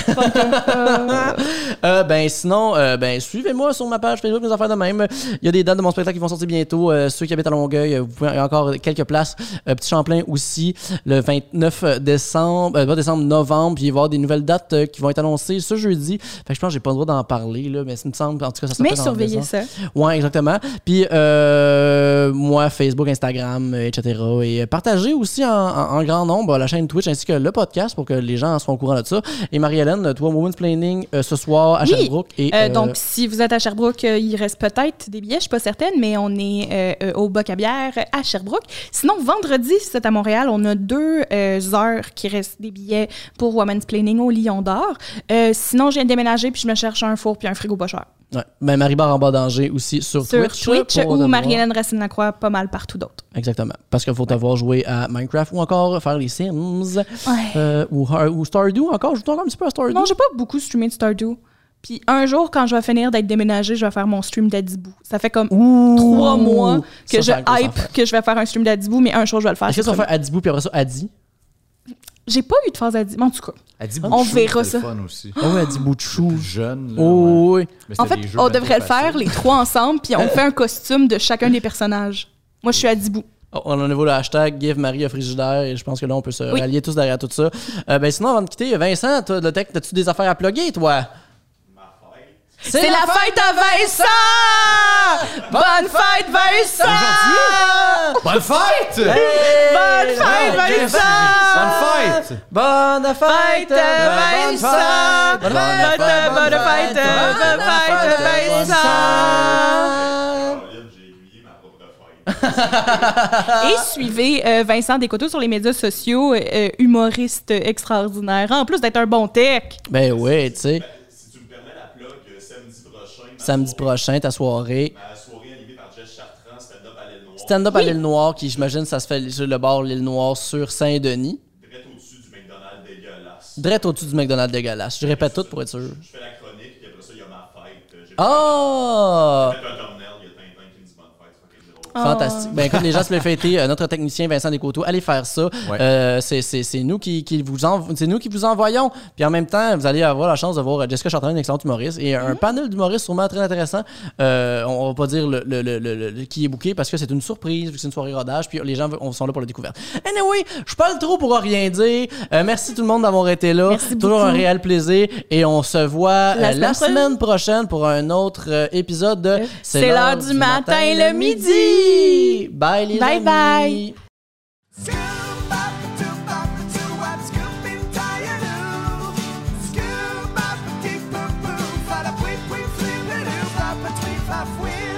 [SPEAKER 1] Euh, ben sinon, euh, ben suivez-moi sur ma page Facebook, mes affaires de même. Il y a des dates de mon spectacle qui vont sortir bientôt. Euh, ceux qui habitent à Longueuil, euh, vous pouvez il y a encore quelques places. Euh, Petit Champlain aussi, le 29 décembre, euh, pas décembre, novembre. Puis il va y avoir des nouvelles dates euh, qui vont être annoncées ce jeudi. Fait que je pense que j'ai pas le droit d'en parler, là, mais ça me semble, en tout cas, ça
[SPEAKER 2] Mais
[SPEAKER 1] s'appelle en
[SPEAKER 2] surveillez
[SPEAKER 1] décembre.
[SPEAKER 2] ça.
[SPEAKER 1] Ouais, exactement. Puis euh, moi, Facebook, Instagram, euh, etc. Et euh, partagez aussi en, en- en grand nombre euh, la chaîne Twitch ainsi que le podcast pour que les gens soient au courant de ça. Et Marie-Hélène, toi, Women's Planning euh, ce soir à
[SPEAKER 2] Oui.
[SPEAKER 1] Sherbrooke. Et,
[SPEAKER 2] Euh,
[SPEAKER 1] euh,
[SPEAKER 2] donc, si vous êtes à Sherbrooke, euh, il reste peut-être des billets, je suis pas certaine, mais on est euh, euh, au Boc à bière euh, à Sherbrooke. Sinon, vendredi, si c'est à Montréal, on a deux euh, heures qui restent des billets pour Women's Planning au Lion d'Or. Euh, sinon, je viens de déménager puis je me cherche un four puis un frigo pas cher.
[SPEAKER 1] ouais. Ben, Marie-Barre en bas danger aussi sur,
[SPEAKER 2] Sur
[SPEAKER 1] Twitch.
[SPEAKER 2] Twitch
[SPEAKER 1] pour te
[SPEAKER 2] ou
[SPEAKER 1] voir.
[SPEAKER 2] Marie-Hélène Racine-Lacroix, pas mal partout d'autres.
[SPEAKER 1] Exactement. Parce qu'il faut avoir joué à Minecraft ou encore faire les Sims. Euh, ou, Har- ou Stardew encore. Joue-toi encore un petit peu à Stardew.
[SPEAKER 2] Non, j'ai pas beaucoup streamé de Stardew. Puis un jour, quand je vais finir d'être déménagée, je vais faire mon stream d'Adibou. Ça fait comme trois mois que
[SPEAKER 1] Ça, c'est
[SPEAKER 2] je
[SPEAKER 1] la grosse affaire.
[SPEAKER 2] hype que je vais faire un stream d'Adibou, mais un jour, je vais le faire.
[SPEAKER 1] Est-ce que tu vas
[SPEAKER 2] c'est
[SPEAKER 1] faire Adibou puis après ça Adi?
[SPEAKER 2] promis. J'ai pas eu de phase Adibou, en tout cas.
[SPEAKER 3] Elle dit
[SPEAKER 2] On verra
[SPEAKER 3] c'était le
[SPEAKER 2] ça.
[SPEAKER 3] fun aussi.
[SPEAKER 1] Ah oui, Adibou de chou.
[SPEAKER 3] Plus jeune. là, ouais.
[SPEAKER 1] Oh, oui.
[SPEAKER 3] Mais
[SPEAKER 2] En
[SPEAKER 3] c'était
[SPEAKER 2] fait,
[SPEAKER 3] des jeux
[SPEAKER 2] on
[SPEAKER 3] bien
[SPEAKER 2] devrait le
[SPEAKER 3] trop faciles.
[SPEAKER 2] faire les trois ensemble, puis on fait un costume de chacun des personnages. Moi, je suis Adibou.
[SPEAKER 1] Oh, on en est le hashtag Give Marie à frigidaire et je pense que là on peut se
[SPEAKER 2] Oui.
[SPEAKER 1] rallier tous derrière tout ça. Euh, ben sinon avant de quitter, Vincent, toi, le tech, as-tu des affaires à plugger, toi?
[SPEAKER 2] C'est la fête à Vincent! Bonne fête, Vincent!
[SPEAKER 3] Bonne fête!
[SPEAKER 2] Bonne fête,
[SPEAKER 1] Bonne
[SPEAKER 2] Vincent!
[SPEAKER 3] Bonne fête!
[SPEAKER 1] Bonne fête,
[SPEAKER 2] Fête, Vincent!
[SPEAKER 1] Bonne fête,
[SPEAKER 2] Bonne fête, bonne fête, Vincent! Et suivez euh, Vincent Descoteaux sur les médias sociaux, euh, humoriste extraordinaire, en plus d'être un bon tech.
[SPEAKER 1] Ben oui, tu sais,
[SPEAKER 4] Si tu me permets la plug, euh, samedi prochain, ma
[SPEAKER 1] samedi
[SPEAKER 4] soirée,
[SPEAKER 1] prochain, ta soirée.
[SPEAKER 4] ma soirée animée par Jess Chartrand, stand-up à l'aile noire,
[SPEAKER 1] Stand-up à l'île Noire, qui j'imagine ça se fait sur le bord l'île Noire sur Saint-Denis.
[SPEAKER 4] direct au-dessus du McDonald's dégueulasse.
[SPEAKER 1] Drette au-dessus du McDonald's dégueulasse. Je répète tout pour être sûr.
[SPEAKER 4] Je fais la chronique, puis après ça, il y a ma fête. J'ai
[SPEAKER 1] Ah!
[SPEAKER 4] fait
[SPEAKER 1] Oh!
[SPEAKER 4] un thumbnail, il y a Tintin qui me dit bonne fête, c'est fucking drôle.
[SPEAKER 2] Oh.
[SPEAKER 1] Fantastique. Ben, écoute, les gens se le fêter. euh, notre technicien Vincent Descoteaux, allez faire ça.
[SPEAKER 3] Ouais.
[SPEAKER 1] Euh, c'est- c'est c'est nous qui, qui vous env- c'est nous qui vous envoyons. Puis en même temps, vous allez avoir la chance de voir euh, Jessica Chartrand, une excellente humoriste, et
[SPEAKER 2] Mm-hmm.
[SPEAKER 1] un panel d'humoristes sûrement très intéressant. Euh, on, on va pas dire le, le- le- le- le- qui est bouqué parce que c'est une surprise, vu que c'est une soirée rodage. Puis les gens ve- on sont là pour la découverte. Anyway, je parle trop pour rien dire. Euh, merci tout le monde d'avoir été là.
[SPEAKER 2] Merci
[SPEAKER 1] Toujours un
[SPEAKER 2] beaucoup.
[SPEAKER 1] réel plaisir. Et on se voit
[SPEAKER 2] La
[SPEAKER 1] euh, la
[SPEAKER 2] semaine
[SPEAKER 1] semaine prochaine pour un autre euh, épisode de
[SPEAKER 2] C'est l'heure du matin, le midi.
[SPEAKER 1] Bye les
[SPEAKER 2] Bye
[SPEAKER 1] amis.
[SPEAKER 2] bye.
[SPEAKER 5] Halfway